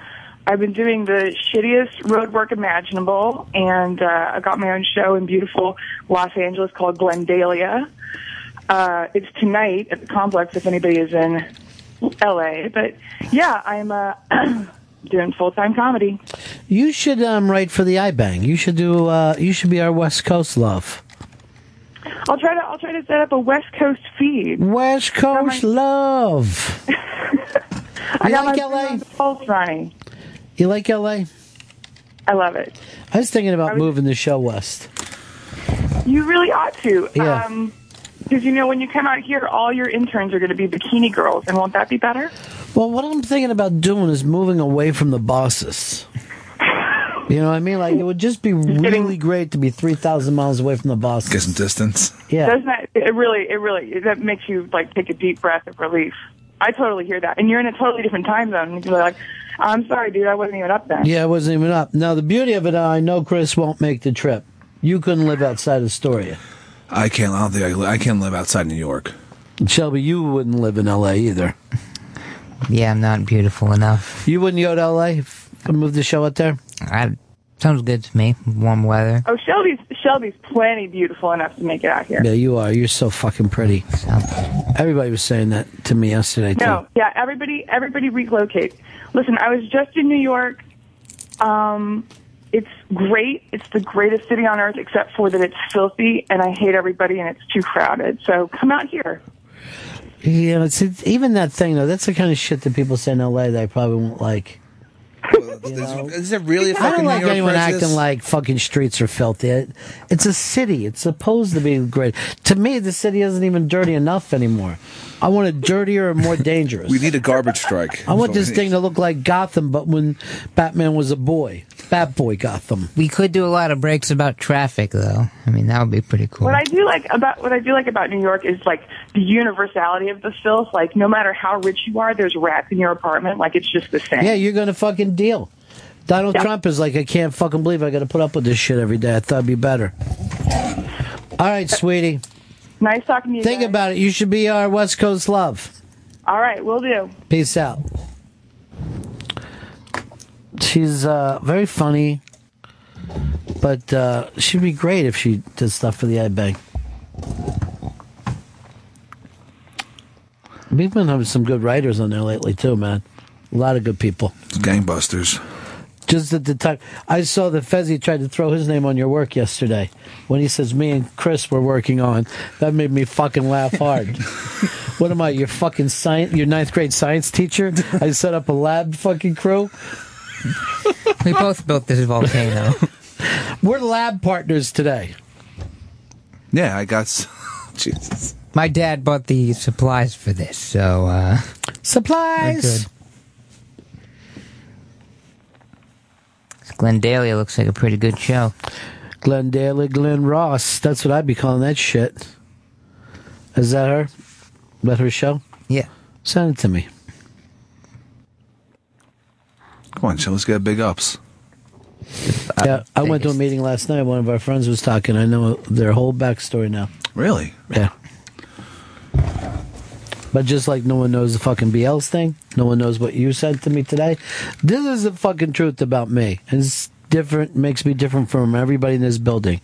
[SPEAKER 1] I've been doing the shittiest road work imaginable, and uh, I got my own show in beautiful Los Angeles called Glendalia. Uh, it's tonight at the complex if anybody is in LA. But yeah, I'm uh, doing full time comedy.
[SPEAKER 5] You should um, write for the iBang. You should do. Uh, you should be our West Coast love.
[SPEAKER 1] I'll try to I'll try to set up a West Coast feed.
[SPEAKER 5] West Coast love.
[SPEAKER 1] I got like LA. Pulse running.
[SPEAKER 5] You like LA?
[SPEAKER 1] I love it.
[SPEAKER 5] I was thinking about moving the show west.
[SPEAKER 1] You really ought to.
[SPEAKER 5] Yeah.
[SPEAKER 1] Um, because you know, when you come out here, all your interns are going to be bikini girls, and won't that be better?
[SPEAKER 5] Well, what I'm thinking about doing is moving away from the bosses. You know what I mean? Like it would just be really great to be three thousand miles away from the bosses. Get
[SPEAKER 9] some distance.
[SPEAKER 5] Yeah.
[SPEAKER 1] Doesn't that it really it really that makes you like take a deep breath of relief. I totally hear that. And you're in a totally different time zone and you're like, I'm sorry, dude, I wasn't even up there.
[SPEAKER 5] Yeah, it wasn't even up. Now the beauty of it, uh, I know Chris won't make the trip. You couldn't live outside Astoria.
[SPEAKER 9] I can't. I don't think I, can- I can't live outside New York.
[SPEAKER 5] Shelby, you wouldn't live in L.A. either.
[SPEAKER 4] Yeah, I'm not beautiful enough.
[SPEAKER 5] You wouldn't go to L.A. if I moved the show out there?
[SPEAKER 4] I, sounds good to me. Warm weather.
[SPEAKER 1] Oh, Shelby's Shelby's plenty beautiful enough to make it out here.
[SPEAKER 5] Yeah, you are. You're so fucking pretty. Everybody was saying that to me yesterday too.
[SPEAKER 1] No, yeah, everybody everybody relocate. Listen, I was just in New York. Um it's great. It's the greatest city on earth except for that it's filthy and I hate everybody and it's too crowded. So come out here.
[SPEAKER 5] Yeah, it's, it's even that thing though. That's the kind of shit that people say in L.A. that I probably won't like.
[SPEAKER 9] Is it really? A
[SPEAKER 5] I
[SPEAKER 9] fucking
[SPEAKER 5] don't like
[SPEAKER 9] New York
[SPEAKER 5] anyone
[SPEAKER 9] prejudice?
[SPEAKER 5] acting like fucking streets are filthy. It- It's a city. It's supposed to be great. To me, the city isn't even dirty enough anymore. I want it dirtier and more dangerous.
[SPEAKER 9] We need a garbage strike.
[SPEAKER 5] I want this thing to look like Gotham, but when Batman was a boy, Bat Boy Gotham.
[SPEAKER 4] We could do a lot of breaks about traffic, though. I mean, that would be pretty cool.
[SPEAKER 1] What I do like about what I do like about New York is like the universality of the filth. Like no matter how rich you are, there's rats in your apartment. Like it's just the same.
[SPEAKER 5] Yeah, you're gonna fucking deal. Donald Trump is like, I can't fucking believe I got to put up with this shit every day. I thought it'd be better. All right, sweetie.
[SPEAKER 1] Nice talking to you.
[SPEAKER 5] Think about it. You should be our West Coast love.
[SPEAKER 1] All right, we'll do.
[SPEAKER 5] Peace out. She's uh, very funny. But uh, she'd be great if she did stuff for the iBank. We've been having some good writers on there lately too, man. A lot of good people.
[SPEAKER 9] gangbusters.
[SPEAKER 5] Just at the time, I saw that Fezzi tried to throw his name on your work yesterday. When he says me and Chris were working on, that made me fucking laugh hard. what am I, your fucking science, your ninth grade science teacher? I set up a lab fucking crew.
[SPEAKER 4] we both built this volcano.
[SPEAKER 5] We're lab partners today.
[SPEAKER 9] Yeah, I got. s- Jesus.
[SPEAKER 4] My dad bought the supplies for this, so uh
[SPEAKER 5] supplies.
[SPEAKER 4] Glendalia looks like a pretty good show.
[SPEAKER 5] Glenn Daly, Glenn Ross. That's what I'd be calling that shit. Is that her? That her show?
[SPEAKER 4] Yeah.
[SPEAKER 5] Send it to me.
[SPEAKER 9] Come on, Chili's got big ups.
[SPEAKER 5] Yeah, I went to a meeting last night. One of our friends was talking. I know their whole backstory now.
[SPEAKER 9] Really?
[SPEAKER 5] Yeah. But just like no one knows the fucking BL's thing, no one knows what you said to me today. This is the fucking truth about me. And it's different, makes me different from everybody in this building.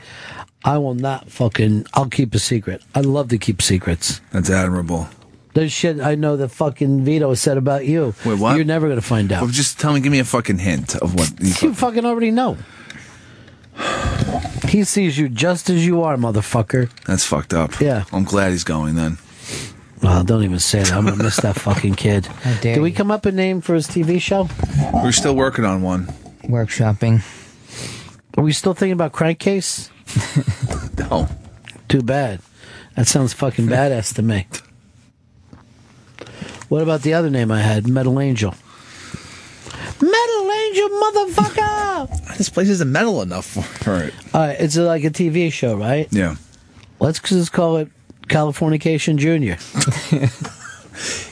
[SPEAKER 5] I will not fucking, I'll keep a secret. I love to keep secrets.
[SPEAKER 9] That's admirable.
[SPEAKER 5] There's shit I know that fucking Vito said about you.
[SPEAKER 9] Wait, what?
[SPEAKER 5] You're never going to find out.
[SPEAKER 9] Well, just tell me, give me a fucking hint of what.
[SPEAKER 5] You fucking already know. He sees you just as you are, motherfucker.
[SPEAKER 9] That's fucked up. Yeah. I'm glad he's going then.
[SPEAKER 5] Well, don't even say that. I'm gonna miss that fucking kid. Did we come up with a name for his TV show?
[SPEAKER 9] We're still working on one.
[SPEAKER 4] Workshopping.
[SPEAKER 5] Are we still thinking about Crankcase?
[SPEAKER 9] no.
[SPEAKER 5] Too bad. That sounds fucking badass to me. What about the other name I had? Metal Angel. Metal Angel, motherfucker!
[SPEAKER 9] This place isn't metal enough for it.
[SPEAKER 5] All right, Uh, it's like a TV show, right?
[SPEAKER 9] Yeah.
[SPEAKER 5] Let's just call it Californication Junior.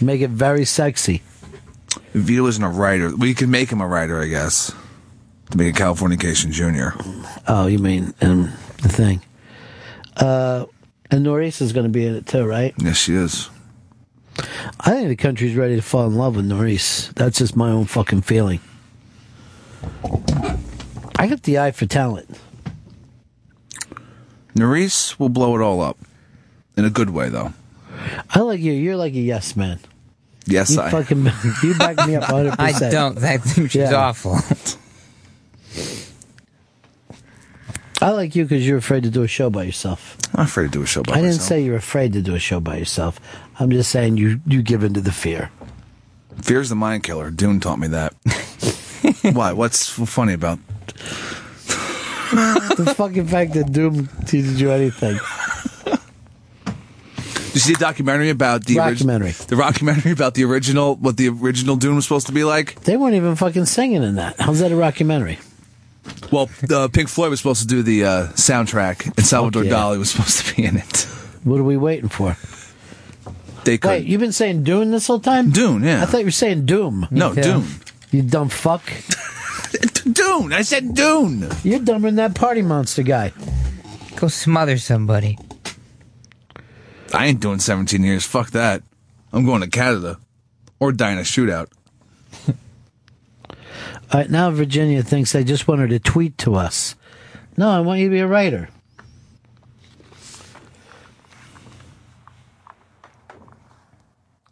[SPEAKER 5] Make it very sexy.
[SPEAKER 9] Vito isn't a writer. We could make him a writer, I guess. To make a Californication Junior.
[SPEAKER 5] Oh, you mean um, the thing? Uh, and Norris is going to be in it too, right?
[SPEAKER 9] Yes, she is.
[SPEAKER 5] I think the country's ready to fall in love with Norris. That's just my own fucking feeling. I got the eye for talent.
[SPEAKER 9] Nerys will blow it all up. In a good way, though.
[SPEAKER 5] I like you. You're like a yes man.
[SPEAKER 9] Yes,
[SPEAKER 5] you
[SPEAKER 9] I.
[SPEAKER 5] fucking you back me up 100.
[SPEAKER 4] I don't. I think she's awful.
[SPEAKER 5] I like you because you're afraid to do a show by yourself.
[SPEAKER 9] I'm not afraid to do a show by
[SPEAKER 5] I didn't
[SPEAKER 9] myself.
[SPEAKER 5] say you're afraid to do a show by yourself. I'm just saying you you give in to the fear.
[SPEAKER 9] Fear's the mind killer. Dune taught me that. Why? What's funny about
[SPEAKER 5] the fucking fact that Doom teaches you anything.
[SPEAKER 9] Did you see a documentary about the
[SPEAKER 5] Documentary.
[SPEAKER 9] orig- the documentary about the original, what the original Dune was supposed to be like?
[SPEAKER 5] They weren't even fucking singing in that. How's that a documentary?
[SPEAKER 9] Well, uh, Pink Floyd was supposed to do the uh, soundtrack, and Salvador Dali was supposed to be in it.
[SPEAKER 5] What are we waiting for?
[SPEAKER 9] They could.
[SPEAKER 5] Wait, you've been saying Dune this whole time?
[SPEAKER 9] Dune, yeah.
[SPEAKER 5] I thought you were saying Doom.
[SPEAKER 9] No, Me too. Dune.
[SPEAKER 5] You dumb fuck.
[SPEAKER 9] Dune. I said Dune.
[SPEAKER 5] You're dumber than that party monster guy.
[SPEAKER 4] Go smother somebody.
[SPEAKER 9] I ain't doing 17 years. Fuck that. I'm going to Canada or die in a shootout.
[SPEAKER 5] All right, now Virginia thinks they just want her to tweet to us. No, I want you to be a writer.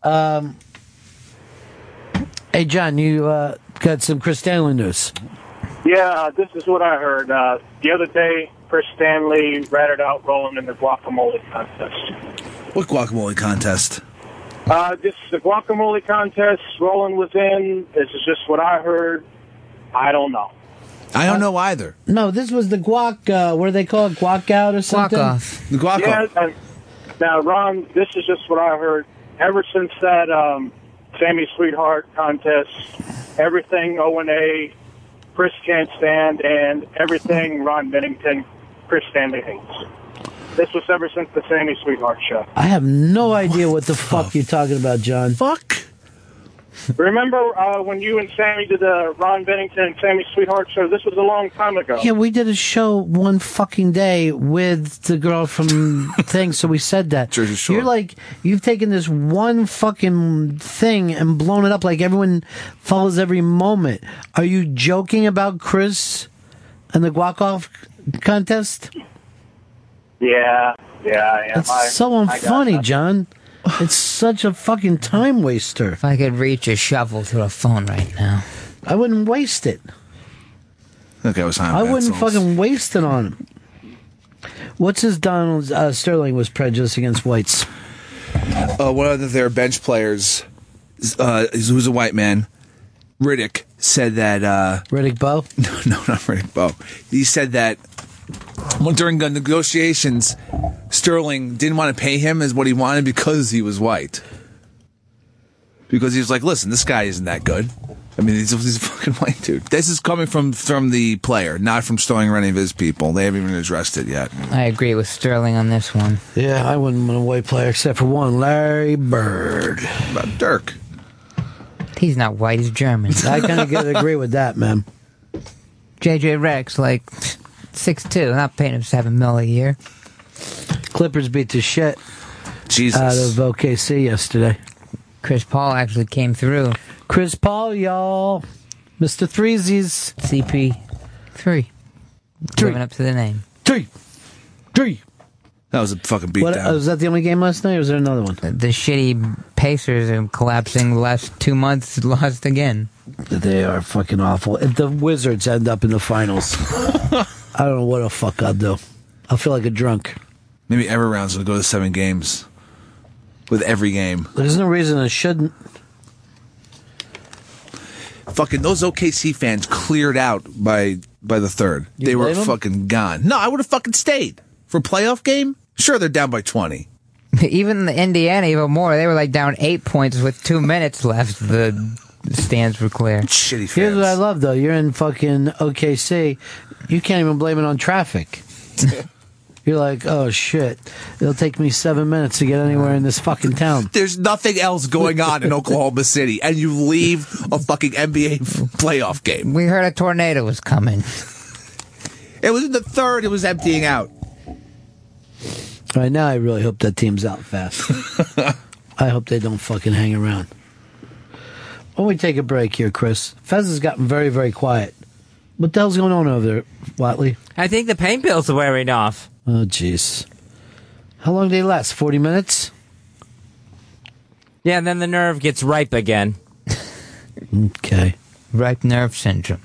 [SPEAKER 5] Um, hey, John, you uh, got some Chris Stanley news.
[SPEAKER 6] Yeah, uh, this is what I heard. Uh, the other day, Chris Stanley ratted out Roland in the guacamole contest.
[SPEAKER 9] What guacamole contest?
[SPEAKER 6] Uh, this the guacamole contest Roland was in. This is just what I heard. I don't know.
[SPEAKER 9] I don't know either.
[SPEAKER 5] Uh, No, this was the guac, uh, what do they call it? Guac out or something?
[SPEAKER 4] off.
[SPEAKER 9] The guac
[SPEAKER 6] Yeah, and- now, Ron, this is just what I heard. Ever since that um, Sammy Sweetheart contest, everything O and A, Chris can't stand, and everything Ron Bennington, Chris Stanley hates. This was ever since the Sammy Sweetheart show.
[SPEAKER 5] I have no idea what the fuck you're talking about, John.
[SPEAKER 9] Fuck.
[SPEAKER 6] Remember uh, when you and Sammy did the Ron Bennington and Sammy Sweetheart show? This was a long time ago.
[SPEAKER 5] Yeah, we did a show one fucking day with the girl from thing, so we said that. You're like you've taken this one fucking thing and blown it up like everyone follows every moment. Are you joking about Chris? in the guac off contest?
[SPEAKER 6] Yeah, yeah, I am.
[SPEAKER 5] That's
[SPEAKER 6] I-
[SPEAKER 5] so
[SPEAKER 6] I got
[SPEAKER 5] unfunny, John. It's such a fucking time waster. If
[SPEAKER 4] I could reach a shovel through a phone right now,
[SPEAKER 5] I wouldn't waste it.
[SPEAKER 9] Look, I was high on
[SPEAKER 5] I
[SPEAKER 9] bad
[SPEAKER 5] wouldn't
[SPEAKER 9] songs.
[SPEAKER 5] fucking waste it on him. What's his Donald uh, Sterling was prejudiced against whites?
[SPEAKER 9] uh, one of their bench players, uh, who's a white man, Riddick, said that. Uh,
[SPEAKER 5] Riddick Bowe?
[SPEAKER 9] No, no, not Riddick Bowe. He said that well, during the negotiations, Sterling didn't want to pay him as what he wanted because he was white. Because he was like, listen, this guy isn't that good. I mean, he's, he's a fucking white dude. This is coming from from the player, not from Sterling or any of his people. They haven't even addressed it yet.
[SPEAKER 4] I agree with Sterling on this one.
[SPEAKER 5] Yeah, I wouldn't want a white player except for one, Larry Bird.
[SPEAKER 9] About Dirk.
[SPEAKER 4] He's not white; he's German.
[SPEAKER 5] I kind of gotta agree with that, man.
[SPEAKER 4] JJ Rex, like six two, not paying him seven mil a year.
[SPEAKER 5] Clippers beat the shit
[SPEAKER 9] Jesus.
[SPEAKER 5] out of OKC yesterday.
[SPEAKER 4] Chris Paul actually came through.
[SPEAKER 5] Chris Paul, y'all, Mr. Threesies,
[SPEAKER 4] CP three, living up to the name.
[SPEAKER 5] Three, three.
[SPEAKER 9] That was a fucking
[SPEAKER 5] What, uh, was that the only game last night, or was there another one?
[SPEAKER 4] The shitty Pacers are collapsing. The last two months lost again.
[SPEAKER 5] They are fucking awful. If the Wizards end up in the finals, I don't know what the fuck I'll do. I'll feel like a drunk.
[SPEAKER 9] Maybe every round's going to go to seven games with every game.
[SPEAKER 5] There's no reason I shouldn't.
[SPEAKER 9] Fucking those OKC fans cleared out by by the third. they were
[SPEAKER 5] blame 'em?
[SPEAKER 9] fucking gone. No, I would have fucking stayed for a playoff game. Sure, they're down by twenty.
[SPEAKER 4] Even the Indiana, even more, they were like down eight points with two minutes left. The stands were clear.
[SPEAKER 9] Shitty
[SPEAKER 5] Here's what I love, though. You're in fucking OKC. You can't even blame it on traffic. You're like, oh shit, it'll take me seven minutes to get anywhere in this fucking town.
[SPEAKER 9] There's nothing else going on in Oklahoma City, and you leave a fucking NBA playoff game.
[SPEAKER 4] We heard a tornado was coming.
[SPEAKER 9] It was in the third. It was emptying out.
[SPEAKER 5] Right now, I really hope that team's out fast. I hope they don't fucking hang around. Why don't we take a break here, Chris? Fez has gotten very, very quiet. What the hell's going on over there, Watley?
[SPEAKER 7] I think the pain pills are wearing off.
[SPEAKER 5] Oh, jeez. How long do they last? 40 minutes?
[SPEAKER 7] Yeah, and then the nerve gets ripe again.
[SPEAKER 5] Okay.
[SPEAKER 4] Ripe nerve syndrome.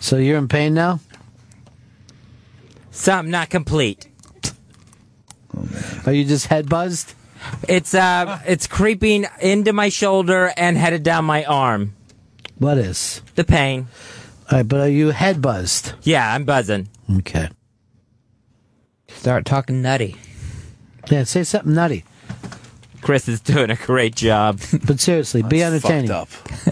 [SPEAKER 5] So you're in pain now?
[SPEAKER 7] Some not complete.
[SPEAKER 5] Are you just head buzzed?
[SPEAKER 7] It's uh, it's creeping into my shoulder and headed down my arm.
[SPEAKER 5] What is?
[SPEAKER 7] The pain.
[SPEAKER 5] All right, but are you head buzzed?
[SPEAKER 7] Yeah, I'm buzzing.
[SPEAKER 5] Okay.
[SPEAKER 4] Start talking nutty.
[SPEAKER 5] Yeah, say something nutty.
[SPEAKER 7] Chris is doing a great job.
[SPEAKER 5] But seriously, be
[SPEAKER 7] That's
[SPEAKER 5] entertaining.
[SPEAKER 9] Fucked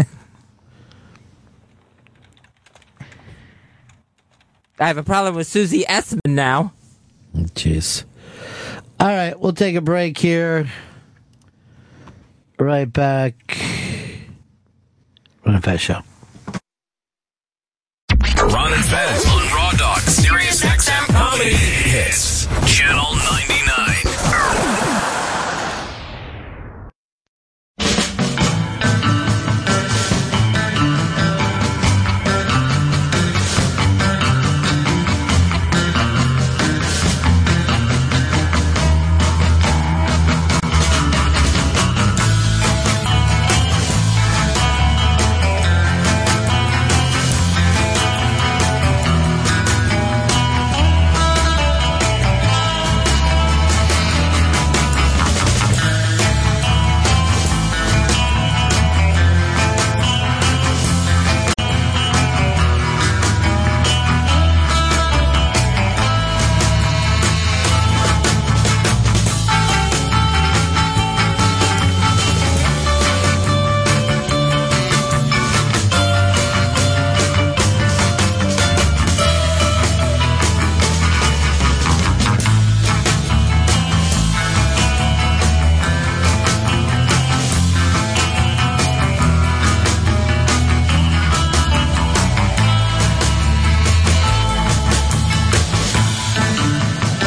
[SPEAKER 5] up.
[SPEAKER 7] I have a problem with Susie Essman now.
[SPEAKER 5] Jeez. All right, we'll take a break here. Right back. Run a fast show.
[SPEAKER 3] Ron and Fez on Raw Dog, Serious XM Comedy Hits, Channel 99.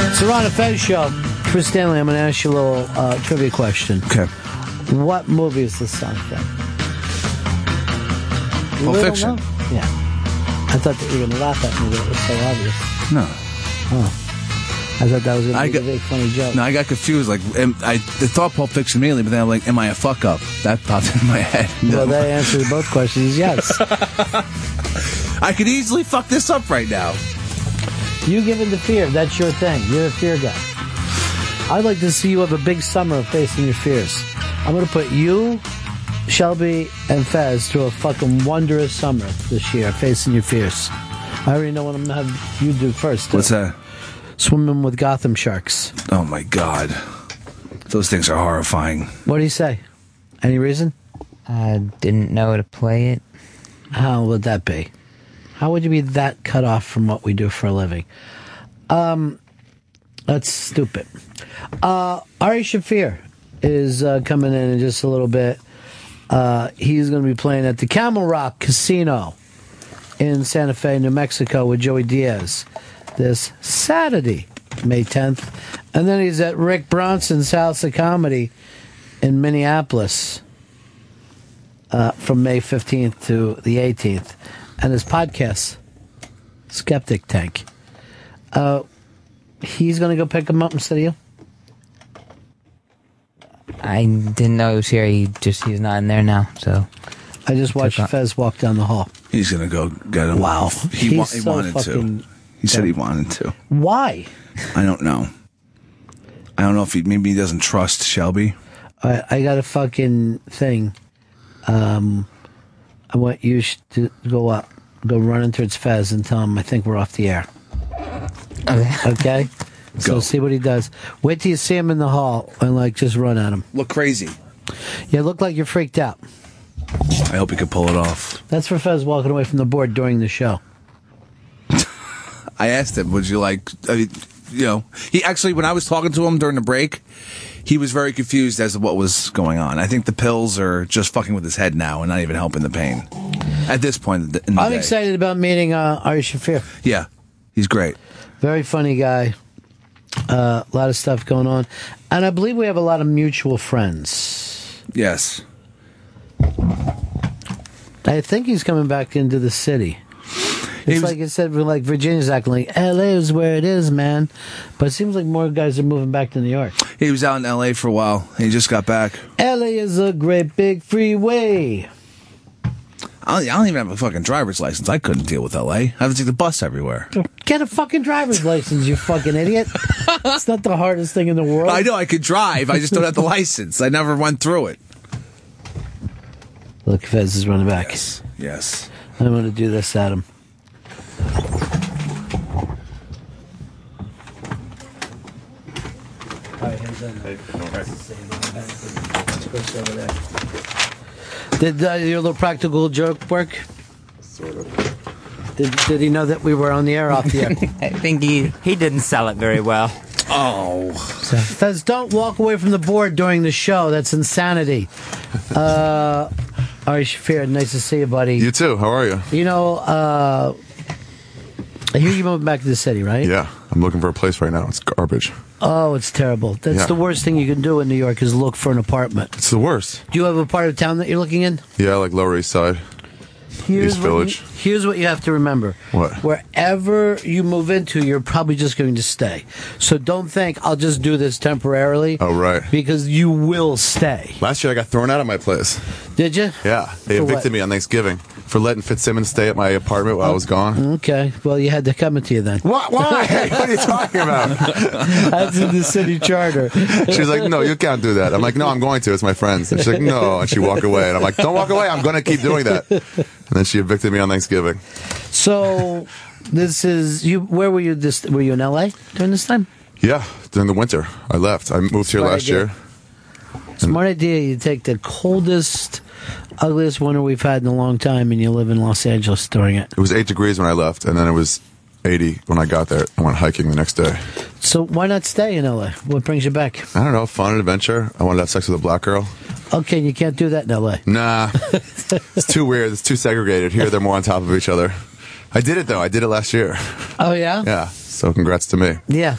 [SPEAKER 5] It's the Ron and Fez show. Chris Stanley, I'm going to ask you a little uh, trivia question.
[SPEAKER 9] Okay.
[SPEAKER 5] What movie is this song from?
[SPEAKER 9] Pulp
[SPEAKER 5] Little
[SPEAKER 9] Fiction.
[SPEAKER 5] Mo- Yeah. I thought that you were going to laugh at me, but it was so obvious.
[SPEAKER 9] No.
[SPEAKER 5] Oh. I thought that was going
[SPEAKER 9] I
[SPEAKER 5] to be a
[SPEAKER 9] got-
[SPEAKER 5] very funny joke.
[SPEAKER 9] No, I got confused. Like, am, I the thought Pulp Fiction mainly, but then I'm like, am I a fuck up? That popped in my head.
[SPEAKER 5] Well, that answers both questions. Yes.
[SPEAKER 9] I could easily fuck this up right now.
[SPEAKER 5] You give in to fear. That's your thing. You're a fear guy. I'd like to see you have a big summer of facing your fears. I'm going to put you, Shelby, and Fez through a fucking wondrous summer this year, facing your fears. I already know what I'm going to have you do first.
[SPEAKER 9] What's that?
[SPEAKER 5] Swimming with Gotham sharks.
[SPEAKER 9] Oh my god, those things are horrifying.
[SPEAKER 5] What do you say? Any reason? I didn't know how to play it. How would that be? How would you be that cut off from what we do for a living? Um, that's stupid. Uh, Ari Shafir is uh, coming in in just a little bit. Uh, he's going to be playing at the Camel Rock Casino in Santa Fe, New Mexico, with Joey Diaz this Saturday, May 10th. And then he's at Rick Bronson's House of Comedy in Minneapolis uh, from May 15th to the 18th. And his podcast, Skeptic Tank. Uh, he's going to go pick him up in studio.
[SPEAKER 4] I didn't know he was here. He just he's not in there now. So
[SPEAKER 5] I just watched Fez walk down the hall.
[SPEAKER 9] He's gonna go get him. Wow, he, wa-
[SPEAKER 5] He's
[SPEAKER 9] he
[SPEAKER 5] so
[SPEAKER 9] wanted to.
[SPEAKER 5] fucking
[SPEAKER 9] He said he wanted to.
[SPEAKER 5] Why?
[SPEAKER 9] I don't know. I don't know if he maybe he doesn't trust Shelby.
[SPEAKER 5] I, I got a fucking thing. Um, I want you sh- to go up, go running towards Fez and tell him I think we're off the air. Okay. Okay. So see what he does. Wait till you see him in the hall and like just run at him.
[SPEAKER 9] Look crazy.
[SPEAKER 5] Yeah, look like you're freaked out.
[SPEAKER 9] I hope he could pull it off.
[SPEAKER 5] That's for Fez walking away from the board during the show.
[SPEAKER 9] I asked him, "Would you like?" I mean, you know, he actually when I was talking to him during the break, he was very confused as to what was going on. I think the pills are just fucking with his head now and not even helping the pain. At this point, in the- in the
[SPEAKER 5] I'm
[SPEAKER 9] day.
[SPEAKER 5] excited about meeting uh, Ari Shafir.
[SPEAKER 9] Yeah, he's great.
[SPEAKER 5] Very funny guy. Uh, A lot of stuff going on, and I believe we have a lot of mutual friends.
[SPEAKER 9] Yes,
[SPEAKER 5] I think he's coming back into the city. It's like it said, like Virginia's acting like L.A. is where it is, man. But it seems like more guys are moving back to New York.
[SPEAKER 9] he was out in L.A. for a while. and He just got back.
[SPEAKER 5] L.A. is a great big freeway.
[SPEAKER 9] I don't, I don't even have a fucking driver's license. I couldn't deal with L.A. I have to take the bus everywhere.
[SPEAKER 5] Get a fucking driver's license, you fucking idiot. it's not the hardest thing in the world.
[SPEAKER 9] I know I could drive. I just don't have the license. I never went through it.
[SPEAKER 5] Look, Fez is running back.
[SPEAKER 9] Yes.
[SPEAKER 5] I'm going to do this at him. Did uh, your little practical joke work? Sort of. Did, did he know that we were on the air off the air?
[SPEAKER 7] I think he he didn't sell it very well.
[SPEAKER 9] Oh.
[SPEAKER 5] Says, don't walk away from the board during the show. That's insanity. Uh, Ari Shafir, nice to see you, buddy.
[SPEAKER 2] You too. How are you?
[SPEAKER 5] You know, uh, I hear you moving back to the city, right?
[SPEAKER 2] Yeah, I'm looking for a place right now. It's garbage.
[SPEAKER 5] Oh, it's terrible. That's
[SPEAKER 2] Yeah.
[SPEAKER 5] the worst thing you can do in New York is look for an apartment.
[SPEAKER 2] It's the worst.
[SPEAKER 5] Do you have a part of town that you're looking in?
[SPEAKER 2] Yeah, like Lower East Side, East
[SPEAKER 5] what you-
[SPEAKER 2] Village.
[SPEAKER 5] here's what you have to remember.
[SPEAKER 2] What?
[SPEAKER 5] Wherever you move into, you're probably just going to stay. So don't think I'll just do this temporarily.
[SPEAKER 2] Oh right.
[SPEAKER 5] Because you will stay.
[SPEAKER 2] Last year I got thrown out of my place.
[SPEAKER 5] Did you?
[SPEAKER 2] Yeah, they
[SPEAKER 5] For
[SPEAKER 2] evicted
[SPEAKER 5] what?
[SPEAKER 2] me on Thanksgiving for letting Fitzsimmons stay at my apartment while I
[SPEAKER 5] Oh.
[SPEAKER 2] was gone.
[SPEAKER 5] Okay. Well, you had to come into you then.
[SPEAKER 2] What? Why? what are you talking about?
[SPEAKER 5] That's in the city charter.
[SPEAKER 2] She's like, no, you can't do that. I'm like, no, I'm going to. It's my friends. And she's like, no. And she walked away. And I'm like, don't walk away. I'm going to keep doing that. And then she evicted me on Thanksgiving.
[SPEAKER 5] So this is you. Where were you? This were you in L.A. during this time?
[SPEAKER 2] Yeah, during the winter. I left. I moved here
[SPEAKER 5] Smart
[SPEAKER 2] last
[SPEAKER 5] idea.
[SPEAKER 2] year.
[SPEAKER 5] Smart idea. You take the coldest, ugliest winter we've had in a long time, and you live in Los Angeles during it.
[SPEAKER 2] It was eight degrees when I left, and then it was 80 when I got there. I went hiking the next day.
[SPEAKER 5] So why not stay in L.A.? What brings you back?
[SPEAKER 2] I don't know, fun and adventure. I wanted to have sex with a black girl.
[SPEAKER 5] Okay, you can't do that in L.A.
[SPEAKER 2] Nah, it's too weird. It's too segregated. Here, they're more on top of each other. I did it though. I did it last year.
[SPEAKER 5] Oh yeah,
[SPEAKER 2] Yeah. So congrats to me.
[SPEAKER 5] yeah.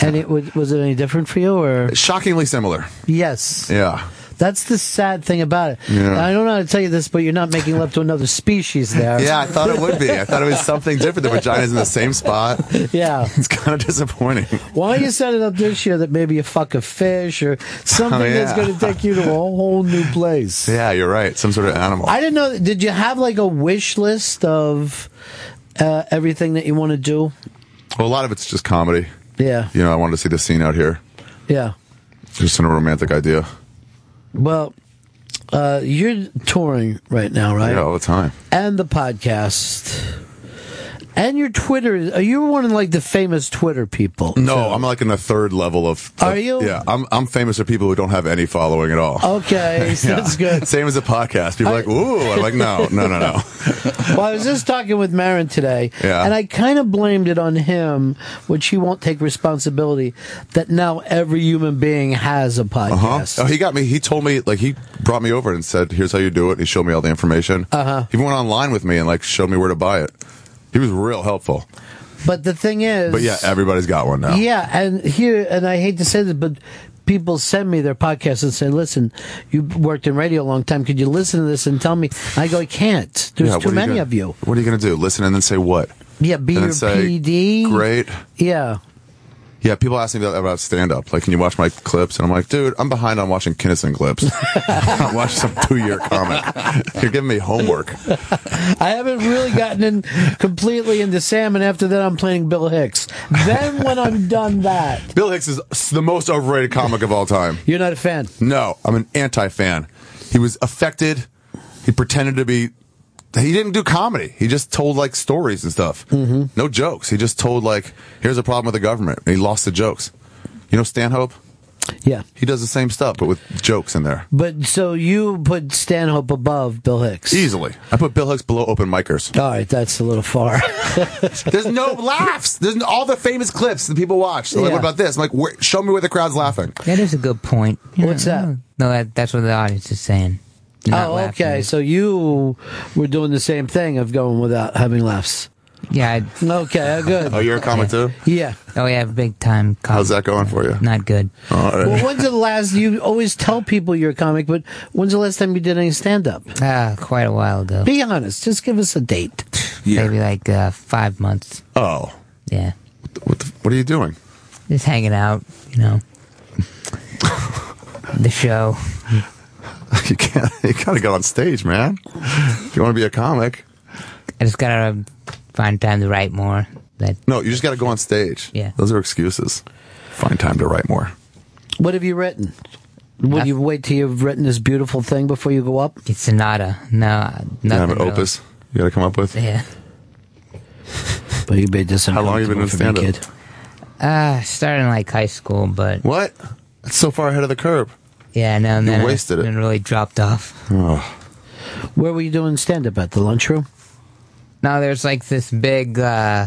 [SPEAKER 5] And it was was it any different for you or
[SPEAKER 2] Shockingly similar.
[SPEAKER 5] yes?
[SPEAKER 2] Yeah.
[SPEAKER 5] That's the sad thing about it.
[SPEAKER 2] Yeah.
[SPEAKER 5] I don't know how to tell you this, but you're not making love to another species there.
[SPEAKER 2] Yeah, I thought it would be. I thought it was something different. The vagina's in the same spot.
[SPEAKER 5] Yeah.
[SPEAKER 2] It's kind of disappointing.
[SPEAKER 5] Why don't you set it up this year that maybe you fuck a fish or something
[SPEAKER 2] Oh, yeah.
[SPEAKER 5] that's going to take you to a whole new place?
[SPEAKER 2] Yeah, you're right. Some sort of animal.
[SPEAKER 5] I didn't know. Did you have like a wish list of uh, everything that you want to do?
[SPEAKER 2] Well, a lot of it's just comedy.
[SPEAKER 5] Yeah.
[SPEAKER 2] You know, I wanted to see the scene out here.
[SPEAKER 5] Yeah.
[SPEAKER 2] Just in a romantic idea.
[SPEAKER 5] Well, uh, you're touring right now, right?
[SPEAKER 2] Yeah, all the time.
[SPEAKER 5] And the podcast. And your Twitter. Are you one of like the famous Twitter people?
[SPEAKER 2] No, I'm like in the third level of.
[SPEAKER 5] Are
[SPEAKER 2] of-
[SPEAKER 5] you?
[SPEAKER 2] Yeah, I'm. I'm famous for people who don't have any following at all.
[SPEAKER 5] Okay, so that's good.
[SPEAKER 2] Same as a podcast. People are like, ooh, I'm like, no, no, no, no.
[SPEAKER 5] well, I was just talking with Marin today,
[SPEAKER 2] Yeah.
[SPEAKER 5] and I kind of blamed it on him, which he won't take responsibility that now every human being has a
[SPEAKER 2] Huh?
[SPEAKER 5] podcast.
[SPEAKER 2] Oh, he got me. He told me, like, he brought me over and said, "Here's how you do it." and He showed me all the information. Uh-huh. He went online with me and like showed me where to buy it. He was real helpful.
[SPEAKER 5] But the thing is,
[SPEAKER 2] But yeah, everybody's got one now.
[SPEAKER 5] Yeah, and here, and I hate to say this, but people send me their podcasts and say, "Listen, you worked in radio a long time. Could you listen to this and tell me?" I go, "I can't. There's
[SPEAKER 2] Yeah, what
[SPEAKER 5] too
[SPEAKER 2] are
[SPEAKER 5] many
[SPEAKER 2] gonna-
[SPEAKER 5] of you."
[SPEAKER 2] What are you going to do? Listen and then say what?
[SPEAKER 5] Yeah, be
[SPEAKER 2] And then
[SPEAKER 5] your
[SPEAKER 2] say,
[SPEAKER 5] PD.
[SPEAKER 2] Great.
[SPEAKER 5] Yeah,
[SPEAKER 2] Yeah, people ask me about, about stand up. Like, can you watch my clips? And I'm like, dude, I'm behind on watching Kinnison clips. I'm watching some two year comic. You're giving me homework.
[SPEAKER 5] I haven't really gotten in completely into Sam, and after that, I'm playing Bill Hicks. Then when I'm done that,
[SPEAKER 2] Bill Hicks is s- the most overrated comic of all time.
[SPEAKER 5] You're not a fan?
[SPEAKER 2] No, I'm an anti fan. He was affected. He pretended to be. He didn't do comedy. He just told like stories and stuff. Mm-hmm. No jokes. He just told like, here's a problem with the government. And he lost the jokes. You know Stanhope?
[SPEAKER 5] Yeah.
[SPEAKER 2] He does the same stuff, but with jokes in there.
[SPEAKER 5] but so you put Stanhope above Bill Hicks.
[SPEAKER 2] Easily. I put Bill Hicks below open micers.
[SPEAKER 5] All right, that's a little far.
[SPEAKER 2] There's no laughs. There's n- all the famous clips that people watch. They're like,
[SPEAKER 4] Yeah.
[SPEAKER 2] what about this? I'm like, where, show me where the crowd's laughing.
[SPEAKER 4] That is a good point.
[SPEAKER 5] What's that?
[SPEAKER 4] No, that, that's what the audience is saying. Not
[SPEAKER 5] oh,
[SPEAKER 4] laughing.
[SPEAKER 5] okay. So you were doing the same thing of going without having laughs.
[SPEAKER 4] Yeah.
[SPEAKER 5] okay. Good.
[SPEAKER 2] Oh, you're a comic too?
[SPEAKER 5] Yeah.
[SPEAKER 4] Oh yeah, big time. Comic.
[SPEAKER 2] How's that going for you?
[SPEAKER 4] Not good.
[SPEAKER 2] All right.
[SPEAKER 5] Well, when's the last? You always tell people you're a comic, but when's the last time you did any stand up?
[SPEAKER 4] Ah, quite a while ago.
[SPEAKER 5] Be honest. Just give us a date.
[SPEAKER 4] Maybe like uh, five months.
[SPEAKER 2] Oh.
[SPEAKER 4] Yeah.
[SPEAKER 2] What, the, what are you doing?
[SPEAKER 4] Just hanging out, you know. the show.
[SPEAKER 2] You can't. You gotta get on stage, man. If you want to be a comic,
[SPEAKER 4] I just gotta find time to write more. That
[SPEAKER 2] no, you just got to go on stage.
[SPEAKER 4] Yeah.
[SPEAKER 2] Those are excuses. Find time to write more.
[SPEAKER 5] What have you written? Would you wait till you've written this beautiful thing before you go up?
[SPEAKER 4] It's nada. No,
[SPEAKER 2] You
[SPEAKER 4] nothing.
[SPEAKER 2] have an
[SPEAKER 4] really.
[SPEAKER 2] opus you got to come up with.
[SPEAKER 4] Yeah.
[SPEAKER 5] But you made this.
[SPEAKER 2] How long you been in stand
[SPEAKER 5] uncomfortable
[SPEAKER 2] up?
[SPEAKER 4] Uh, starting like high school, but
[SPEAKER 2] what? That's so far ahead of the curb.
[SPEAKER 4] Yeah, no, and
[SPEAKER 2] You
[SPEAKER 4] then
[SPEAKER 2] wasted
[SPEAKER 4] I,
[SPEAKER 2] it.
[SPEAKER 4] And really dropped off.
[SPEAKER 2] Oh.
[SPEAKER 5] Where were you doing stand up at the lunchroom?
[SPEAKER 4] Now there's like this big, uh,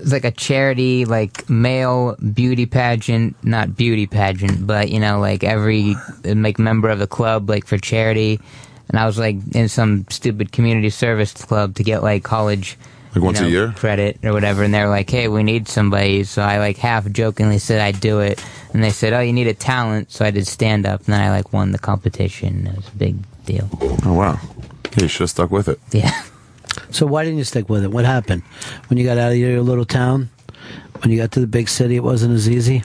[SPEAKER 4] it's like a charity, like male beauty pageant, not beauty pageant, but you know, like every like member of the club, like for charity. And I was like in some stupid community service club to get like college.
[SPEAKER 2] Like once a
[SPEAKER 4] you know,
[SPEAKER 2] year?
[SPEAKER 4] credit or whatever, and they're like, "Hey, we need somebody." So I like half jokingly said I'd do it, and they said, "Oh, you need a talent," so I did stand up, and then I like won the competition. It was a big deal.
[SPEAKER 2] Oh wow. Yeah, you should have stuck with it.
[SPEAKER 4] Yeah.
[SPEAKER 5] So why didn't you stick with it? What happened when you got out of your little town? When you got to the big city, it wasn't as easy.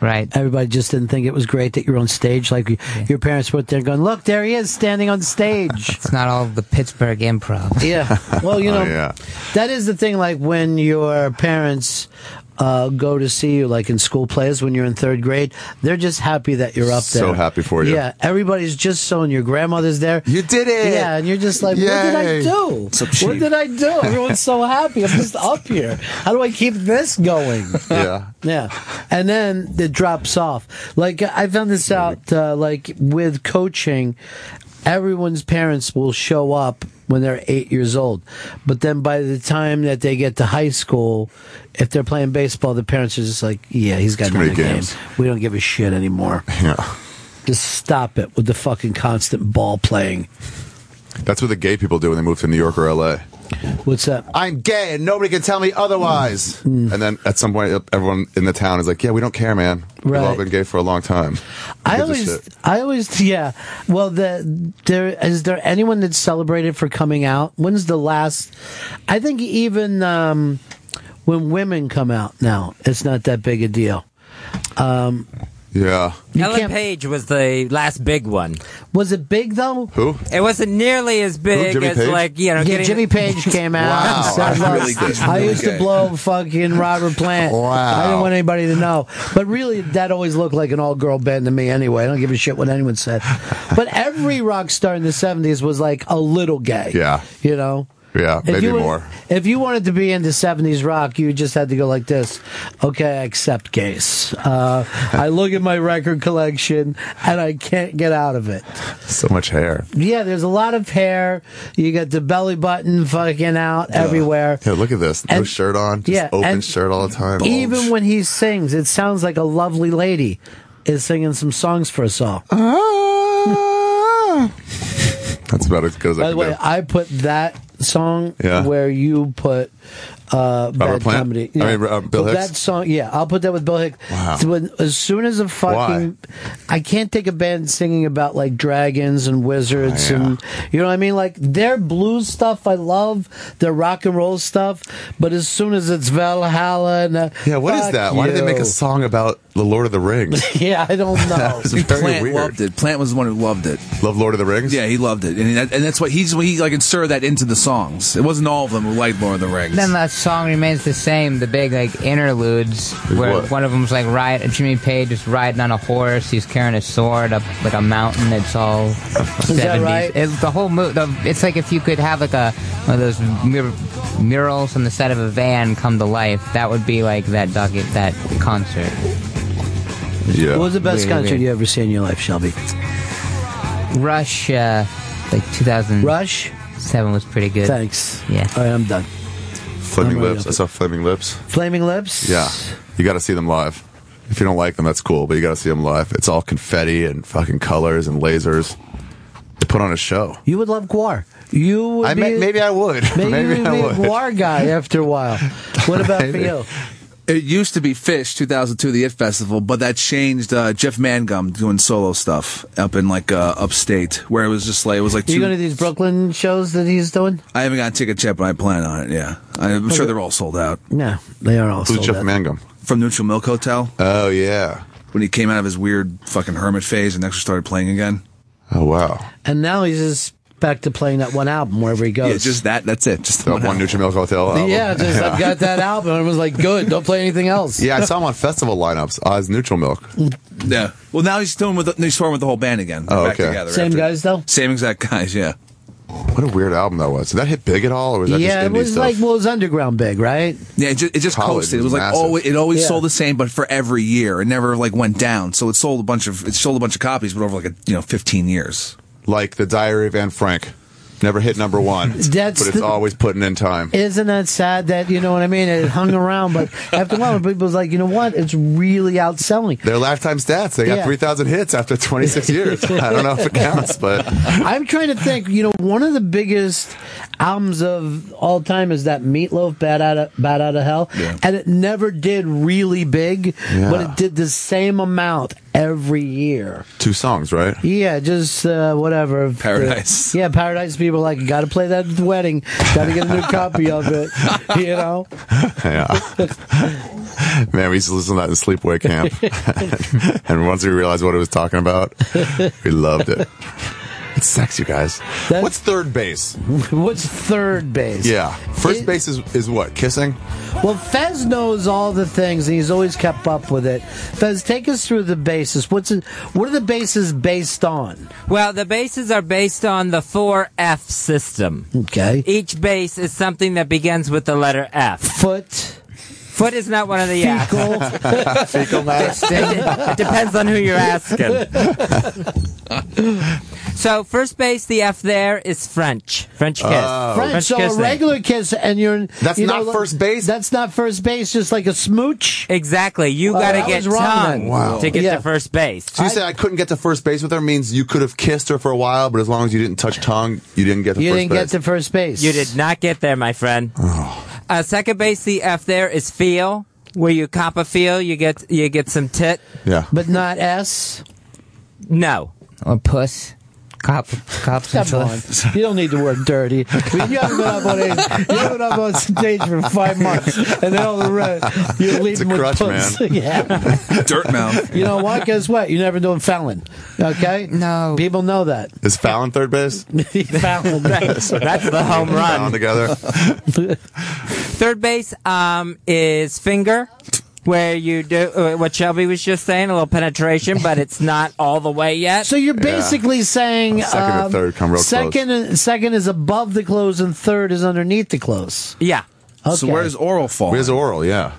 [SPEAKER 4] Right.
[SPEAKER 5] Everybody just didn't think it was great that you're on stage. Like your parents were there going, "Look, there he is standing on stage."
[SPEAKER 4] It's not all the Pittsburgh improv.
[SPEAKER 5] Yeah. Well, you know,
[SPEAKER 4] Oh, yeah.
[SPEAKER 5] that is the thing. Like when your parents uh, go to see you, like in school plays when you're in third grade, they're just happy that you're up there.
[SPEAKER 2] So happy for you.
[SPEAKER 5] Yeah. Everybody's just so, and your grandmother's there. You
[SPEAKER 2] did it.
[SPEAKER 5] Yeah. And you're just like, what did I
[SPEAKER 2] Yay.
[SPEAKER 5] do?
[SPEAKER 2] So cheap.
[SPEAKER 5] What did I do? Everyone's so happy. I'm just up here. How do I keep this going?
[SPEAKER 2] Yeah.
[SPEAKER 5] Yeah, and then it drops off. Like I found this out, uh, like with coaching, everyone's parents will show up when they're eight years old, but then by the time that they get to high school, if they're playing baseball, the parents are just like, "Yeah, he's got
[SPEAKER 2] Too many
[SPEAKER 5] another game.
[SPEAKER 2] games.
[SPEAKER 5] We don't give a shit anymore.
[SPEAKER 2] Yeah.
[SPEAKER 5] Just stop it with the fucking constant ball playing."
[SPEAKER 2] That's what the gay people do when they move to New York or L.A.
[SPEAKER 5] What's up?
[SPEAKER 2] I'm gay and nobody can tell me otherwise.
[SPEAKER 5] Mm.
[SPEAKER 2] And then at some point, everyone in the town is like, yeah, we don't care, man. We've all
[SPEAKER 5] Right.
[SPEAKER 2] been gay for a long time.
[SPEAKER 5] I
[SPEAKER 2] Who gives a
[SPEAKER 5] always,
[SPEAKER 2] shit?
[SPEAKER 5] I always, yeah. Well, the there is there anyone that's celebrated for coming out? When's the last? I think even um, when women come out now, it's not that big a deal. Um,
[SPEAKER 2] yeah.
[SPEAKER 7] Ellen Page was the last big one.
[SPEAKER 5] Was it big though?
[SPEAKER 2] Who?
[SPEAKER 7] It wasn't nearly as big
[SPEAKER 5] Jimmy
[SPEAKER 7] as
[SPEAKER 5] Page?
[SPEAKER 7] like you know.
[SPEAKER 5] Yeah,
[SPEAKER 7] getting-
[SPEAKER 5] Jimmy Page came out.
[SPEAKER 7] Wow,
[SPEAKER 5] and said,
[SPEAKER 7] that's
[SPEAKER 5] "Look,
[SPEAKER 7] really good.
[SPEAKER 5] I
[SPEAKER 7] Really
[SPEAKER 5] used to
[SPEAKER 7] good.
[SPEAKER 5] blow fucking Robert Plant. Wow. I didn't want anybody to know. But really, that always looked like an all girl band to me anyway. I don't give a shit what anyone said. But every rock star in the 70s was like a little gay.
[SPEAKER 2] Yeah.
[SPEAKER 5] You know?
[SPEAKER 2] Yeah,
[SPEAKER 5] If
[SPEAKER 2] Uh, maybe
[SPEAKER 5] you were-
[SPEAKER 2] more.
[SPEAKER 5] If you wanted to be into 70s rock, you just had to go like this. Okay, I accept gays. Uh, I look at my record collection and I can't get out of it.
[SPEAKER 2] So much hair.
[SPEAKER 5] Yeah, there's a lot of hair. You got the belly button fucking out everywhere.
[SPEAKER 2] Yeah, look at this. No shirt on. Just
[SPEAKER 5] yeah,
[SPEAKER 2] open
[SPEAKER 5] and-
[SPEAKER 2] shirt all the time.
[SPEAKER 5] Even when he sings, it sounds like a lovely lady is singing some songs for us all.
[SPEAKER 2] That's about as good as I
[SPEAKER 5] By
[SPEAKER 2] can
[SPEAKER 5] the way,
[SPEAKER 2] do.
[SPEAKER 5] I put that song
[SPEAKER 2] Yeah.
[SPEAKER 5] where you put uh, Bad
[SPEAKER 2] Plant?
[SPEAKER 5] Comedy.
[SPEAKER 2] I mean, uh, Bill
[SPEAKER 5] Well,
[SPEAKER 2] Hicks?
[SPEAKER 5] That song, yeah, I'll put that with Bill Hicks.
[SPEAKER 2] Wow.
[SPEAKER 5] So when- as soon as a fucking, I can't take a band singing about like dragons and wizards
[SPEAKER 2] Oh,
[SPEAKER 5] and you know what I mean. Like their blues stuff, I love their rock and roll stuff, but as soon as it's Valhalla and uh,
[SPEAKER 2] Yeah, what is
[SPEAKER 5] fuck
[SPEAKER 2] that? Why did they make
[SPEAKER 5] you.
[SPEAKER 2] a song about the Lord of the Rings?
[SPEAKER 5] Yeah, I don't know.
[SPEAKER 2] That was very
[SPEAKER 9] Plant
[SPEAKER 2] weird.
[SPEAKER 9] loved it. Plant was the one who loved it.
[SPEAKER 2] Love Lord of the Rings.
[SPEAKER 9] Yeah, he loved it, and that, and that's what he's he like inserted that into the songs. It wasn't all of them who liked Lord of the Rings.
[SPEAKER 4] Then that song remains the same. The big like interludes where
[SPEAKER 9] what?
[SPEAKER 4] one of them's like ride Jimmy Page is riding on a horse. He's carrying a sword up like a mountain. It's all
[SPEAKER 5] that
[SPEAKER 4] seventies.
[SPEAKER 5] right?
[SPEAKER 4] It, the whole mo- the, It's like if you could have like a one of those mur- murals on the side of a van come to life. That would be like that docu- that concert.
[SPEAKER 2] Yeah.
[SPEAKER 5] What was the best
[SPEAKER 4] Weird,
[SPEAKER 5] concert
[SPEAKER 4] weird.
[SPEAKER 5] you ever seen in your life, Shelby?
[SPEAKER 4] Rush, uh, like 2000.
[SPEAKER 5] Rush?
[SPEAKER 4] Seven was pretty good.
[SPEAKER 5] Thanks.
[SPEAKER 4] Yeah.
[SPEAKER 5] All right, I'm done.
[SPEAKER 2] Flaming
[SPEAKER 5] I'm ready
[SPEAKER 2] Lips.
[SPEAKER 5] to-
[SPEAKER 2] I saw Flaming Lips.
[SPEAKER 5] Flaming Lips.
[SPEAKER 2] Yeah, you got to see them live. If you don't like them, that's cool, but you got to see them live. It's all confetti and fucking colors and lasers. They put on a show.
[SPEAKER 5] You would love Guar. You would
[SPEAKER 2] I
[SPEAKER 5] be,
[SPEAKER 2] may- maybe I would.
[SPEAKER 5] Maybe,
[SPEAKER 2] Maybe
[SPEAKER 5] you'd
[SPEAKER 2] I
[SPEAKER 5] be
[SPEAKER 2] would.
[SPEAKER 5] a Guar guy after a while. What about for
[SPEAKER 9] Maybe.
[SPEAKER 5] you?
[SPEAKER 9] It used to be Fish 2002, the It Festival, but that changed. Uh, Jeff Mangum doing solo stuff up in like uh, upstate, where it was just like it was like
[SPEAKER 5] you
[SPEAKER 9] two.
[SPEAKER 5] go to these Brooklyn shows that he's doing?
[SPEAKER 9] I haven't got a ticket yet, but I plan on it. Yeah, I'm sure they're all sold out.
[SPEAKER 5] No, they are all
[SPEAKER 9] Who's
[SPEAKER 5] sold
[SPEAKER 9] Jeff
[SPEAKER 5] out.
[SPEAKER 2] Mangum
[SPEAKER 9] from Neutral Milk Hotel?
[SPEAKER 2] Oh yeah,
[SPEAKER 9] when he came out of his weird fucking hermit phase and actually started playing again.
[SPEAKER 2] Oh wow!
[SPEAKER 5] And now he's just back to playing that one album wherever he goes.
[SPEAKER 9] Yeah, just that. That's it. Just
[SPEAKER 2] That one Nutri Milk Hotel. Album.
[SPEAKER 5] Yeah, just I've got that album. and Everyone's like, good. Don't play anything else.
[SPEAKER 2] Yeah, I saw him on festival lineups. Oz Neutral Milk.
[SPEAKER 9] Yeah. Well, now he's doing with the, he's touring with the whole band again. They're
[SPEAKER 2] Oh,
[SPEAKER 9] back
[SPEAKER 2] okay.
[SPEAKER 9] together
[SPEAKER 5] Same
[SPEAKER 9] after-
[SPEAKER 5] guys though.
[SPEAKER 9] Same exact guys. Yeah.
[SPEAKER 2] What a weird album that was. Did that hit big at all, or was that
[SPEAKER 5] Yeah,
[SPEAKER 2] just
[SPEAKER 5] it
[SPEAKER 2] indie
[SPEAKER 5] was
[SPEAKER 2] stuff?
[SPEAKER 5] like well, it was underground big, right?
[SPEAKER 9] Yeah, it just, it just
[SPEAKER 2] College
[SPEAKER 9] coasted. It
[SPEAKER 2] was
[SPEAKER 9] was like
[SPEAKER 2] massive.
[SPEAKER 9] always, it always
[SPEAKER 5] Yeah.
[SPEAKER 9] sold the same, but for every year, it never like went down. So it sold a bunch of it sold a bunch of copies, but over like a you know fifteen years.
[SPEAKER 2] Like the Diary of Anne Frank, never hit number one.
[SPEAKER 5] That's
[SPEAKER 2] but it's
[SPEAKER 5] the-
[SPEAKER 2] always putting in time.
[SPEAKER 5] Isn't that sad that you know what I mean? It hung around, but after a while, people's like, you know what? It's really outselling.
[SPEAKER 2] Their lifetime stats. They got
[SPEAKER 5] Yeah.
[SPEAKER 2] three thousand hits after twenty six years. I don't know if it counts, but
[SPEAKER 5] I'm trying to think. You know, one of the biggest albums of all time is that Meatloaf "Bad Out of Bad Out of Hell,"
[SPEAKER 2] Yeah.
[SPEAKER 5] and it never did really big,
[SPEAKER 2] Yeah.
[SPEAKER 5] but it did the same amount every year.
[SPEAKER 2] two songs, right?
[SPEAKER 5] Yeah, just uh, whatever.
[SPEAKER 2] Paradise.
[SPEAKER 5] yeah, Paradise. People are like, got to play that at the wedding. Got to get a new copy of it. You know.
[SPEAKER 2] yeah. Man, we used to listen to that in sleepaway camp. and once we realized what it was talking about, we loved it. It sucks, you guys. What's third base?
[SPEAKER 5] What's third base?
[SPEAKER 2] Yeah. First base is, is what? Kissing?
[SPEAKER 5] Well, Fez knows all the things, and he's always kept up with it. Fez, take us through the bases. What's it, what are the bases based on?
[SPEAKER 7] Well, the bases are based on the 4F system.
[SPEAKER 5] Okay.
[SPEAKER 7] Each base is something that begins with the letter F.
[SPEAKER 5] Foot.
[SPEAKER 7] Foot is not one of the yeah.
[SPEAKER 4] Fecal. Fecal matter.
[SPEAKER 7] It, it depends on who you're asking. so first base, the F there is French. French kiss.
[SPEAKER 5] Oh. French, so a
[SPEAKER 7] kissing.
[SPEAKER 5] regular kiss, and you're
[SPEAKER 7] That's
[SPEAKER 5] you know,
[SPEAKER 7] not
[SPEAKER 5] like-
[SPEAKER 7] first
[SPEAKER 5] base. That's not first base. Just like a smooch.
[SPEAKER 7] Exactly. You
[SPEAKER 5] Oh,
[SPEAKER 7] got
[SPEAKER 5] I
[SPEAKER 7] to get
[SPEAKER 5] was wrong
[SPEAKER 7] tongue
[SPEAKER 5] then. Wow.
[SPEAKER 7] to get
[SPEAKER 5] Yeah.
[SPEAKER 7] to first base.
[SPEAKER 2] So you said I couldn't get to first base with her means you could have kissed her for a while, but as long as you didn't touch tongue, you didn't get to first base.
[SPEAKER 5] to first base.
[SPEAKER 7] You did not get there, my friend. Uh, second base, the F there is feel, where you cop a feel, you get you get some tit.
[SPEAKER 2] Yeah.
[SPEAKER 5] But not S.
[SPEAKER 7] No.
[SPEAKER 4] Or puss. Cop, cop some
[SPEAKER 5] Come on.
[SPEAKER 4] puss.
[SPEAKER 5] You don't need the word dirty. I mean, you haven't been up on a, you haven't been up on stage for five months, and then all of a sudden you're
[SPEAKER 9] It's
[SPEAKER 5] leading
[SPEAKER 9] a
[SPEAKER 5] with
[SPEAKER 9] crutch,
[SPEAKER 5] puss.
[SPEAKER 9] man.
[SPEAKER 5] yeah.
[SPEAKER 9] Dirt mouth.
[SPEAKER 5] You know what? Guess what? You're never doing Fallon. Okay? No. People know that.
[SPEAKER 2] Is Fallon third base?
[SPEAKER 5] Fallon.
[SPEAKER 7] That's the home run.
[SPEAKER 2] Fallon together.
[SPEAKER 7] Third base um, is finger, where you do uh, what Shelby was just saying, a little penetration, but it's not all the way yet.
[SPEAKER 5] So you're basically saying
[SPEAKER 7] Second and
[SPEAKER 5] um,
[SPEAKER 7] third come real close.
[SPEAKER 5] second and- second is above the close and third is underneath the close.
[SPEAKER 7] Yeah.
[SPEAKER 5] Okay.
[SPEAKER 9] oral fall?
[SPEAKER 2] Where's oral? Yeah.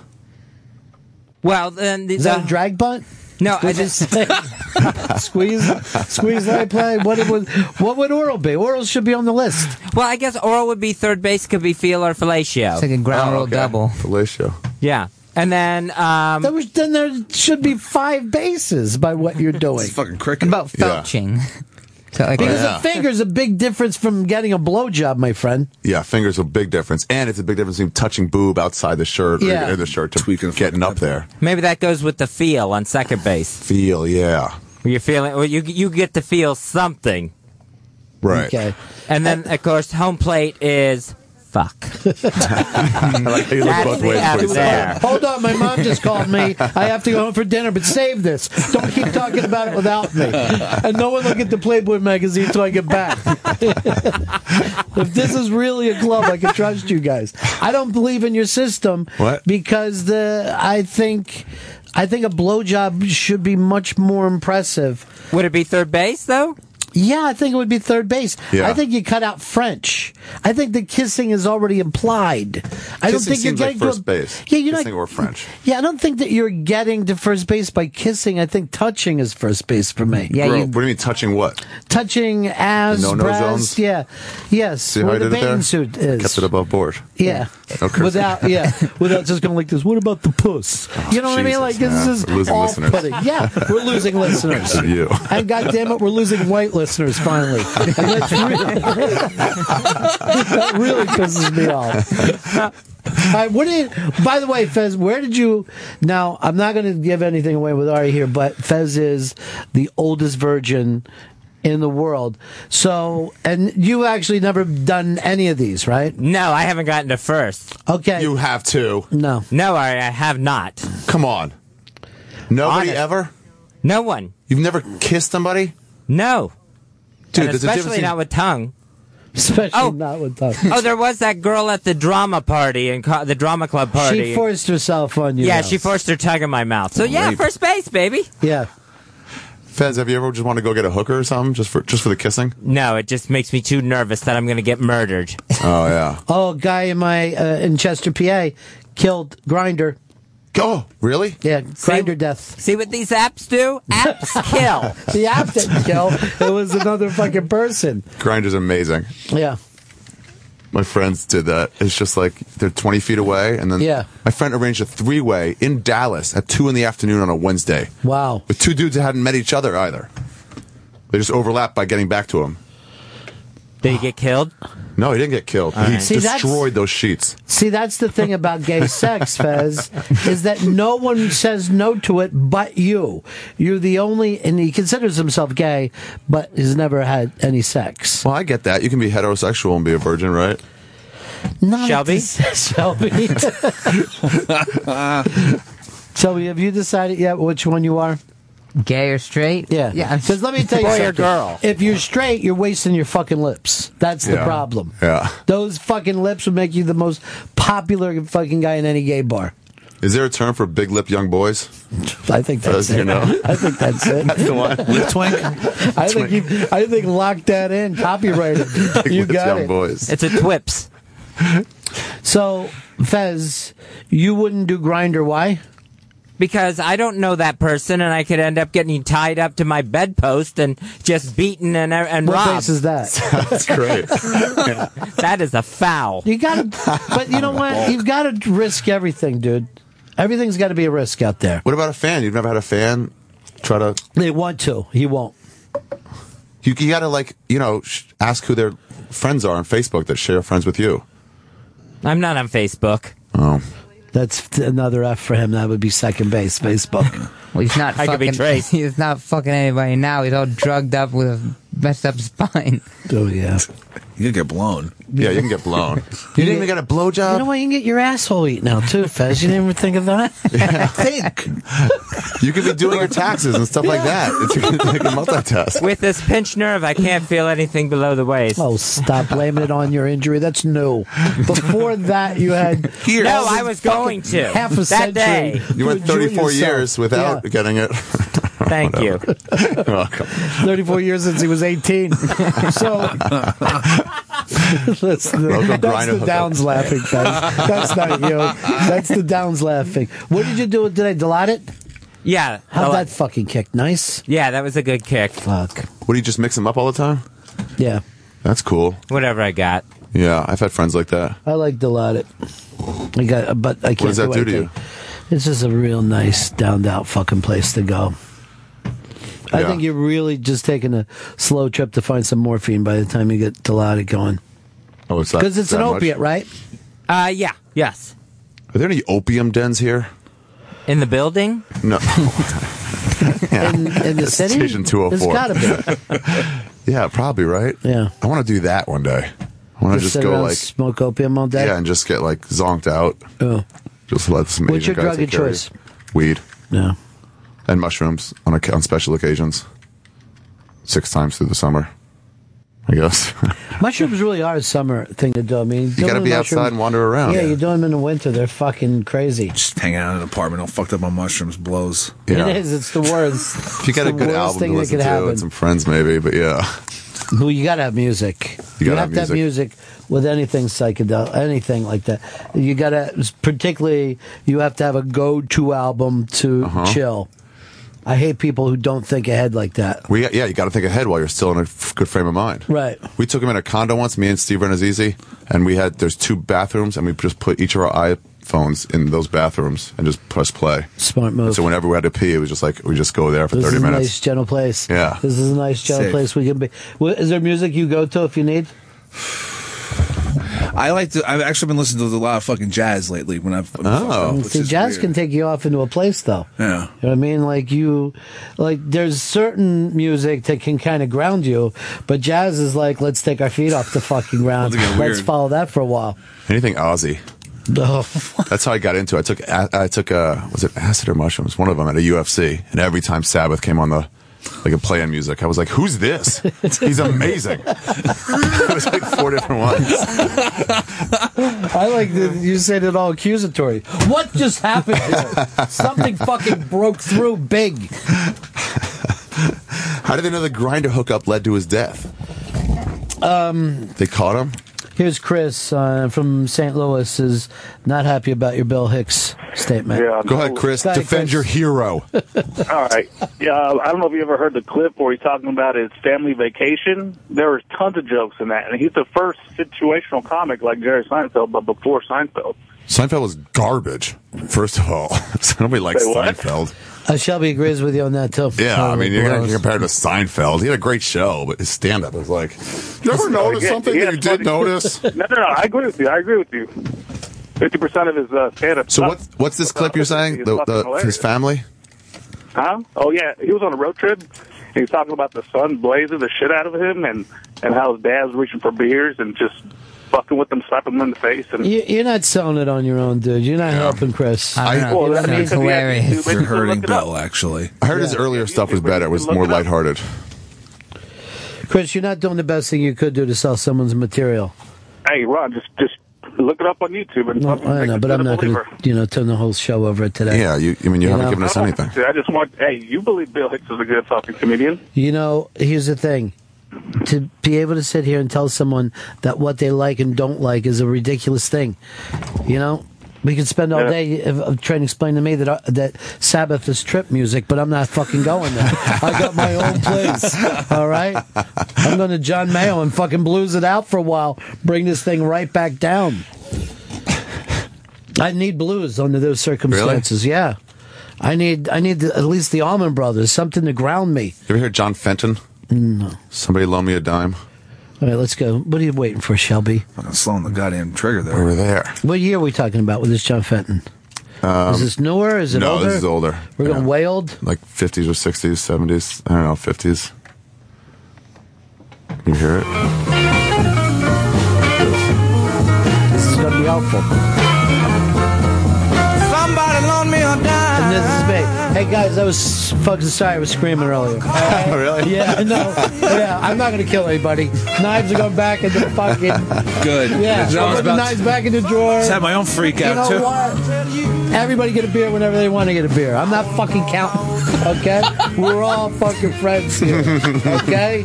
[SPEAKER 7] Well, then the, uh,
[SPEAKER 5] Is that
[SPEAKER 7] the-
[SPEAKER 5] a drag bunt?
[SPEAKER 7] No, I
[SPEAKER 5] Would you
[SPEAKER 7] just-
[SPEAKER 5] say- squeeze, squeeze, let it play. What it would, what would oral be? Oral should be on the list.
[SPEAKER 7] well, I guess oral would be third base, could be feel or fellatio. Oh,
[SPEAKER 4] It's like a ground rule double.
[SPEAKER 2] Fellatio.
[SPEAKER 7] Yeah. And then um,
[SPEAKER 5] there was, then there should be five bases by what you're doing.
[SPEAKER 9] fucking cricket.
[SPEAKER 4] About felching.
[SPEAKER 5] because
[SPEAKER 2] Yeah.
[SPEAKER 5] a finger's a big difference from getting a blowjob, my friend.
[SPEAKER 2] Yeah, fingers a big difference, and it's a big difference between touching boob outside the shirt or
[SPEAKER 5] Yeah.
[SPEAKER 2] in the shirt to getting up there.
[SPEAKER 7] maybe that goes with the feel on second base.
[SPEAKER 2] Feel, yeah,
[SPEAKER 7] where you're feeling, or you you get to feel something.
[SPEAKER 2] right.
[SPEAKER 7] And then of course home plate is fuck.
[SPEAKER 2] I like how you look
[SPEAKER 7] That's
[SPEAKER 2] both
[SPEAKER 7] the
[SPEAKER 2] ways
[SPEAKER 7] F
[SPEAKER 2] when you say
[SPEAKER 7] there.
[SPEAKER 2] that.
[SPEAKER 5] Hold on, my mom just called me. I have to go home for dinner, but save this. Don't keep talking about it without me. And no one will get the Playboy magazine until I get back. if this is really a club, I can trust you guys. I don't believe in your system
[SPEAKER 3] What?
[SPEAKER 5] because the I think I think a blowjob should be much more impressive.
[SPEAKER 7] Would it be third base though?
[SPEAKER 5] Yeah, I think it would be third base.
[SPEAKER 3] Yeah.
[SPEAKER 5] I think you cut out French. I think the kissing is already implied. I
[SPEAKER 2] Kissing
[SPEAKER 5] don't think you're
[SPEAKER 2] seems like
[SPEAKER 5] getting
[SPEAKER 2] first
[SPEAKER 5] to a-
[SPEAKER 2] base.
[SPEAKER 5] Yeah, you're
[SPEAKER 2] Kissing
[SPEAKER 5] not,
[SPEAKER 2] or French.
[SPEAKER 5] yeah, I don't think that you're getting to first base by kissing. I think touching is first base for me.
[SPEAKER 2] Bro, what do you mean touching what?
[SPEAKER 5] touching ass,
[SPEAKER 2] No-no
[SPEAKER 5] breasts,
[SPEAKER 2] zones?
[SPEAKER 5] yeah, yes,
[SPEAKER 2] See how I
[SPEAKER 5] where the
[SPEAKER 2] did it
[SPEAKER 5] bathing
[SPEAKER 2] there?
[SPEAKER 5] suit is.
[SPEAKER 2] Kept it above board.
[SPEAKER 5] Yeah,
[SPEAKER 2] No cursing.
[SPEAKER 5] without yeah, without just going like this. What about the puss? You know what I mean?
[SPEAKER 2] Oh, Jesus,
[SPEAKER 5] Like this
[SPEAKER 2] man.
[SPEAKER 5] is
[SPEAKER 2] We're losing
[SPEAKER 5] all
[SPEAKER 2] listeners.
[SPEAKER 5] putting. Yeah, we're losing listeners.
[SPEAKER 2] To you.
[SPEAKER 5] And goddamn it, we're losing white listeners finally. And that's really, that really pisses me off. All right, what did? By the way, Fez, where did you? Now, I'm not going to give anything away with Ari here, but Fez is the oldest virgin in the world. So, and you actually never done any of these, right?
[SPEAKER 7] No, I haven't gotten to first.
[SPEAKER 5] Okay. You
[SPEAKER 2] have to.
[SPEAKER 5] No.
[SPEAKER 7] No, I, I have not.
[SPEAKER 2] Come on. Nobody
[SPEAKER 7] Honest.
[SPEAKER 2] ever?
[SPEAKER 7] No one.
[SPEAKER 2] You've never kissed somebody?
[SPEAKER 7] No.
[SPEAKER 2] Dude,
[SPEAKER 7] And
[SPEAKER 2] there's a difference
[SPEAKER 7] especially
[SPEAKER 2] in-
[SPEAKER 7] not with tongue.
[SPEAKER 5] Especially
[SPEAKER 7] oh,
[SPEAKER 5] not with tongue.
[SPEAKER 7] oh, there was that girl at the drama party and co- the drama club party.
[SPEAKER 5] She forced herself on you.
[SPEAKER 7] yeah,
[SPEAKER 5] though.
[SPEAKER 7] she forced her tongue in my mouth. So yeah,
[SPEAKER 2] Rape.
[SPEAKER 7] first base, baby.
[SPEAKER 5] Yeah.
[SPEAKER 2] Fez, have you ever just wanted to go get a hooker or something just for just for the kissing?
[SPEAKER 7] No, it just makes me too nervous that I'm going to get murdered.
[SPEAKER 2] Oh yeah.
[SPEAKER 5] Oh, a guy in my uh, in Chester, PA, killed grinder.
[SPEAKER 2] Go Oh, really?
[SPEAKER 5] Yeah, grinder death.
[SPEAKER 7] See what these apps do? Apps kill.
[SPEAKER 5] the app didn't kill. It was another fucking person.
[SPEAKER 2] Grinder's amazing.
[SPEAKER 5] Yeah.
[SPEAKER 2] My friends did that. It's just like they're 20 feet away, and then
[SPEAKER 5] Yeah.
[SPEAKER 2] my friend arranged a three-way in Dallas at two in the afternoon on a Wednesday
[SPEAKER 5] Wow.
[SPEAKER 2] with two dudes that hadn't met each other either. They just overlapped by getting back to him.
[SPEAKER 7] Did he get killed?
[SPEAKER 2] No, he didn't get killed.
[SPEAKER 5] All
[SPEAKER 2] He
[SPEAKER 5] right. See, that's-
[SPEAKER 2] destroyed those sheets.
[SPEAKER 5] See, that's the thing about gay sex, Fez, is that no one says no to it but you. You're the only, and he considers himself gay, but he's never had any sex.
[SPEAKER 2] Well, I get that. You can be heterosexual and be a virgin, right?
[SPEAKER 5] Not
[SPEAKER 2] Shelby?
[SPEAKER 5] Shelby. Shelby, have you decided yet which one you are?
[SPEAKER 4] Gay or straight?
[SPEAKER 5] Yeah.
[SPEAKER 4] Yeah.
[SPEAKER 5] Because let me tell you
[SPEAKER 4] Boy or
[SPEAKER 5] something.
[SPEAKER 4] girl?
[SPEAKER 5] If you're straight, you're wasting your fucking lips. That's the
[SPEAKER 2] Yeah.
[SPEAKER 5] problem.
[SPEAKER 2] Yeah.
[SPEAKER 5] Those fucking lips would make you the most popular fucking guy in any gay bar.
[SPEAKER 2] Is there a term for big lip young boys?
[SPEAKER 5] I think that's
[SPEAKER 2] You
[SPEAKER 5] it.
[SPEAKER 2] know?
[SPEAKER 5] I think that's it.
[SPEAKER 2] That's the one. Lip twink?
[SPEAKER 5] I think you, I think lock that in, copyright it.
[SPEAKER 2] Big
[SPEAKER 5] You
[SPEAKER 2] lips,
[SPEAKER 5] got
[SPEAKER 2] young
[SPEAKER 5] it.
[SPEAKER 2] boys.
[SPEAKER 7] It's a twips.
[SPEAKER 5] So, Fez, You wouldn't do grinder. Why?
[SPEAKER 7] Because I don't know that person, and I could end up getting tied up to my bedpost and just beaten and uh, and
[SPEAKER 5] What
[SPEAKER 7] robbed.
[SPEAKER 5] base is that? Sounds
[SPEAKER 2] great.
[SPEAKER 7] that is a foul.
[SPEAKER 5] You got to, but you know what? You've got to risk everything, dude. Everything's got to be a risk out there.
[SPEAKER 2] What about a fan? You've never had a fan try to.
[SPEAKER 5] They want to. He won't.
[SPEAKER 2] You, you gotta like you know sh- ask who their friends are on Facebook that share friends with you.
[SPEAKER 7] I'm not on Facebook.
[SPEAKER 2] Oh,
[SPEAKER 5] That's t- another F for him. That would be second base, Facebook.
[SPEAKER 4] well, he's not fucking, He's not fucking anybody now. He's all drugged up with a messed up spine.
[SPEAKER 5] Oh yeah.
[SPEAKER 9] You can get blown.
[SPEAKER 2] Yeah, you can get blown. you didn't even get a blowjob.
[SPEAKER 5] You know what? You can get your asshole eaten out too, Fez. You didn't even think of that.
[SPEAKER 9] think.
[SPEAKER 2] You could be doing your taxes and stuff like that. It's, you can you can multitask.
[SPEAKER 7] With this pinched nerve, I can't feel anything below the waist.
[SPEAKER 5] Oh, stop blaming it on your injury. That's new. Before that, you had
[SPEAKER 7] No,
[SPEAKER 5] all
[SPEAKER 7] I
[SPEAKER 5] this
[SPEAKER 7] was
[SPEAKER 5] fucking
[SPEAKER 7] going to.
[SPEAKER 5] half a
[SPEAKER 7] That
[SPEAKER 5] century.
[SPEAKER 7] day.
[SPEAKER 2] You went
[SPEAKER 5] to enjoy
[SPEAKER 2] 34
[SPEAKER 5] yourself.
[SPEAKER 2] years without
[SPEAKER 5] Yeah.
[SPEAKER 2] getting it.
[SPEAKER 7] Thank you.
[SPEAKER 2] You're welcome.
[SPEAKER 5] 34 years since he was 18. So that's the,
[SPEAKER 2] Welcome,
[SPEAKER 5] that's
[SPEAKER 2] Grinder
[SPEAKER 5] the
[SPEAKER 2] hookup.
[SPEAKER 5] Downs laughing thing. That's not you. That's the Downs laughing. What did you do? Did I delete it?
[SPEAKER 7] Yeah.
[SPEAKER 5] How'd
[SPEAKER 7] oh,
[SPEAKER 5] that fucking kick? Nice?
[SPEAKER 7] Yeah, that was a good kick.
[SPEAKER 5] Fuck.
[SPEAKER 2] What do you just mix them up all the time?
[SPEAKER 5] Yeah.
[SPEAKER 2] That's cool.
[SPEAKER 7] Whatever I got.
[SPEAKER 2] Yeah, I've had friends like that.
[SPEAKER 5] I like delete it. I got, but I can't
[SPEAKER 2] does that do to
[SPEAKER 5] anything. It's just a real nice, downed out fucking place to go. I
[SPEAKER 2] Yeah.
[SPEAKER 5] think you're really just taking a slow trip to find some morphine by the time you get Dilaudid going.
[SPEAKER 2] Oh, it's that-
[SPEAKER 5] Because it's
[SPEAKER 2] that
[SPEAKER 5] an
[SPEAKER 2] much?
[SPEAKER 5] opiate, right?
[SPEAKER 7] Uh, yeah. Yes.
[SPEAKER 2] Are there any opium dens here?
[SPEAKER 7] In the building?
[SPEAKER 2] No. Yeah.
[SPEAKER 5] In, in the city?
[SPEAKER 2] Station 204.
[SPEAKER 5] There's gotta
[SPEAKER 2] be. yeah, probably, right?
[SPEAKER 5] Yeah. I
[SPEAKER 2] want to do that one day. I want to just
[SPEAKER 5] sit
[SPEAKER 2] go
[SPEAKER 5] around,
[SPEAKER 2] like.
[SPEAKER 5] smoke opium all day.
[SPEAKER 2] Yeah, and just get like zonked out.
[SPEAKER 5] Oh.
[SPEAKER 2] Just let some
[SPEAKER 5] What's
[SPEAKER 2] Asian
[SPEAKER 5] your
[SPEAKER 2] guy
[SPEAKER 5] drug
[SPEAKER 2] take
[SPEAKER 5] of
[SPEAKER 2] care of
[SPEAKER 5] choice?
[SPEAKER 2] you. Weed.
[SPEAKER 5] Yeah.
[SPEAKER 2] And mushrooms on, a, on special occasions. Six times through the summer, I guess.
[SPEAKER 5] Mushrooms really are a summer thing to do. I
[SPEAKER 2] You
[SPEAKER 5] mean,
[SPEAKER 2] gotta
[SPEAKER 5] doing
[SPEAKER 2] be
[SPEAKER 5] mushrooms-
[SPEAKER 2] outside and wander around.
[SPEAKER 5] Yeah,
[SPEAKER 2] Yeah.
[SPEAKER 5] you do them in the winter. They're fucking crazy.
[SPEAKER 9] Just hanging out in an apartment, all fucked up on mushrooms, blows.
[SPEAKER 5] It is. It's the worst.
[SPEAKER 2] If you got
[SPEAKER 5] It's
[SPEAKER 2] a
[SPEAKER 5] the
[SPEAKER 2] good
[SPEAKER 5] worst
[SPEAKER 2] album
[SPEAKER 5] thing
[SPEAKER 2] to
[SPEAKER 5] that
[SPEAKER 2] listen
[SPEAKER 5] could
[SPEAKER 2] to
[SPEAKER 5] happen.
[SPEAKER 2] and some friends, maybe, but yeah.
[SPEAKER 5] Well, you gotta have music.
[SPEAKER 2] You
[SPEAKER 5] You,
[SPEAKER 2] gotta
[SPEAKER 5] have, to have music with anything psychedelic, anything like that. You gotta, particularly, you have to have a go-to album to
[SPEAKER 2] Uh-huh.
[SPEAKER 5] chill. I hate people who don't think ahead like that.
[SPEAKER 2] We yeah, you got to think ahead while you're still in a f- good frame of mind.
[SPEAKER 5] Right.
[SPEAKER 2] We took him in a condo once, me and Steve Renazizi, and we had there's two bathrooms, and we just put each of our iPhones in those bathrooms and just press play.
[SPEAKER 5] Smart move.
[SPEAKER 2] so whenever we had to pee, it was just like we just go there for
[SPEAKER 5] This
[SPEAKER 2] thirty
[SPEAKER 5] is a
[SPEAKER 2] minutes.
[SPEAKER 5] nice, gentle place.
[SPEAKER 2] Yeah.
[SPEAKER 5] This is a nice, gentle
[SPEAKER 2] Safe.
[SPEAKER 5] place we can be. Wha- Is there music you go to if you need?
[SPEAKER 9] I like to. I've actually been listening to a lot of fucking jazz lately. When I've when I'm
[SPEAKER 2] Oh.
[SPEAKER 9] fucked up, which
[SPEAKER 5] See,
[SPEAKER 9] is
[SPEAKER 5] jazz
[SPEAKER 9] weird.
[SPEAKER 5] can take you off into a place, though.
[SPEAKER 9] Yeah.
[SPEAKER 5] You know what I mean? Like you, like there's certain music that can kind of ground you, but jazz is like, let's take our feet off the fucking ground.
[SPEAKER 2] Let's get
[SPEAKER 5] let's
[SPEAKER 2] weird.
[SPEAKER 5] follow that for a while.
[SPEAKER 2] Anything Aussie.
[SPEAKER 5] Oh.
[SPEAKER 2] That's how I got into. it. I took a- I took uh was it acid or mushrooms? One of them at a UFC, and every time Sabbath came on the like a play on music, I was like, "Who's this? He's amazing." it was like four different ones.
[SPEAKER 5] I like that you said it all accusatory. What just happened here? Something fucking broke through big.
[SPEAKER 2] How did they know the grinder hookup led to his death?
[SPEAKER 5] Um,
[SPEAKER 2] They caught him.
[SPEAKER 5] here's Chris uh, from St. Louis is not happy about your Bill Hicks statement.
[SPEAKER 2] Yeah, Go ahead, Chris.
[SPEAKER 5] Go ahead,
[SPEAKER 2] Defend
[SPEAKER 5] Chris.
[SPEAKER 2] your hero.
[SPEAKER 16] All right. Yeah, I don't know if you ever heard the clip where he's talking about his family vacation. There were tons of jokes in that, and he's the first situational comic like Jerry Seinfeld, but before Seinfeld.
[SPEAKER 2] Seinfeld was garbage. First of all, So nobody likes
[SPEAKER 5] Say what?
[SPEAKER 2] Seinfeld.
[SPEAKER 5] Uh, Shelby agrees with you on that too.
[SPEAKER 2] Yeah, I mean, you're gonna
[SPEAKER 5] Gross.
[SPEAKER 2] compare it to Seinfeld. He had a great show, but his stand-up was like, you ever notice
[SPEAKER 16] Yeah,
[SPEAKER 2] something
[SPEAKER 16] he
[SPEAKER 2] that
[SPEAKER 16] had
[SPEAKER 2] you did
[SPEAKER 16] funny-
[SPEAKER 2] notice?
[SPEAKER 16] no, no, no. I agree with you. I agree with you. Fifty percent of his uh, stand-up. uh,
[SPEAKER 2] So what? What's this clip you're saying? The, the, his family?
[SPEAKER 16] Huh? Oh yeah, he was on a road trip. He was talking about the sun blazing the shit out of him, and and how his dad's reaching for beers and just fucking with him, slapping him in the face, and
[SPEAKER 5] You, you're not selling it on your own, dude. You're not helping Chris.
[SPEAKER 16] Well, that's because he had- he-
[SPEAKER 9] You're
[SPEAKER 16] he-
[SPEAKER 9] hurting Bill. Actually,
[SPEAKER 2] I heard his earlier stuff was better. It was more lighthearted.
[SPEAKER 5] Chris, you're not doing the best thing you could do to sell someone's material.
[SPEAKER 16] Hey, Ron, just just look it up on YouTube and fucking
[SPEAKER 5] I
[SPEAKER 16] make
[SPEAKER 5] know,
[SPEAKER 16] us
[SPEAKER 5] but
[SPEAKER 16] a
[SPEAKER 5] I'm not going
[SPEAKER 16] believer.
[SPEAKER 5] to, you know, turn the whole show over it today.
[SPEAKER 2] Yeah, you. I mean, you, haven't
[SPEAKER 5] know?
[SPEAKER 2] given us anything.
[SPEAKER 16] I just want. Hey, you believe Bill Hicks is a good fucking comedian?
[SPEAKER 5] You know, here's the thing. To be able to sit here and tell someone that what they like and don't like is a ridiculous thing. You know, We could spend all day uh, trying to explain to me that uh, that Sabbath is trip music, but I'm not fucking going there. I got my own place. All right, I'm going to John Mayo and fucking blues it out for a while. Bring this thing right back down. I need blues under those circumstances. Yeah, I need I need the, at least the Almond Brothers, something to ground me.
[SPEAKER 2] You ever hear John Fenton?
[SPEAKER 5] No.
[SPEAKER 2] Somebody loan me a dime.
[SPEAKER 5] All right, let's go. What are you waiting for, Shelby?
[SPEAKER 9] Fucking slowing the goddamn trigger there.
[SPEAKER 2] Over there.
[SPEAKER 5] What year are we talking about with this John Fenton?
[SPEAKER 2] Um,
[SPEAKER 5] is this newer? Is it
[SPEAKER 2] no,
[SPEAKER 5] older?
[SPEAKER 2] this is older.
[SPEAKER 5] We're going
[SPEAKER 2] Yeah.
[SPEAKER 5] way old.
[SPEAKER 2] Like 50s or 60s, 70s. I don't know, 50s. You hear it?
[SPEAKER 5] This is going to be helpful.
[SPEAKER 3] Somebody loan me a dime.
[SPEAKER 5] And this is me. Hey guys, I was fucking sorry. I was screaming earlier.
[SPEAKER 2] really?
[SPEAKER 5] Yeah, I know. Yeah, I'm not gonna kill anybody. Knives are going back in the fucking.
[SPEAKER 9] Good.
[SPEAKER 5] Yeah,
[SPEAKER 9] That's what I
[SPEAKER 5] I'll
[SPEAKER 9] was
[SPEAKER 5] put the
[SPEAKER 9] about
[SPEAKER 5] knives
[SPEAKER 9] to-
[SPEAKER 5] back in the drawer.
[SPEAKER 9] Just had my own freak
[SPEAKER 5] You
[SPEAKER 9] out,
[SPEAKER 5] know
[SPEAKER 9] too.
[SPEAKER 5] what? Everybody get a beer whenever they want to get a beer. I'm not fucking counting. Okay, we're all fucking friends here. Okay.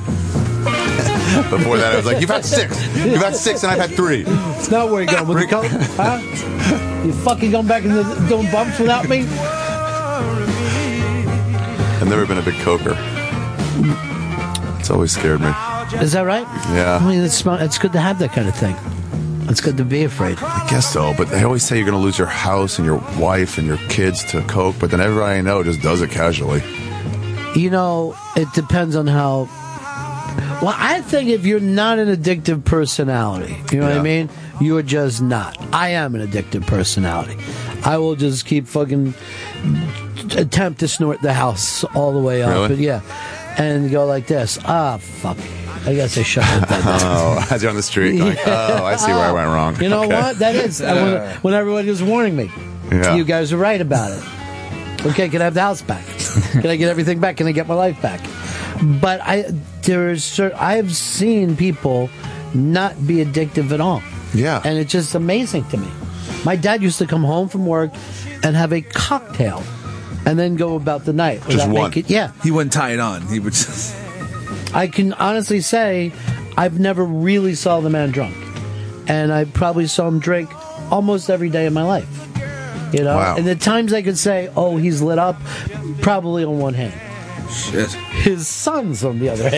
[SPEAKER 2] Before that, I was like, you've had six. You've had six, and I've had three.
[SPEAKER 5] It's not where you're going with the coke, huh? You fucking going back and doing bumps without me?
[SPEAKER 2] I've never been a big coker. It's always scared me.
[SPEAKER 5] Is that right?
[SPEAKER 2] Yeah.
[SPEAKER 5] I mean, it's it's good to have that kind of thing. It's good to be afraid.
[SPEAKER 2] I guess so, but they always say you're going to lose your house and your wife and your kids to coke, but then everybody I know just does it casually.
[SPEAKER 5] You know, it depends on how. Well, I think if you're not an addictive personality, you know what I mean? You are just not. I am an addictive personality. I will just keep fucking attempt to snort the house all the way up.
[SPEAKER 2] Really?
[SPEAKER 5] But yeah. And go like this. Ah, fuck. I guess I shut it that down.
[SPEAKER 2] Oh, as you're on the street, going,
[SPEAKER 5] Yeah.
[SPEAKER 2] oh, I see where I went wrong.
[SPEAKER 5] You know
[SPEAKER 2] Okay.
[SPEAKER 5] what? That is I wanna- when everybody was warning me.
[SPEAKER 2] Yeah.
[SPEAKER 5] You guys are right about it. Okay, can I have the house back? Can I get everything back? Can I get my life back? But I there is cer- I've seen people not be addictive at all.
[SPEAKER 2] Yeah.
[SPEAKER 5] And it's just amazing to me. My dad used to come home from work and have a cocktail and then go about the night.
[SPEAKER 9] Just
[SPEAKER 5] without
[SPEAKER 9] one.
[SPEAKER 5] making- yeah.
[SPEAKER 9] He wouldn't tie it on. He would just.
[SPEAKER 5] I can honestly say I've never really saw the man drunk. And I probably saw him drink almost every day of my life. You know?
[SPEAKER 9] Wow.
[SPEAKER 5] And the times I could say, oh, he's lit up, probably on one hand.
[SPEAKER 9] Shit.
[SPEAKER 5] His sons, on the other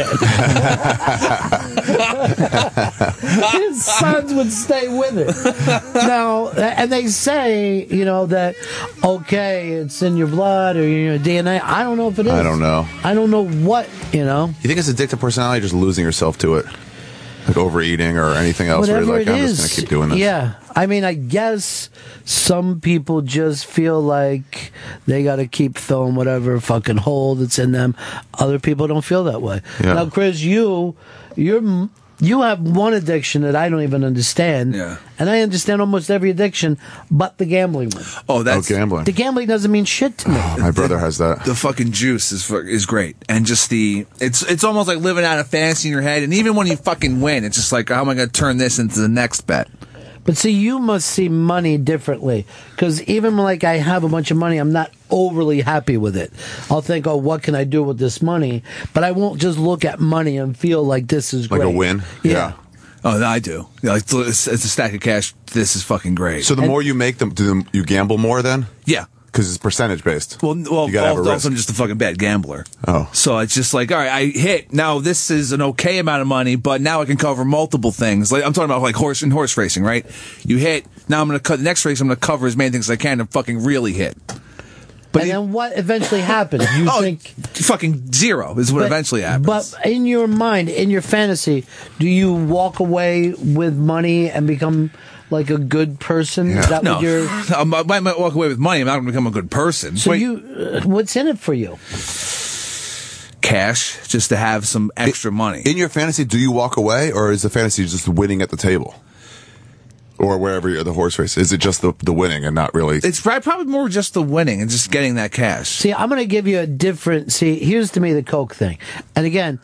[SPEAKER 5] hand, his sons would stay with it. Now, and they say, you know, that okay, it's in your blood or your DNA. I don't know if it is.
[SPEAKER 2] I don't know.
[SPEAKER 5] I don't know what you know.
[SPEAKER 2] You think it's addictive personality, or just losing yourself to it, like overeating or anything else? where
[SPEAKER 5] Whatever
[SPEAKER 2] you're like,
[SPEAKER 5] it
[SPEAKER 2] I'm
[SPEAKER 5] is,
[SPEAKER 2] just gonna keep doing this.
[SPEAKER 5] Yeah, I mean, I guess some people just feel like they got to keep filling whatever fucking hole that's in them. Other people don't feel that way.
[SPEAKER 3] Yeah.
[SPEAKER 5] Now, Chris, you, you're. m- You have one addiction that I don't even understand,
[SPEAKER 9] Yeah.
[SPEAKER 5] and I understand almost every addiction, but the gambling one.
[SPEAKER 9] Oh, that's
[SPEAKER 2] gambling.
[SPEAKER 5] The gambling doesn't mean shit to me.
[SPEAKER 2] My brother has that.
[SPEAKER 9] The fucking juice is fu- is great, and just the it's it's almost like living out a fantasy in your head. And even when you fucking win, it's just like how am I going to turn this into the next bet?
[SPEAKER 5] But see, you must see money differently. Because even like I have a bunch of money, I'm not overly happy with it. I'll think, oh, what can I do with this money? But I won't just look at money and feel like this is great.
[SPEAKER 9] Yeah. Oh, no, I do. Yeah, like, it's, it's a stack of cash. This is fucking great.
[SPEAKER 2] So the more you make them, do them, you gamble more then?
[SPEAKER 9] Yeah.
[SPEAKER 2] Because it's percentage based.
[SPEAKER 9] Well, well,
[SPEAKER 2] you gotta have a
[SPEAKER 9] also,
[SPEAKER 2] risk.
[SPEAKER 9] I'm just a fucking bad gambler.
[SPEAKER 2] Oh.
[SPEAKER 9] So it's just like, all right, I hit. Now this is an okay amount of money, but now I can cover multiple things. Like I'm talking about like horse and horse racing, right? You hit. Now I'm going to cut the next race. I'm going to cover as many things as I can and fucking really hit.
[SPEAKER 5] and then what eventually happens? You think
[SPEAKER 9] Oh, fucking zero is what
[SPEAKER 5] But-
[SPEAKER 9] eventually happens.
[SPEAKER 5] But in your mind, in your fantasy, do you walk away with money and become like a good person? Is that
[SPEAKER 9] no,
[SPEAKER 5] what you're
[SPEAKER 9] I'm- I might, might walk away with money. I'm not going to become a good person.
[SPEAKER 5] So
[SPEAKER 9] Wait,
[SPEAKER 5] you, uh, what's in it for you?
[SPEAKER 9] cash just to have some extra money.
[SPEAKER 2] In your fantasy, do you walk away, or is the fantasy just winning at the table, or wherever you're the horse race? Is it just the the winning and not really?
[SPEAKER 9] It's prob- probably more just the winning and just getting that cash.
[SPEAKER 5] See, I'm going to give you a different. See, here's to me the Coke thing. And again,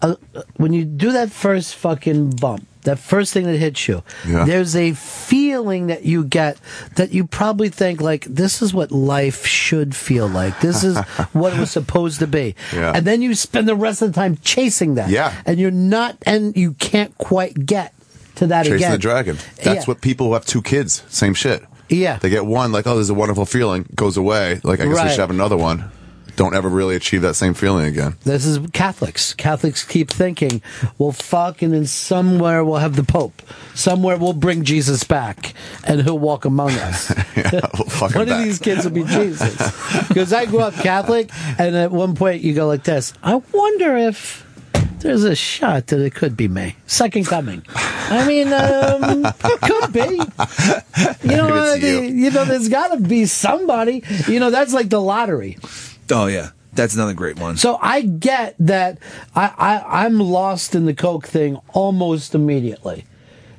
[SPEAKER 5] uh, uh, when you do that first fucking bump, that first thing that hits you,
[SPEAKER 3] Yeah.
[SPEAKER 5] there's a feeling that you get that you probably think like this is what life should feel like. This is what it was supposed to be.
[SPEAKER 3] Yeah.
[SPEAKER 5] And then you spend the rest of the time chasing that.
[SPEAKER 2] Yeah.
[SPEAKER 5] And you're not, and you can't quite get to that
[SPEAKER 2] Chasing
[SPEAKER 5] again.
[SPEAKER 2] the dragon. That's
[SPEAKER 5] Yeah.
[SPEAKER 2] what people who have two kids. Same shit.
[SPEAKER 5] Yeah.
[SPEAKER 2] They get one, like, oh, there's a wonderful feeling, goes away. Like, I guess we
[SPEAKER 5] Right.
[SPEAKER 2] should have another one. Don't ever really achieve that same feeling again.
[SPEAKER 5] This is Catholics. Catholics keep thinking, well, fuck, and then somewhere we'll have the Pope. Somewhere we'll bring Jesus back, and he'll walk among us.
[SPEAKER 2] yeah, we'll fuck him
[SPEAKER 5] One of
[SPEAKER 2] back.
[SPEAKER 5] these kids will be Jesus. Because I grew up Catholic, and at one point you go like this I wonder if there's a shot that it could be me. Second coming. I mean, um, it could be. You know,
[SPEAKER 9] Maybe it's
[SPEAKER 5] I mean, you know, there's got to be somebody. You know, that's like the lottery.
[SPEAKER 9] Oh yeah, that's another great one.
[SPEAKER 5] So I get that I, I I'm lost in the coke thing almost immediately.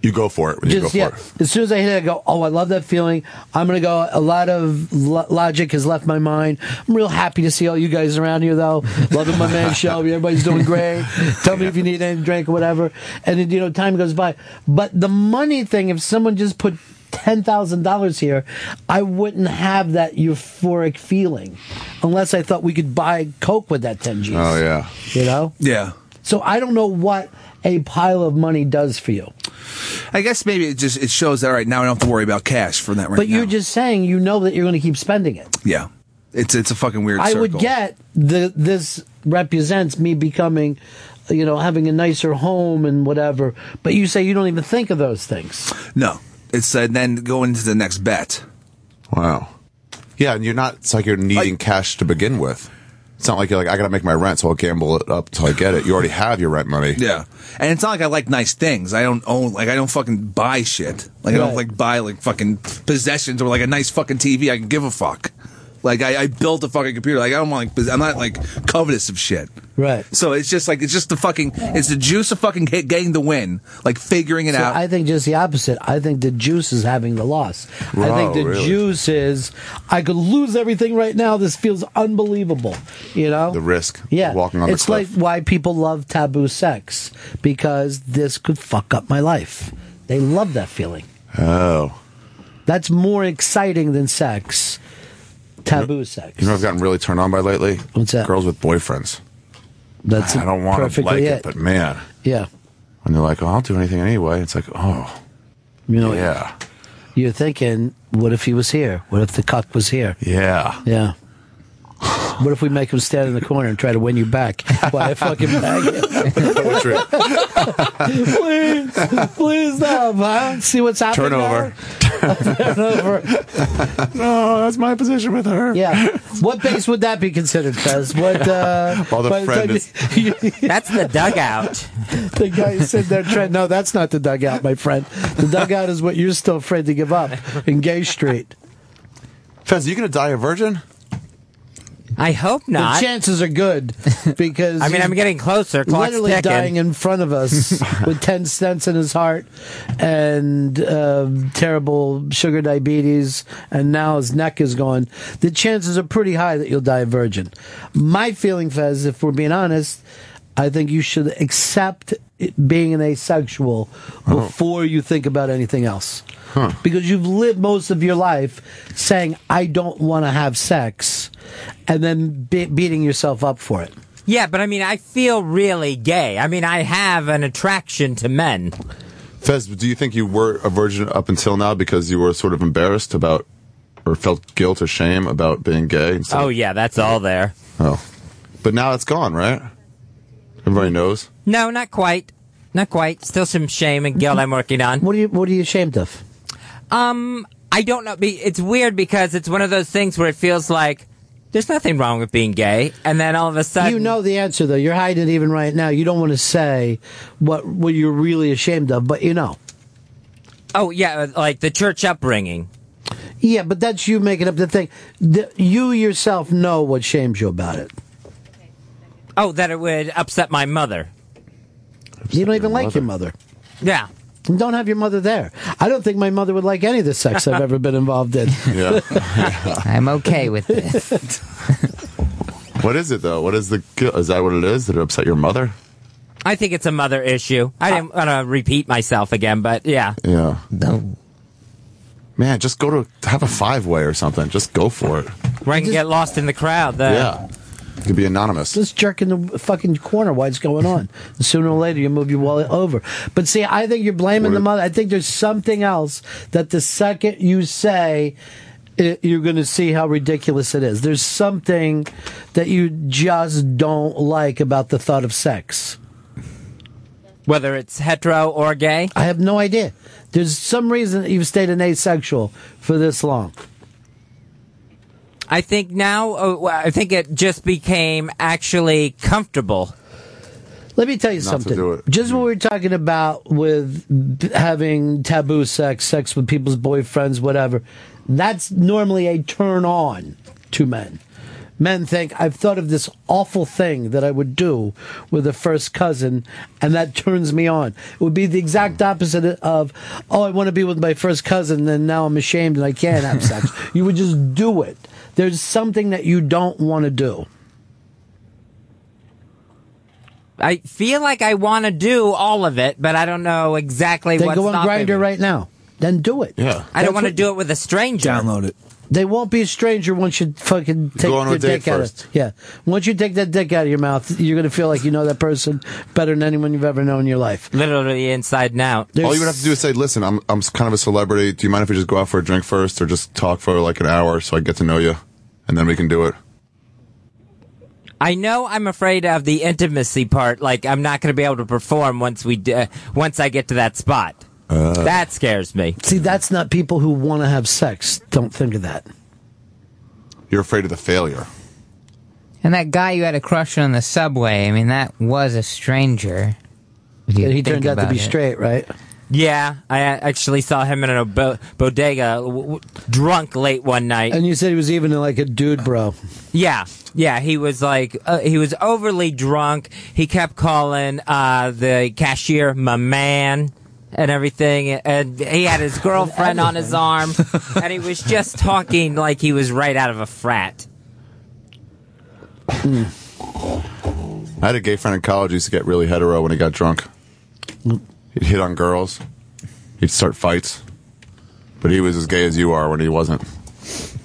[SPEAKER 2] You go for it. You go
[SPEAKER 5] Just
[SPEAKER 2] for
[SPEAKER 5] yeah,
[SPEAKER 2] it.
[SPEAKER 5] as soon as I hit it, I go, oh, I love that feeling. I'm gonna go. A lot of lo- logic has left my mind. I'm real happy to see all you guys around here, though. Loving my man Shelby. Everybody's doing great. Tell me if you need any drink or whatever. And then you know, time goes by. But the money thing, if someone just put ten thousand dollars here, I wouldn't have that euphoric feeling, unless I thought we could buy coke with that ten G's.
[SPEAKER 2] Oh, yeah.
[SPEAKER 5] You know?
[SPEAKER 9] Yeah.
[SPEAKER 5] So I don't know what a pile of money does for you.
[SPEAKER 9] I guess maybe it just it shows that all right now I don't have to worry about cash for that right
[SPEAKER 5] but
[SPEAKER 9] now.
[SPEAKER 5] you're just saying you know that you're going to keep spending it.
[SPEAKER 9] yeah, it's it's a fucking weird.
[SPEAKER 5] I
[SPEAKER 9] circle.
[SPEAKER 5] would get the this represents me becoming you know having a nicer home and whatever, but you say you don't even think of those things.
[SPEAKER 9] no. It's uh, then going to the next bet.
[SPEAKER 2] Wow. Yeah, and you're not. It's like you're needing cash to begin with. It's not like you're like I gotta make my rent, so I'll gamble it up till I get it. You already have your rent money.
[SPEAKER 9] Yeah, and it's not like I like nice things. I don't own like I don't fucking buy shit. Like I don't
[SPEAKER 2] Right.
[SPEAKER 9] like buy like fucking possessions or like a nice fucking TV. I can give a fuck. Like I, I built a fucking computer. Like I don't want like pos- I'm not like covetous of shit.
[SPEAKER 5] Right.
[SPEAKER 9] So it's just like it's just the fucking it's the juice of fucking get- getting the win. Like figuring it
[SPEAKER 5] So
[SPEAKER 9] out.
[SPEAKER 5] I think just the opposite. I think the juice is having the loss. I
[SPEAKER 9] Wow,
[SPEAKER 5] think the
[SPEAKER 9] really?
[SPEAKER 5] juice is I could lose everything right now. This feels unbelievable. You know?
[SPEAKER 2] The risk.
[SPEAKER 5] Yeah.
[SPEAKER 2] Walking on
[SPEAKER 5] it's
[SPEAKER 2] the cliff.
[SPEAKER 5] like why people love taboo sex because this could fuck up my life. They love that feeling.
[SPEAKER 2] oh.
[SPEAKER 5] That's more exciting than sex.
[SPEAKER 2] Mm-hmm.
[SPEAKER 5] Taboo sex.
[SPEAKER 2] You know what I've gotten really turned on by lately? What's that? Girls with boyfriends.
[SPEAKER 5] That's
[SPEAKER 2] I don't want to
[SPEAKER 5] perfectly
[SPEAKER 2] like it.
[SPEAKER 5] it.
[SPEAKER 2] but man,
[SPEAKER 5] Yeah.
[SPEAKER 2] when they're like, "Oh, I'll do anything anyway," it's like, oh,
[SPEAKER 5] You know,
[SPEAKER 2] yeah,
[SPEAKER 5] you're thinking, what if he was here? What if the cuck was here?
[SPEAKER 2] yeah.
[SPEAKER 5] Yeah. What if we make him stand in the corner and try to win you back? Why I fucking bag
[SPEAKER 2] Poetry.
[SPEAKER 5] please, please stop, huh? See what's happening.
[SPEAKER 2] Turnover.
[SPEAKER 5] Turnover.
[SPEAKER 2] no, that's my position with her.
[SPEAKER 5] Yeah. What base would that be considered, Fez? What? Uh,
[SPEAKER 2] Well, the
[SPEAKER 5] by
[SPEAKER 2] friend is-
[SPEAKER 5] that's the dugout. the guy sitting there trying. No, that's not the dugout, my friend. The dugout is what you're still afraid to give up in Gay Street.
[SPEAKER 2] Fez, are you gonna die a virgin?
[SPEAKER 7] I hope not.
[SPEAKER 5] The chances are good because
[SPEAKER 7] I mean,
[SPEAKER 5] he's
[SPEAKER 7] I'm getting closer. Clock's
[SPEAKER 5] literally
[SPEAKER 7] ticking.
[SPEAKER 5] dying in front of us with ten cents in his heart and uh, terrible sugar diabetes, and now his neck is gone. The chances are pretty high that you'll die a virgin. My feeling, Fez, if we're being honest, I think you should accept it being an asexual
[SPEAKER 7] Oh.
[SPEAKER 5] before you think about anything else. Because you've lived most of your life saying, I don't want to have sex, and then be- beating yourself up for it.
[SPEAKER 7] Yeah, but I mean, I feel really gay. I mean, I have an attraction to men.
[SPEAKER 2] Fez, do you think you were a virgin up until now because you were sort of embarrassed about or felt guilt or shame about being gay? and stuff?
[SPEAKER 7] Oh yeah, that's all there.
[SPEAKER 2] Oh. But now it's gone, right? Everybody knows.
[SPEAKER 7] No, not quite. Not quite. Still some shame and guilt I'm working on.
[SPEAKER 5] What are you What are you ashamed of?
[SPEAKER 7] Um, I don't know. Be- It's weird because it's one of those things where it feels like there's nothing wrong with being gay, and then all of a sudden,
[SPEAKER 5] You know the answer, though. You're hiding it even right now. You don't want to say what what you're really ashamed of, but you know.
[SPEAKER 7] oh yeah, like the church upbringing.
[SPEAKER 5] Yeah, but that's you making up the thing. The, you yourself know what shames you about it.
[SPEAKER 7] Oh, that it would upset my mother.
[SPEAKER 5] you don't even like your mother.
[SPEAKER 7] Yeah.
[SPEAKER 5] Don't have your mother there. I don't think my mother would like any of the sex I've ever been involved in.
[SPEAKER 2] Yeah.
[SPEAKER 4] I'm okay with this.
[SPEAKER 2] What is it though? What is the guilt? Is that what it is? Did it upset your mother?
[SPEAKER 7] I think it's a mother issue. I didn't want to repeat myself again, but yeah.
[SPEAKER 2] Yeah. No. Man, just go to have a five way or something. Just go for it.
[SPEAKER 7] Where I can get lost in the crowd. There.
[SPEAKER 2] yeah. You could be anonymous.
[SPEAKER 5] This jerk in the fucking corner. Why it's going on? And sooner or later, you move your wallet over. But see, I think you're blaming the mother. I think there's something else that the second you say, it, you're going to see how ridiculous it is. There's something that you just don't like about the thought of sex.
[SPEAKER 7] Whether it's hetero or gay?
[SPEAKER 5] I have no idea. There's some reason that you've stayed an asexual for this long.
[SPEAKER 7] I think now, uh, well, I think it just became actually comfortable.
[SPEAKER 5] Let me tell you
[SPEAKER 7] Not to
[SPEAKER 5] something.
[SPEAKER 7] do
[SPEAKER 5] Just what we were talking about with b- having taboo sex, sex with people's boyfriends, whatever. That's normally a turn on to men. Men think I've thought of this awful thing that I would do with a first cousin, and that turns me on. It would be the
[SPEAKER 7] Hmm.
[SPEAKER 5] exact opposite of, oh, I want to be with my first cousin, and now I'm ashamed and I can't have sex. You would just do it. There's something that you don't want to do.
[SPEAKER 7] I feel like I want to do all of it, but I don't know exactly
[SPEAKER 5] Then
[SPEAKER 7] what's
[SPEAKER 5] go on
[SPEAKER 7] stopping
[SPEAKER 5] Grinder
[SPEAKER 7] me.
[SPEAKER 5] right now. Then do it.
[SPEAKER 2] Yeah.
[SPEAKER 7] I
[SPEAKER 5] That's
[SPEAKER 7] don't want to
[SPEAKER 5] what-
[SPEAKER 7] do it with a stranger. Download
[SPEAKER 9] it.
[SPEAKER 5] They won't be a stranger once you fucking take
[SPEAKER 7] on a
[SPEAKER 5] your
[SPEAKER 7] date
[SPEAKER 5] dick out
[SPEAKER 7] first.
[SPEAKER 5] of yeah. Once you take that dick out of your mouth, you're gonna feel like you know that person better than anyone you've ever known in your life.
[SPEAKER 7] Literally inside and out.
[SPEAKER 2] All you would have to do is say, "Listen, I'm I'm kind of a celebrity. Do you mind if we just go out for a drink first, or just talk for like an hour so I get to know you, and then we can do it."
[SPEAKER 7] I know I'm afraid of the intimacy part. Like I'm not going to be able to perform once we d- uh, once I get to that spot.
[SPEAKER 5] Uh.
[SPEAKER 7] that scares me.
[SPEAKER 5] See, that's not people who want to have sex. Don't think of that.
[SPEAKER 2] You're afraid of the failure.
[SPEAKER 4] And that guy you had a crush on the subway, I mean, that was a stranger. If you
[SPEAKER 5] And he
[SPEAKER 4] think
[SPEAKER 5] turned out to
[SPEAKER 4] about
[SPEAKER 5] be
[SPEAKER 4] it.
[SPEAKER 5] straight, right?
[SPEAKER 7] Yeah, I uh, actually saw him in a bo- bodega, w- w- drunk late one night.
[SPEAKER 5] And you said he was even like a dude, bro.
[SPEAKER 7] Yeah, yeah, he was like uh, he was overly drunk. He kept calling uh, the cashier my man and everything, and he had his girlfriend on his arm, and he was just talking like he was right out of a frat.
[SPEAKER 2] I had a gay friend in college who used to get really hetero when he got drunk. He'd hit on girls. He'd start fights. But he was as gay as you are when he wasn't.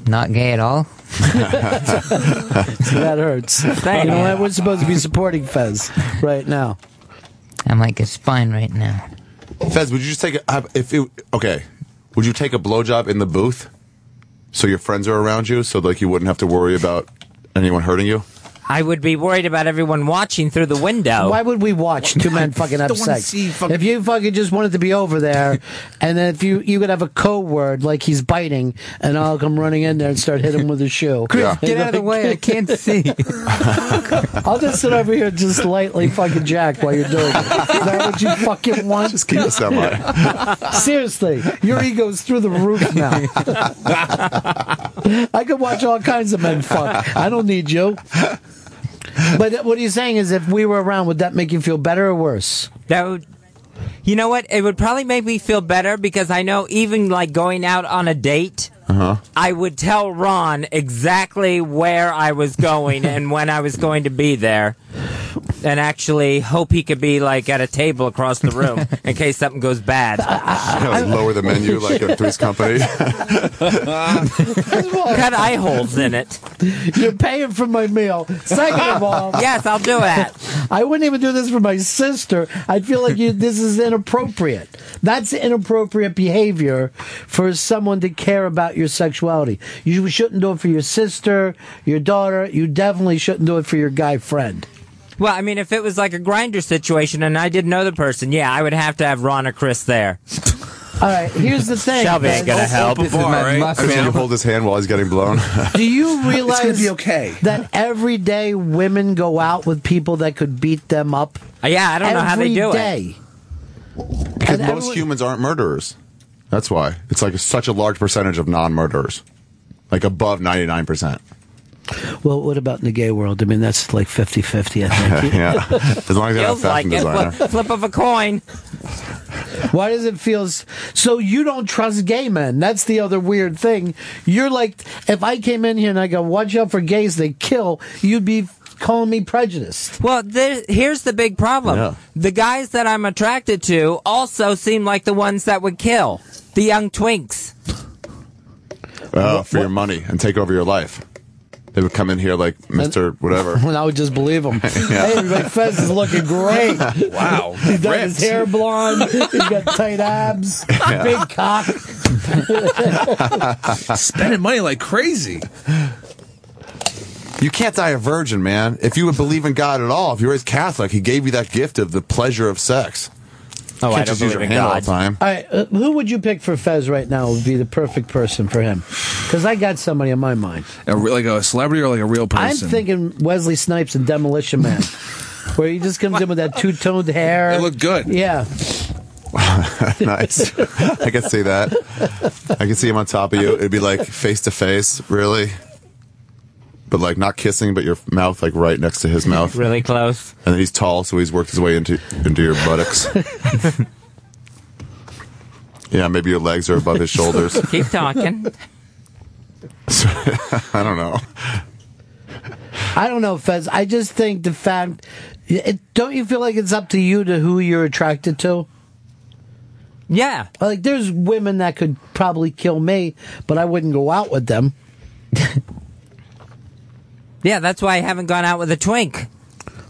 [SPEAKER 4] Not gay at all?
[SPEAKER 5] that hurts. you know what? We're supposed to be supporting Fez right now.
[SPEAKER 4] I'm like a spine right now.
[SPEAKER 2] Fez, would you just take a have- if it okay? Would you take a blowjob in the booth so your friends are around you, so like you wouldn't have to worry about anyone hurting you?
[SPEAKER 7] I would be worried about everyone watching through the
[SPEAKER 4] Oh.
[SPEAKER 7] window.
[SPEAKER 5] Why would we watch two men fucking have
[SPEAKER 7] Don't wanna
[SPEAKER 5] sex?
[SPEAKER 7] see fucking-
[SPEAKER 5] If you fucking just wanted to be over there, and then if you you could have a code word like he's biting, and I'll come running in there and start hitting him with a shoe.
[SPEAKER 4] Chris, Yeah. get out of the way, I can't see.
[SPEAKER 5] I'll just sit over here and just lightly fucking jack while you're doing it. Is that what you fucking want? Just
[SPEAKER 2] keep it semi.
[SPEAKER 5] Seriously, your ego's through the roof now. I could watch all kinds of men fuck. I don't need you. But what he's saying is, if we were around, would that make you feel better or worse?
[SPEAKER 7] That would, you know what? It would probably make me feel better because I know even like going out on a date,
[SPEAKER 3] Uh huh.
[SPEAKER 7] I would tell Ron exactly where I was going and when I was going to be there. And actually hope he could be like at a table across the room in case something goes bad.
[SPEAKER 2] like, lower the menu like at Three's Company.
[SPEAKER 7] Cut eye holes in it.
[SPEAKER 5] You're paying for my meal. Second of all,
[SPEAKER 7] Yes, I'll do it.
[SPEAKER 5] I wouldn't even do this for my sister. I feel like you, this is inappropriate. That's inappropriate behavior for someone to care about your sexuality. You shouldn't do it for your sister, your daughter. You definitely shouldn't do it for your guy friend.
[SPEAKER 7] Well, I mean, if it was like a grinder situation and I didn't know the person, yeah, I would have to have Ron or Chris there.
[SPEAKER 5] All right, here's the thing.
[SPEAKER 7] Shelby ain't gonna
[SPEAKER 5] guys.
[SPEAKER 7] help. Uh, This is my
[SPEAKER 2] I mean, you hold his hand while he's getting blown.
[SPEAKER 5] Do you realize
[SPEAKER 2] gonna be
[SPEAKER 5] okay. that every day women go out with people that could beat them up?
[SPEAKER 7] Uh, yeah, I don't know how they
[SPEAKER 5] Every
[SPEAKER 7] do
[SPEAKER 5] day.
[SPEAKER 7] it.
[SPEAKER 2] Because most humans aren't murderers. That's why it's like such a large percentage of non-murderers, like above ninety nine percent.
[SPEAKER 5] Well, what about in the gay world? I mean, that's like 50 50, I think.
[SPEAKER 2] Yeah, as long as they're not a
[SPEAKER 7] Feels like
[SPEAKER 2] fashion
[SPEAKER 7] it.
[SPEAKER 2] designer.
[SPEAKER 7] Flip, flip of a coin.
[SPEAKER 5] Why does it feel s- so? You don't trust gay men. That's the other weird thing. You're like, if I came in here and I go, watch out for gays, they kill, you'd be calling me prejudiced.
[SPEAKER 7] Well, there, here's the big problem. The guys that I'm attracted to also seem like the ones that would kill the young twinks.
[SPEAKER 2] Oh, for your money and take over your life. They would come in here like Mr. Whatever.
[SPEAKER 5] And I would just believe him.
[SPEAKER 2] Yeah.
[SPEAKER 5] Hey, my Fez is looking great.
[SPEAKER 2] Wow.
[SPEAKER 5] He's done his
[SPEAKER 2] Ripped.
[SPEAKER 5] hair blonde. He's got tight abs.
[SPEAKER 9] Yeah.
[SPEAKER 5] Big cock.
[SPEAKER 9] Spending money like crazy.
[SPEAKER 2] You can't die a virgin, man. If you would believe in God at all, if you were raised Catholic, He gave you that gift of the pleasure of sex.
[SPEAKER 7] Oh,
[SPEAKER 2] can't
[SPEAKER 7] I don't
[SPEAKER 2] just use your
[SPEAKER 7] believe in
[SPEAKER 2] hand all
[SPEAKER 7] God.
[SPEAKER 2] the time.
[SPEAKER 5] All right, uh, who would you pick for Fez right now would be the perfect person for him? Because I got somebody in my mind.
[SPEAKER 9] A re- like a celebrity or like a real person?
[SPEAKER 5] I'm thinking Wesley Snipes and Demolition Man, where he just comes in with that two toned hair. It
[SPEAKER 9] looked good.
[SPEAKER 5] Yeah.
[SPEAKER 2] nice. I could see that. I could see him on top of you. It'd be like face to face, really. But like not kissing, but your mouth like right next to his mouth,
[SPEAKER 7] really close.
[SPEAKER 2] And then he's tall, so he's worked his way into into your buttocks. yeah, maybe your legs are above his shoulders.
[SPEAKER 7] Keep talking.
[SPEAKER 2] I don't know.
[SPEAKER 5] I don't know, Fez. I just think the fact. It, don't you feel like it's up to you to who you're attracted to?
[SPEAKER 7] Yeah.
[SPEAKER 5] Like, there's women that could probably kill me, but I wouldn't go out with them.
[SPEAKER 7] Yeah, that's why I haven't gone out with a twink.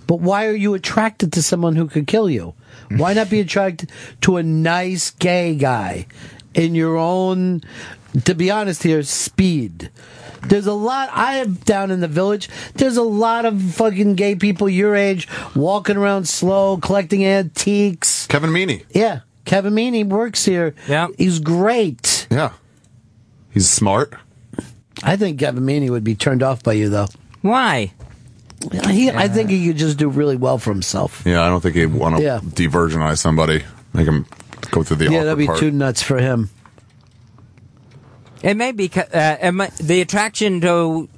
[SPEAKER 5] But why are you attracted to someone who could kill you? Why not be attracted to a nice gay guy in your own, to be honest here, speed? There's a lot, I am down in the village, there's a lot of fucking gay people your age walking around slow, collecting antiques.
[SPEAKER 2] Kevin Meaney.
[SPEAKER 5] Yeah. Kevin Meaney works here. Yeah. He's great.
[SPEAKER 2] Yeah. He's smart.
[SPEAKER 5] I think Kevin Meaney would be turned off by you, though.
[SPEAKER 7] Why?
[SPEAKER 5] He, I think he could just do really well for himself.
[SPEAKER 2] Yeah, I don't think he'd want to
[SPEAKER 5] Yeah.
[SPEAKER 2] de-virginize somebody, make him go through the
[SPEAKER 5] yeah,
[SPEAKER 2] awkward
[SPEAKER 5] that'd be
[SPEAKER 2] part.
[SPEAKER 5] too nuts for him.
[SPEAKER 7] It may be ca- uh, it might- the attraction to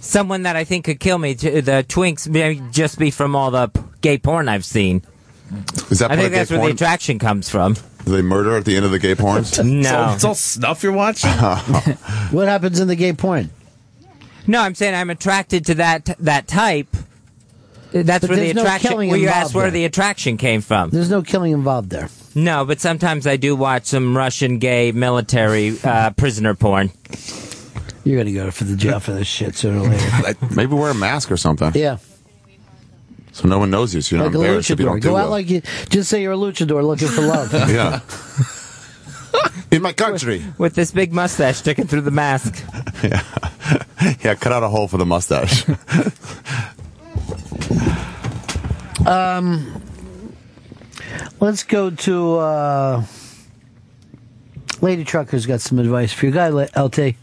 [SPEAKER 7] someone that I think could kill me. To the twinks may just be from all the p- gay porn I've seen.
[SPEAKER 2] Is that
[SPEAKER 7] I
[SPEAKER 2] part
[SPEAKER 7] think
[SPEAKER 2] of gay
[SPEAKER 7] that's where
[SPEAKER 2] porn?
[SPEAKER 7] the attraction comes from.
[SPEAKER 2] Do they murder at the end of the gay porns?
[SPEAKER 7] No. It's all- it's all
[SPEAKER 9] snuff you're watching.
[SPEAKER 5] What happens in the gay porn?
[SPEAKER 7] No, I'm saying I'm attracted to that that type. That's
[SPEAKER 5] But
[SPEAKER 7] where the
[SPEAKER 5] there's no
[SPEAKER 7] attraction.
[SPEAKER 5] killing
[SPEAKER 7] well, you
[SPEAKER 5] involved
[SPEAKER 7] asked where
[SPEAKER 5] there.
[SPEAKER 7] the attraction came from.
[SPEAKER 5] There's no killing involved there.
[SPEAKER 7] No, but sometimes I do watch some Russian gay military uh, prisoner porn.
[SPEAKER 5] You're gonna go for the jail for this shit sooner or later.
[SPEAKER 2] Maybe wear a mask or something.
[SPEAKER 5] Yeah.
[SPEAKER 2] So no one knows you, so you're
[SPEAKER 5] like a
[SPEAKER 2] not embarrassed if you
[SPEAKER 5] luchador.
[SPEAKER 2] don't
[SPEAKER 5] Go
[SPEAKER 2] do
[SPEAKER 5] out
[SPEAKER 2] well.
[SPEAKER 5] like you. Just say you're a luchador looking for love.
[SPEAKER 2] yeah. In my country.
[SPEAKER 7] With this big mustache sticking through the mask.
[SPEAKER 2] Yeah. yeah, cut out a hole for the mustache.
[SPEAKER 5] Um, let's go to uh, Lady Trucker's got some advice for you, guy Le- LT.
[SPEAKER 8] Hey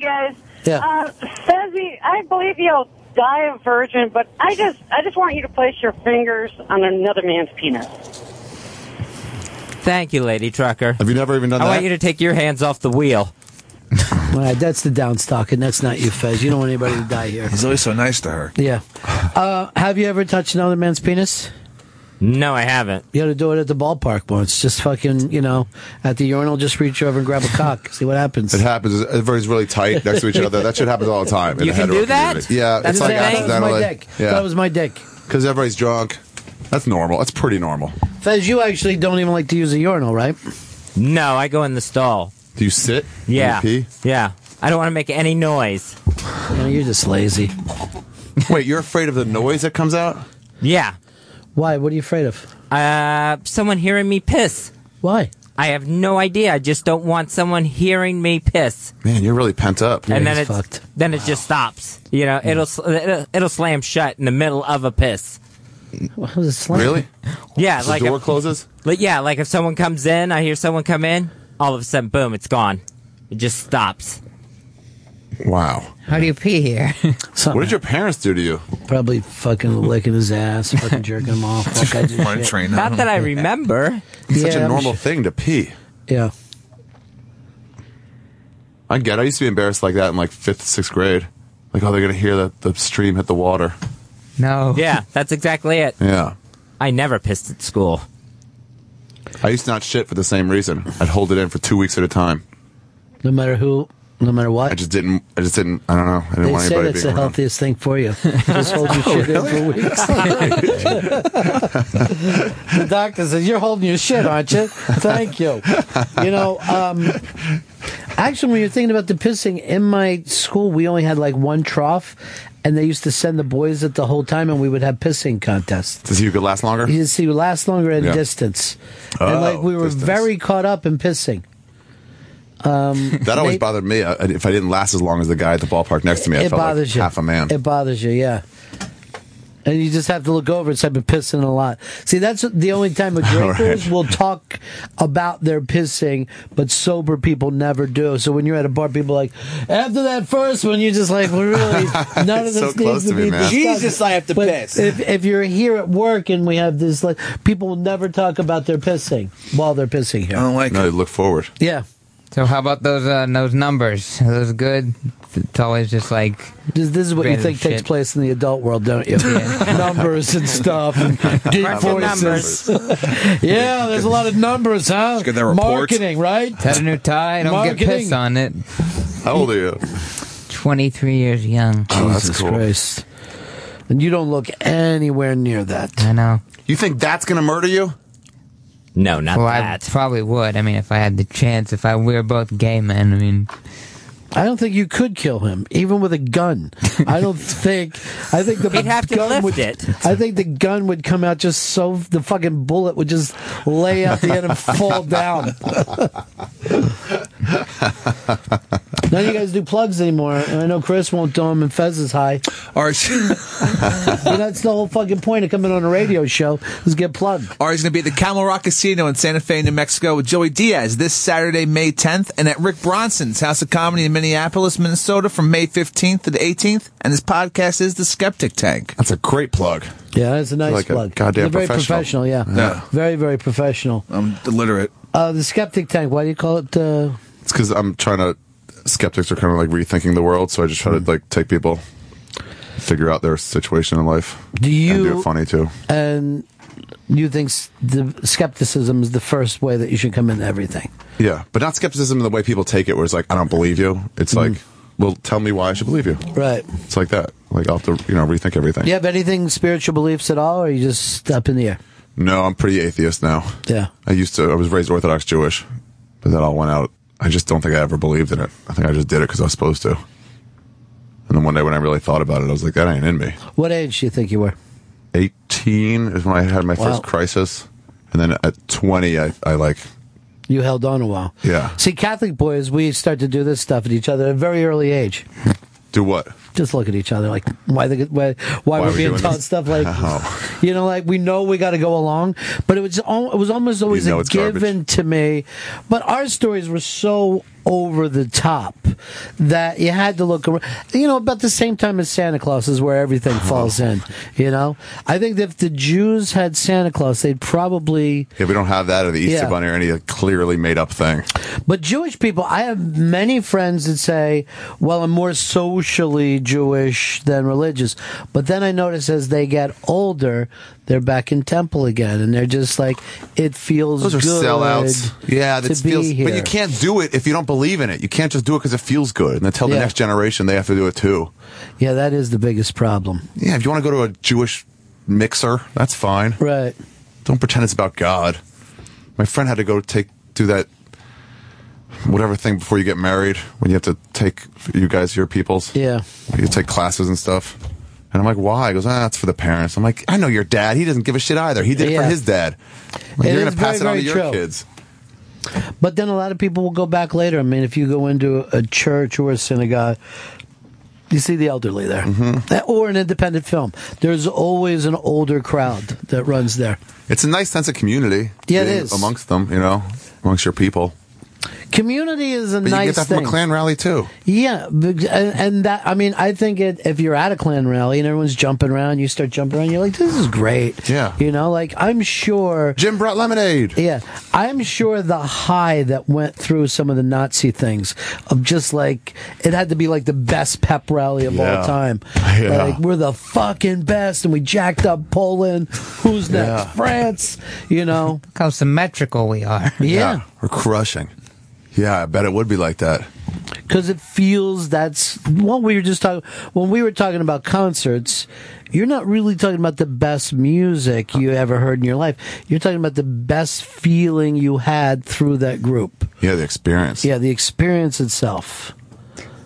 [SPEAKER 8] guys.
[SPEAKER 5] Yeah.
[SPEAKER 8] Uh, Fezzi, I believe you'll die a virgin, but I just I just want you to place your fingers on another man's penis.
[SPEAKER 7] Thank you, Lady Trucker. Have
[SPEAKER 2] you never even done
[SPEAKER 7] I
[SPEAKER 5] that?
[SPEAKER 7] want you to take your hands off the wheel.
[SPEAKER 5] All right, that's the downstock, and that's not you, Fez. You don't want anybody to die here.
[SPEAKER 9] He's always so nice to her.
[SPEAKER 5] Yeah. Uh, have you ever touched another man's penis?
[SPEAKER 7] No, I haven't.
[SPEAKER 5] You ought to do it at the ballpark once. Just fucking, you know, at the urinal, just reach over and grab a cock. See what happens.
[SPEAKER 2] it happens. Everybody's really tight next to each other. That shit happens all the time. in
[SPEAKER 5] You
[SPEAKER 2] the
[SPEAKER 5] can
[SPEAKER 2] hetero
[SPEAKER 5] do that?
[SPEAKER 2] community. Yeah,
[SPEAKER 5] That's
[SPEAKER 2] it's like
[SPEAKER 5] the thing? That was my
[SPEAKER 2] accidentally.
[SPEAKER 5] dick. That was my dick.
[SPEAKER 2] Because everybody's drunk. That's normal. That's pretty normal.
[SPEAKER 5] Fez, you actually don't even like to use a urinal, right?
[SPEAKER 7] No, I go in the stall.
[SPEAKER 2] Do you sit?
[SPEAKER 7] Yeah.
[SPEAKER 2] You pee?
[SPEAKER 7] Yeah. I don't want to make any noise.
[SPEAKER 5] you're just lazy.
[SPEAKER 2] Wait, you're afraid of the noise that comes out?
[SPEAKER 7] Yeah.
[SPEAKER 5] Why? What are you afraid of?
[SPEAKER 7] Uh, someone hearing me piss.
[SPEAKER 5] Why?
[SPEAKER 7] I have no idea. I just don't want someone hearing me piss.
[SPEAKER 2] Man, you're really pent up.
[SPEAKER 7] and then it's then it just stops. You know, it'll sl- it'll it'll slam shut in the middle of a piss.
[SPEAKER 5] What was it slam?
[SPEAKER 2] Really?
[SPEAKER 7] Yeah,
[SPEAKER 2] The
[SPEAKER 7] like
[SPEAKER 2] door
[SPEAKER 7] if-
[SPEAKER 2] closes?
[SPEAKER 7] Like, yeah, like if someone comes in, I hear someone come in, all of a sudden, boom, it's gone. It just stops.
[SPEAKER 2] Wow.
[SPEAKER 4] How do you pee here?
[SPEAKER 2] What did your parents do to you?
[SPEAKER 5] Probably fucking licking his ass, fucking jerking him off. All kinds of shit.
[SPEAKER 7] Not that I remember.
[SPEAKER 2] It's such
[SPEAKER 5] Yeah,
[SPEAKER 2] a
[SPEAKER 5] I'm
[SPEAKER 2] normal
[SPEAKER 5] sh-
[SPEAKER 2] thing to pee.
[SPEAKER 5] Yeah.
[SPEAKER 2] I get. it. I used to be embarrassed like that in like fifth, sixth grade. Like, oh, they're gonna hear that the stream hit the water.
[SPEAKER 4] No.
[SPEAKER 7] Yeah, that's exactly it.
[SPEAKER 2] Yeah.
[SPEAKER 7] I never pissed at school.
[SPEAKER 2] I used to not shit for the same reason. I'd hold it in for two weeks at a time.
[SPEAKER 5] No matter who, no matter what.
[SPEAKER 2] I just didn't. I just didn't. I don't know. I didn't
[SPEAKER 5] They
[SPEAKER 2] want
[SPEAKER 5] say
[SPEAKER 2] anybody being
[SPEAKER 5] that's the
[SPEAKER 2] around. Oh,
[SPEAKER 5] healthiest thing for you. Just hold your shit in for weeks. the doctor says, You're holding your shit, aren't you? Thank you. You know, um, Actually, when you're thinking about the pissing, in my school, we only had like one trough, and they used to send the boys at the whole time, and we would have pissing contests.
[SPEAKER 2] To see who could last longer?
[SPEAKER 5] You see, we last longer in
[SPEAKER 2] Yeah.
[SPEAKER 5] distance,
[SPEAKER 2] Oh,
[SPEAKER 5] and like we were very caught up in pissing. Um,
[SPEAKER 2] That always
[SPEAKER 5] may-
[SPEAKER 2] bothered me. I, if I didn't last as long as the guy at the ballpark next to me, I
[SPEAKER 5] it
[SPEAKER 2] felt
[SPEAKER 5] bothers
[SPEAKER 2] like
[SPEAKER 5] you.
[SPEAKER 2] half a man.
[SPEAKER 5] It bothers you, yeah. And you just have to look over and say, I've been pissing a lot. See, that's the only time the
[SPEAKER 2] All
[SPEAKER 5] drinkers will talk about their pissing, but sober people never do. So when you're at a bar, people are like, after that first one, you're just like, well, really, none of
[SPEAKER 10] It's so
[SPEAKER 5] this
[SPEAKER 10] close
[SPEAKER 5] needs
[SPEAKER 10] to
[SPEAKER 5] to
[SPEAKER 10] me,
[SPEAKER 5] be
[SPEAKER 10] man.
[SPEAKER 5] discussed."
[SPEAKER 10] Jesus, I have to
[SPEAKER 5] But
[SPEAKER 10] piss.
[SPEAKER 5] If, if you're here at work and we have this, like, people will never talk about their pissing while they're pissing here.
[SPEAKER 10] Oh,
[SPEAKER 9] like
[SPEAKER 2] no, look forward.
[SPEAKER 5] Yeah.
[SPEAKER 4] So how about those uh, those numbers? Are those good? It's always just like
[SPEAKER 5] This, this is what you think takes place in the adult world, don't you? numbers and stuff, and deep
[SPEAKER 4] Fucking
[SPEAKER 5] voices.
[SPEAKER 4] numbers.
[SPEAKER 5] yeah, there's a lot of numbers, huh?
[SPEAKER 4] Get their reports.
[SPEAKER 5] Marketing, right?
[SPEAKER 4] Ted a new tie. Don't
[SPEAKER 5] Marketing.
[SPEAKER 4] get pissed on it.
[SPEAKER 2] How old are you?
[SPEAKER 4] Twenty-three years young.
[SPEAKER 5] Oh, that's Jesus cool. Christ. And you don't look anywhere near that.
[SPEAKER 4] I know.
[SPEAKER 2] You think that's gonna murder you?
[SPEAKER 5] Oh,
[SPEAKER 4] No, not well, I probably would. I mean, if I had the chance, if I we were both gay men, I mean,
[SPEAKER 5] I don't think you could kill him, even with a gun. I don't think. I think the
[SPEAKER 7] He'd have to
[SPEAKER 5] gun
[SPEAKER 7] lift
[SPEAKER 5] would,
[SPEAKER 7] it.
[SPEAKER 5] I think the gun would come out just so the fucking bullet would just lay out the end and fall down. None of you guys do plugs anymore. I know Chris won't do them, and Fez is high.
[SPEAKER 9] All right.
[SPEAKER 5] You know, that's the whole fucking point of coming on a radio show is get plugged.
[SPEAKER 9] Ari's going to be at the Camel Rock Casino in Santa Fe, New Mexico with Joey Diaz this Saturday, May 10th, and at Rick Bronson's House of Comedy in Minneapolis, Minnesota from May 15th to the 18th. And this podcast is The Skeptic Tank.
[SPEAKER 2] That's a great plug.
[SPEAKER 5] Yeah, that's a nice
[SPEAKER 9] Like a
[SPEAKER 5] plug.
[SPEAKER 9] goddamn
[SPEAKER 5] They're very
[SPEAKER 9] professional.
[SPEAKER 5] professional. Yeah.
[SPEAKER 9] Yeah.
[SPEAKER 5] very very professional.
[SPEAKER 9] I'm illiterate.
[SPEAKER 5] Uh, the skeptic tank. Why do you call it? Uh,
[SPEAKER 2] It's because I'm trying to. Skeptics are kind of like rethinking the world, so I just try
[SPEAKER 5] Hmm.
[SPEAKER 2] to like take people, figure out their situation in life.
[SPEAKER 5] Do
[SPEAKER 2] And
[SPEAKER 5] you-
[SPEAKER 2] do it funny too.
[SPEAKER 5] and you think s- the skepticism is the first way that you should come into everything.
[SPEAKER 2] Yeah, but not skepticism in the way people take it, where it's like I don't believe you. It's like, well, tell me why I should believe you.
[SPEAKER 5] Hmm. Right.
[SPEAKER 2] It's like that. Like I'll have to you know rethink everything.
[SPEAKER 5] Do you have anything spiritual beliefs at all, or are you just up in the air?
[SPEAKER 2] No, I'm pretty atheist now.
[SPEAKER 5] Yeah.
[SPEAKER 2] I used to. I was raised Orthodox Jewish, but that all went out. I just don't think I ever believed in it. I think I just did it because I was supposed to. And then one day when I really thought about it, I was like, that ain't in me.
[SPEAKER 5] What age do you think you were?
[SPEAKER 2] 18 is when I had my
[SPEAKER 5] Wow.
[SPEAKER 2] first crisis, and then at 20, I, I like,
[SPEAKER 5] You held on a while.
[SPEAKER 2] yeah,
[SPEAKER 5] See, Catholic boys, we start to do this stuff at each other at a very early age.
[SPEAKER 2] do what?
[SPEAKER 5] Just look at each other like why the why, why,
[SPEAKER 2] Why
[SPEAKER 5] we're
[SPEAKER 2] we
[SPEAKER 5] being
[SPEAKER 2] doing
[SPEAKER 5] taught
[SPEAKER 2] this?
[SPEAKER 5] stuff like
[SPEAKER 2] Oh.
[SPEAKER 5] you know like we know we got to go along, but it was al- it was almost always
[SPEAKER 2] know
[SPEAKER 5] a
[SPEAKER 2] it's garbage.
[SPEAKER 5] given to me. But our stories were so over the top that you had to look around. You know, about the same time as Santa Claus is where everything
[SPEAKER 2] Uh-huh.
[SPEAKER 5] falls in. You know, I think that if the Jews had Santa Claus, they'd probably.
[SPEAKER 2] Yeah, we don't have that or the Easter
[SPEAKER 5] Yeah.
[SPEAKER 2] Bunny or any uh, clearly made up thing.
[SPEAKER 5] But Jewish people, I have many friends that say, well, I'm more socially Jewish than religious. But then I notice as they get older, they're back in temple again. And they're just like, it feels
[SPEAKER 2] Those are
[SPEAKER 5] good
[SPEAKER 2] sellouts. Yeah,
[SPEAKER 5] to
[SPEAKER 2] that
[SPEAKER 5] be
[SPEAKER 2] feels.
[SPEAKER 5] here.
[SPEAKER 2] But you can't do it if you don't believe in it. You can't just do it because it feels good, and then tell
[SPEAKER 5] Yeah.
[SPEAKER 2] the next generation they have to do it too.
[SPEAKER 5] Yeah, that is the biggest problem.
[SPEAKER 2] Yeah, if you want to go to a Jewish mixer, that's fine.
[SPEAKER 5] Right.
[SPEAKER 2] Don't pretend it's about God. My friend had to go take do that whatever thing before you get married when you have to take you guys your peoples.
[SPEAKER 5] Yeah.
[SPEAKER 2] You take classes and stuff. And I'm like, why? He goes, ah, it's for the parents. I'm like, I know your dad. He doesn't give a shit either. He did it
[SPEAKER 5] Yeah.
[SPEAKER 2] for his dad. Like,
[SPEAKER 5] It
[SPEAKER 2] you're
[SPEAKER 5] is
[SPEAKER 2] gonna pass
[SPEAKER 5] very,
[SPEAKER 2] it on to
[SPEAKER 5] very
[SPEAKER 2] your
[SPEAKER 5] true.
[SPEAKER 2] kids.
[SPEAKER 5] But then a lot of people will go back later. I mean, if you go into a church or a synagogue, you see the elderly there, That-
[SPEAKER 2] Mm-hmm.
[SPEAKER 5] or an independent film. There's always an older crowd that runs there.
[SPEAKER 2] It's a nice sense of community.
[SPEAKER 5] Yeah, it
[SPEAKER 2] being
[SPEAKER 5] is.
[SPEAKER 2] amongst them. You know, amongst your people.
[SPEAKER 5] Community is a
[SPEAKER 2] But you
[SPEAKER 5] nice
[SPEAKER 2] can get that
[SPEAKER 5] thing.
[SPEAKER 2] from a Klan rally too.
[SPEAKER 5] Yeah, but- and, and that I mean, I think it, if you're at a Klan rally and everyone's jumping around, you start jumping around. You're like, this is great.
[SPEAKER 2] Yeah.
[SPEAKER 5] you know, like I'm sure
[SPEAKER 2] Jim brought lemonade.
[SPEAKER 5] Yeah, I'm sure the high that went through some of the Nazi things of just like it had to be like the best pep rally of
[SPEAKER 2] Yeah.
[SPEAKER 5] all time.
[SPEAKER 2] Yeah.
[SPEAKER 5] Like we're the fucking best, and we jacked up Poland. Who's next?
[SPEAKER 2] Yeah.
[SPEAKER 5] France. You know
[SPEAKER 4] how symmetrical we are.
[SPEAKER 5] Yeah.
[SPEAKER 2] We're crushing. Yeah, I bet it would be like that.
[SPEAKER 5] because it feels that's what we were just talking when we were talking about concerts. You're not really talking about the best music you ever heard in your life. You're talking about the best feeling you had through that group.
[SPEAKER 2] Yeah, the experience.
[SPEAKER 5] Yeah, the experience itself.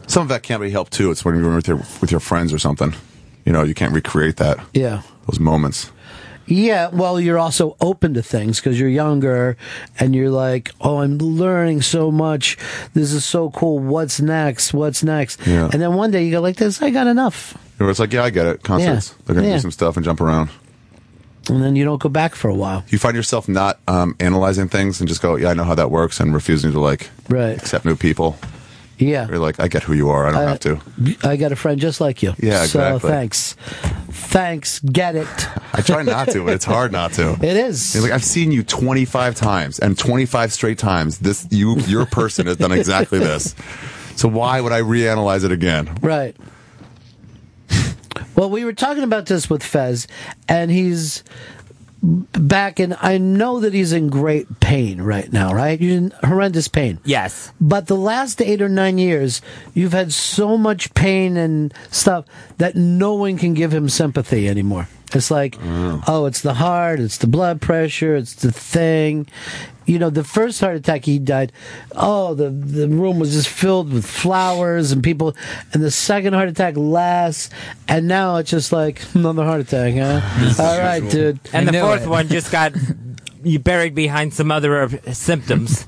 [SPEAKER 2] Some of that can't be helped too. It's when you're with your with your friends or something. You know, you can't recreate that.
[SPEAKER 5] Yeah.
[SPEAKER 2] Those moments.
[SPEAKER 5] Yeah, well, you're also open to things because you're younger and you're like, oh, I'm learning so much. This is so cool. What's next? What's next?
[SPEAKER 2] Yeah.
[SPEAKER 5] And then one day you go like this, I got enough.
[SPEAKER 2] Where it's like, yeah, I get it. Concerts.
[SPEAKER 5] Yeah.
[SPEAKER 2] They're gonna
[SPEAKER 5] Yeah.
[SPEAKER 2] do some stuff and jump around.
[SPEAKER 5] And then you don't go back for a while.
[SPEAKER 2] You find yourself not um, analyzing things and just go, yeah, I know how that works, and refusing to like
[SPEAKER 5] Right.
[SPEAKER 2] accept new people.
[SPEAKER 5] Yeah.
[SPEAKER 2] You're like, I get who you are. I don't
[SPEAKER 5] Uh,
[SPEAKER 2] have to.
[SPEAKER 5] I got a friend just like you.
[SPEAKER 2] Yeah,
[SPEAKER 5] So
[SPEAKER 2] exactly.
[SPEAKER 5] thanks. Thanks. Get it.
[SPEAKER 2] I try not to, but it's hard not to.
[SPEAKER 5] It is.
[SPEAKER 2] It's like I've seen you 25 times and 25 straight times. This you your person has done exactly this. So why would I reanalyze it again?
[SPEAKER 5] Right. Well, we were talking about this with Fez, and he's back in. I know that he's in great pain right now, right? You're in horrendous pain.
[SPEAKER 7] Yes.
[SPEAKER 5] But the last eight or nine years, you've had so much pain and stuff that no one can give him sympathy anymore. It's like, oh, it's the heart, it's the blood pressure, it's the thing. You know, the first heart attack he died, oh, the, the room was just filled with flowers and people. And the second heart attack lasts. And now it's just like, another heart attack, huh? All right, dude.
[SPEAKER 7] And the fourth one just got you buried behind some other uh, symptoms,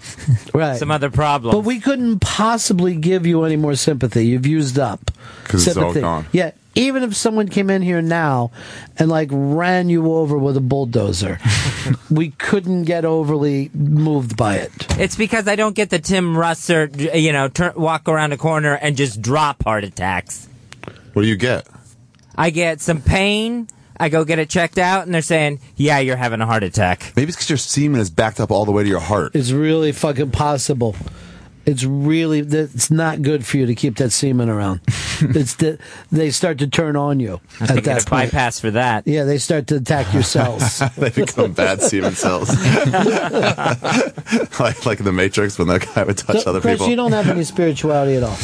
[SPEAKER 5] right?
[SPEAKER 7] Some other problems.
[SPEAKER 5] But we couldn't possibly give you any more sympathy. You've used up
[SPEAKER 7] 'Cause it's all
[SPEAKER 5] sympathy.
[SPEAKER 7] gone.
[SPEAKER 5] Yeah. Even if someone came in here now and like ran you over with a bulldozer, we couldn't get overly moved by it.
[SPEAKER 7] It's because I don't get the Tim Russer, you know, turn, walk around a corner and just drop heart attacks.
[SPEAKER 2] What do you get?
[SPEAKER 7] I get some pain. I go get it checked out, and they're saying, "Yeah, you're having a heart attack."
[SPEAKER 2] Maybe it's because your semen is backed up all the way to your heart.
[SPEAKER 5] It's really fucking possible. It's really that it's not good for you to keep that semen around. it's that they start to turn on you
[SPEAKER 7] I
[SPEAKER 5] at
[SPEAKER 7] think
[SPEAKER 5] that
[SPEAKER 7] that
[SPEAKER 5] point.
[SPEAKER 7] bypass for that.
[SPEAKER 5] Yeah, they start to attack your cells.
[SPEAKER 2] they become bad semen cells. like like in the Matrix when that guy would touch other
[SPEAKER 5] Chris,
[SPEAKER 2] people.
[SPEAKER 5] you don't have any spirituality at all.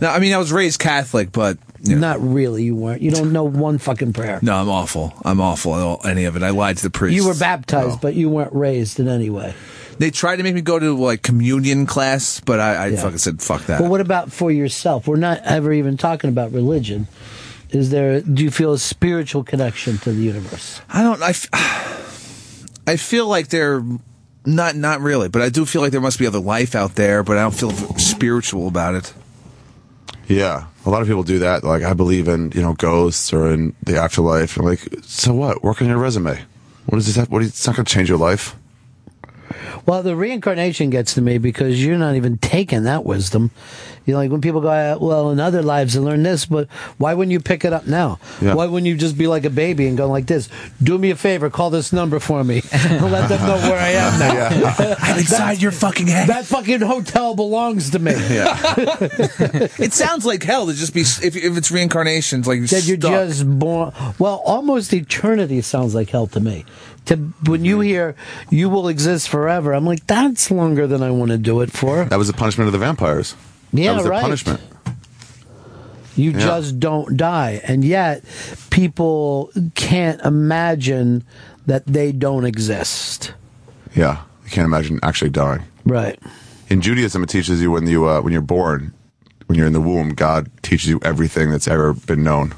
[SPEAKER 9] No, I mean I was raised Catholic, but
[SPEAKER 5] Not really. You weren't. You don't know one fucking prayer.
[SPEAKER 9] no, I'm awful. I'm awful at all, any of it. I lied to the priest.
[SPEAKER 5] You were baptized, but you weren't raised in any way.
[SPEAKER 9] They tried to make me go to like communion class, but I, I fucking said fuck that.
[SPEAKER 5] But what about for yourself? We're not ever even talking about religion. Is there? Do you feel a spiritual connection to the universe?
[SPEAKER 9] I don't. I, f- I feel like there, not not really, but I do feel like there must be other life out there. But I don't feel spiritual about it.
[SPEAKER 2] Yeah, a lot of people do that. Like, I believe in you know ghosts or in the afterlife. And like, so what? Work on your resume. What does this have? What is, it's not going to change your life.
[SPEAKER 5] Well, the reincarnation gets to me because you're not even taking that wisdom. You know, like when people go, "Uh, well, in other lives I learned this, but why wouldn't you pick it up now?
[SPEAKER 3] Yeah.
[SPEAKER 5] Why wouldn't you just be like a baby and go like this? Do me a favor, call this number for me. Let them know where I am now.
[SPEAKER 3] Yeah.
[SPEAKER 9] I'm inside your fucking head.
[SPEAKER 5] That fucking hotel belongs to me.
[SPEAKER 9] it sounds like hell to just be if, if it's reincarnations like
[SPEAKER 5] that you're
[SPEAKER 9] stuck.
[SPEAKER 5] just born. Well, almost eternity sounds like hell to me. To when
[SPEAKER 2] Mm-hmm.
[SPEAKER 5] you hear you will exist forever, I'm like that's longer than I want to do it for.
[SPEAKER 2] That was the punishment of the vampires.
[SPEAKER 5] Yeah,
[SPEAKER 2] that was their
[SPEAKER 5] right.
[SPEAKER 2] punishment.
[SPEAKER 5] You
[SPEAKER 2] Yeah.
[SPEAKER 5] just don't die, and yet people can't imagine that they don't exist.
[SPEAKER 2] Yeah, you can't imagine actually dying.
[SPEAKER 5] Right.
[SPEAKER 2] In Judaism, it teaches you when you uh, when you're born, when you're in the womb, God teaches you everything that's ever been known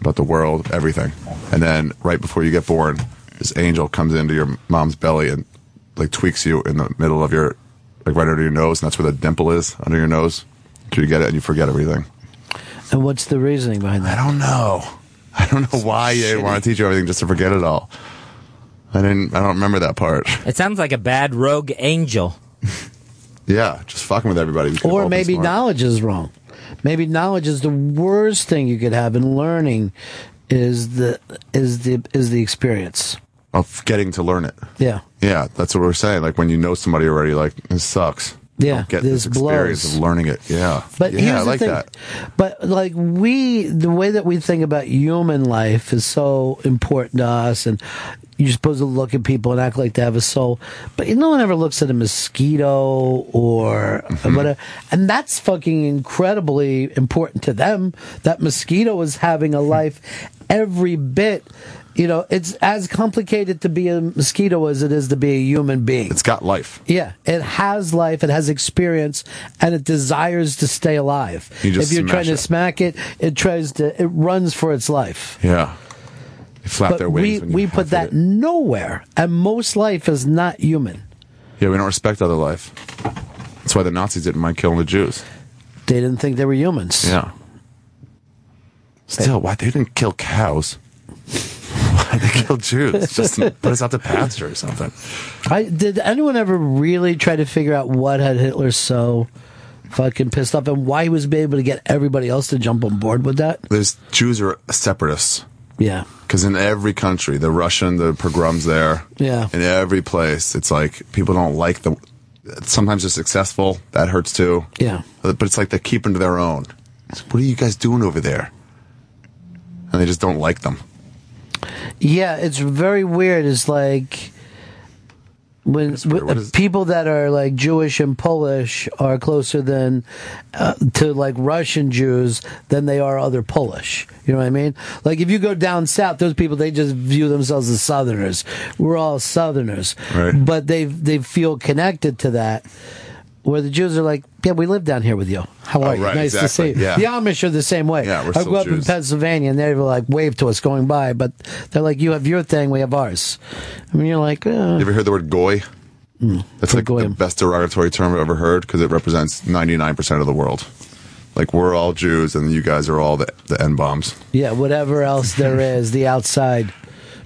[SPEAKER 2] about the world, everything. And then right before you get born, this angel comes into your mom's belly and like tweaks you in the middle of your like right under your nose, and that's where the dimple is under your nose. So you get it and you forget everything.
[SPEAKER 5] And what's the reasoning behind that?
[SPEAKER 2] I don't know. I don't know why they want to teach you everything just to forget it all. I didn't. I don't remember that part.
[SPEAKER 7] It sounds like a bad rogue angel.
[SPEAKER 2] Yeah, just fucking with everybody. because we've all
[SPEAKER 5] Or
[SPEAKER 2] been
[SPEAKER 5] maybe
[SPEAKER 2] smart.
[SPEAKER 5] knowledge is wrong. Maybe knowledge is the worst thing you could have in learning. Is the is the is the experience?
[SPEAKER 2] of getting to learn it.
[SPEAKER 5] Yeah.
[SPEAKER 2] Yeah, that's what we're saying. Like when you know somebody already, like this sucks.
[SPEAKER 5] Yeah,
[SPEAKER 2] Don't get this,
[SPEAKER 5] this
[SPEAKER 2] experience
[SPEAKER 5] blows.
[SPEAKER 2] of learning it. Yeah,
[SPEAKER 5] But
[SPEAKER 2] yeah,
[SPEAKER 5] here's
[SPEAKER 2] I
[SPEAKER 5] the
[SPEAKER 2] like
[SPEAKER 5] thing.
[SPEAKER 2] that.
[SPEAKER 5] But like we, the way that we think about human life is so important to us, and you're supposed to look at people and act like they have a soul, but no one ever looks at a mosquito or
[SPEAKER 2] Mm-hmm.
[SPEAKER 5] whatever. And that's fucking incredibly important to them. That mosquito is having a
[SPEAKER 2] Hmm.
[SPEAKER 5] life every bit. You know, it's as complicated to be a mosquito as it is to be a human being. It's
[SPEAKER 2] got life.
[SPEAKER 5] Yeah, it has life, it has experience, and it desires to stay alive.
[SPEAKER 2] You just
[SPEAKER 5] if you're
[SPEAKER 2] smash
[SPEAKER 5] trying to
[SPEAKER 2] it.
[SPEAKER 5] smack it, it tries to, it runs for its life.
[SPEAKER 2] Yeah. They flap
[SPEAKER 5] but
[SPEAKER 2] their wings.
[SPEAKER 5] we
[SPEAKER 2] when you
[SPEAKER 5] we put that nowhere, and most life is not human.
[SPEAKER 2] Yeah, we don't respect other life. That's why the Nazis didn't mind killing the Jews.
[SPEAKER 5] They didn't think they were humans.
[SPEAKER 2] Yeah. Still, why they didn't kill cows? Why they kill Jews? Just to put us out to pasture or something.
[SPEAKER 5] I, did anyone ever really try to figure out what had Hitler so fucking pissed off, and why he was able to get everybody else to jump on board with that?
[SPEAKER 2] There's Jews are separatists.
[SPEAKER 5] Yeah.
[SPEAKER 2] Because in every country, the Russian, the pogroms there.
[SPEAKER 5] Yeah.
[SPEAKER 2] In every place, it's like people don't like the. Sometimes they're successful. That hurts too.
[SPEAKER 5] Yeah.
[SPEAKER 2] But it's like they're keeping to their own. It's, what are you guys doing over there? And they just don't like them.
[SPEAKER 5] Yeah, it's very weird. It's like when when- people that are like Jewish and Polish are closer than uh, to like Russian Jews than they are other Polish. You know what I mean? Like if you go down south, those people they just view themselves as Southerners. We're all Southerners,
[SPEAKER 3] Right.
[SPEAKER 5] but they they feel connected to that. Where the Jews are like, yeah, we live down here with you. How are
[SPEAKER 2] Oh,
[SPEAKER 5] you?
[SPEAKER 2] right,
[SPEAKER 5] nice
[SPEAKER 2] exactly,
[SPEAKER 5] to see you.
[SPEAKER 2] yeah.
[SPEAKER 5] The Amish are the same way.
[SPEAKER 2] Yeah, we're
[SPEAKER 5] I
[SPEAKER 2] still
[SPEAKER 5] grew up in
[SPEAKER 2] Jews.
[SPEAKER 5] Pennsylvania, and they were like wave to us going by, but they're like, "You have your thing, we have ours." I mean, you're like, uh,
[SPEAKER 2] You ever heard the word goy?
[SPEAKER 5] Hmm.
[SPEAKER 2] That's like the best derogatory term I've ever heard because it represents 99% of the world. Like, we're all Jews and you guys are all the, the N bombs.
[SPEAKER 5] yeah, whatever else there is, the outside,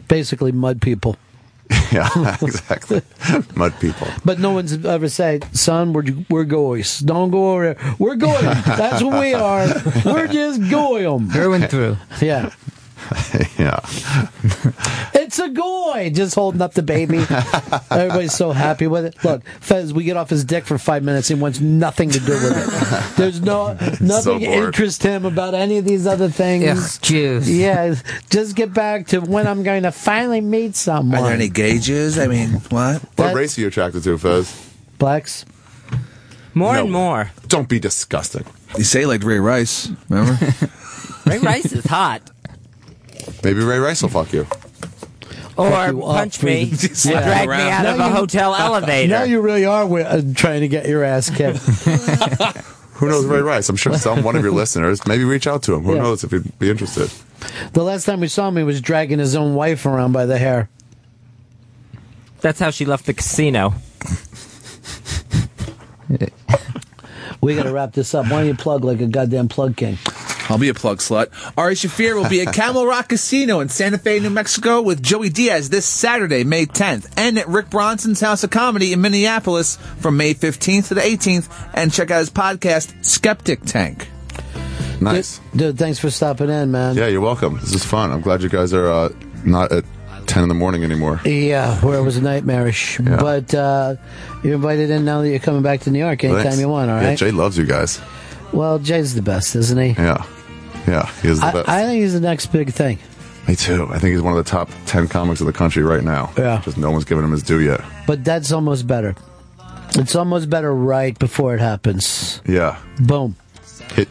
[SPEAKER 5] basically mud people.
[SPEAKER 2] yeah, exactly. Mud people.
[SPEAKER 5] But no one's ever said, "Son, we're we're goys. Don't go over there. We're goy. That's what we are. We're just goyim
[SPEAKER 4] Through and through.
[SPEAKER 5] Yeah,
[SPEAKER 2] yeah.
[SPEAKER 5] it's a goy. Just holding up the baby. Everybody's so happy with it. Look, Fez, we get off his dick for five minutes. He wants nothing to do with it. There's no nothing
[SPEAKER 4] So bored.
[SPEAKER 5] interests him about any of these other things.
[SPEAKER 4] Ugh, Jews.
[SPEAKER 5] Yeah, just get back to when I'm going to finally meet someone.
[SPEAKER 9] Are there any gay Jews? I mean, what?
[SPEAKER 2] What race are you attracted to, Fez?
[SPEAKER 5] Blacks.
[SPEAKER 7] More and more.
[SPEAKER 2] Don't be disgusting.
[SPEAKER 9] You say like Ray Rice, remember?
[SPEAKER 7] Ray Rice is hot.
[SPEAKER 2] Maybe Ray Rice will fuck you.
[SPEAKER 7] Or
[SPEAKER 5] Fuck you up,
[SPEAKER 7] punch me
[SPEAKER 5] freedom.
[SPEAKER 7] and drag me out
[SPEAKER 5] Now
[SPEAKER 7] of a
[SPEAKER 5] you-
[SPEAKER 7] hotel elevator.
[SPEAKER 5] Now you really are wi- uh, trying to get your ass kicked.
[SPEAKER 2] Who knows Ray Rice? I'm sure some one of your listeners. Maybe reach out to him. Who
[SPEAKER 5] Yeah.
[SPEAKER 2] knows if he'd be interested?
[SPEAKER 5] the last time we saw him, he was dragging his own wife around by the hair.
[SPEAKER 7] That's how she left the casino.
[SPEAKER 5] We got to wrap this up. Why don't you plug like a goddamn plug king?
[SPEAKER 9] I'll be a plug slut. Ari Shafir will be at Camel Rock Casino in Santa Fe, New Mexico with Joey Diaz this Saturday, May 10th, and at Rick Bronson's House of Comedy in Minneapolis from May 15th to the 18th. And check out his podcast, Skeptic Tank.
[SPEAKER 2] Nice.
[SPEAKER 5] Dude, dude, thanks for stopping in, man.
[SPEAKER 2] Yeah, you're welcome. This is fun. I'm glad you guys are uh, not at 10 in the morning anymore.
[SPEAKER 5] Yeah, where it was nightmarish. But uh, you're invited in now that you're coming back to New York anytime
[SPEAKER 2] Thanks.
[SPEAKER 5] you want, all
[SPEAKER 2] Yeah,
[SPEAKER 5] right?
[SPEAKER 2] Jay loves you guys.
[SPEAKER 5] well, Jay's the best, isn't he?
[SPEAKER 2] Yeah. Yeah, he is the
[SPEAKER 5] I,
[SPEAKER 2] best.
[SPEAKER 5] I think he's the next big thing.
[SPEAKER 2] Me too. I think he's one of the top 10 comics of the country right now.
[SPEAKER 5] Yeah.
[SPEAKER 2] Just no one's giving him his due yet.
[SPEAKER 5] But that's almost better. It's almost better right before it happens.
[SPEAKER 2] Yeah.
[SPEAKER 5] Boom.
[SPEAKER 2] Hit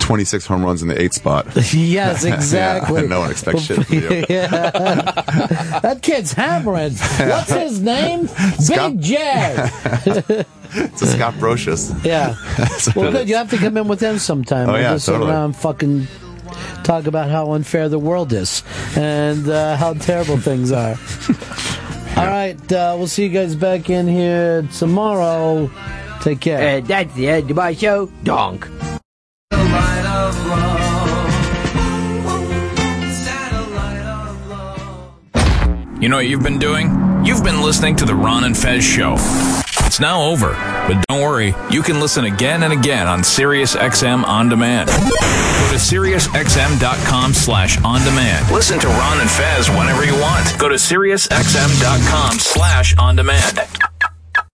[SPEAKER 2] 26 home runs in the eight spot.
[SPEAKER 5] Yes, exactly.
[SPEAKER 2] yeah, no one expects shit from you.
[SPEAKER 5] Yeah. that kid's hammering. What's his name? Big Jay.
[SPEAKER 2] It's a Scott Brocious.
[SPEAKER 5] Yeah.
[SPEAKER 2] That's what
[SPEAKER 5] Well,
[SPEAKER 2] it
[SPEAKER 5] good. You have to come in with them sometime.
[SPEAKER 2] Oh,
[SPEAKER 5] We'll
[SPEAKER 2] yeah,
[SPEAKER 5] just sit
[SPEAKER 2] totally.
[SPEAKER 5] around and fucking talk about how unfair the world is and uh, how terrible things are. All right, uh, we'll see you guys back in here tomorrow. Take care.
[SPEAKER 13] And Uh, that's the end of my show. Donk.
[SPEAKER 15] You know what you've been doing? You've been listening to the Ron and Fez show. It's now over, but don't worry, you can listen again and again on SiriusXM On Demand. Go to SiriusXM.com slash On Demand. Listen to Ron and Fez whenever you want. Go to SiriusXM.com slash On Demand.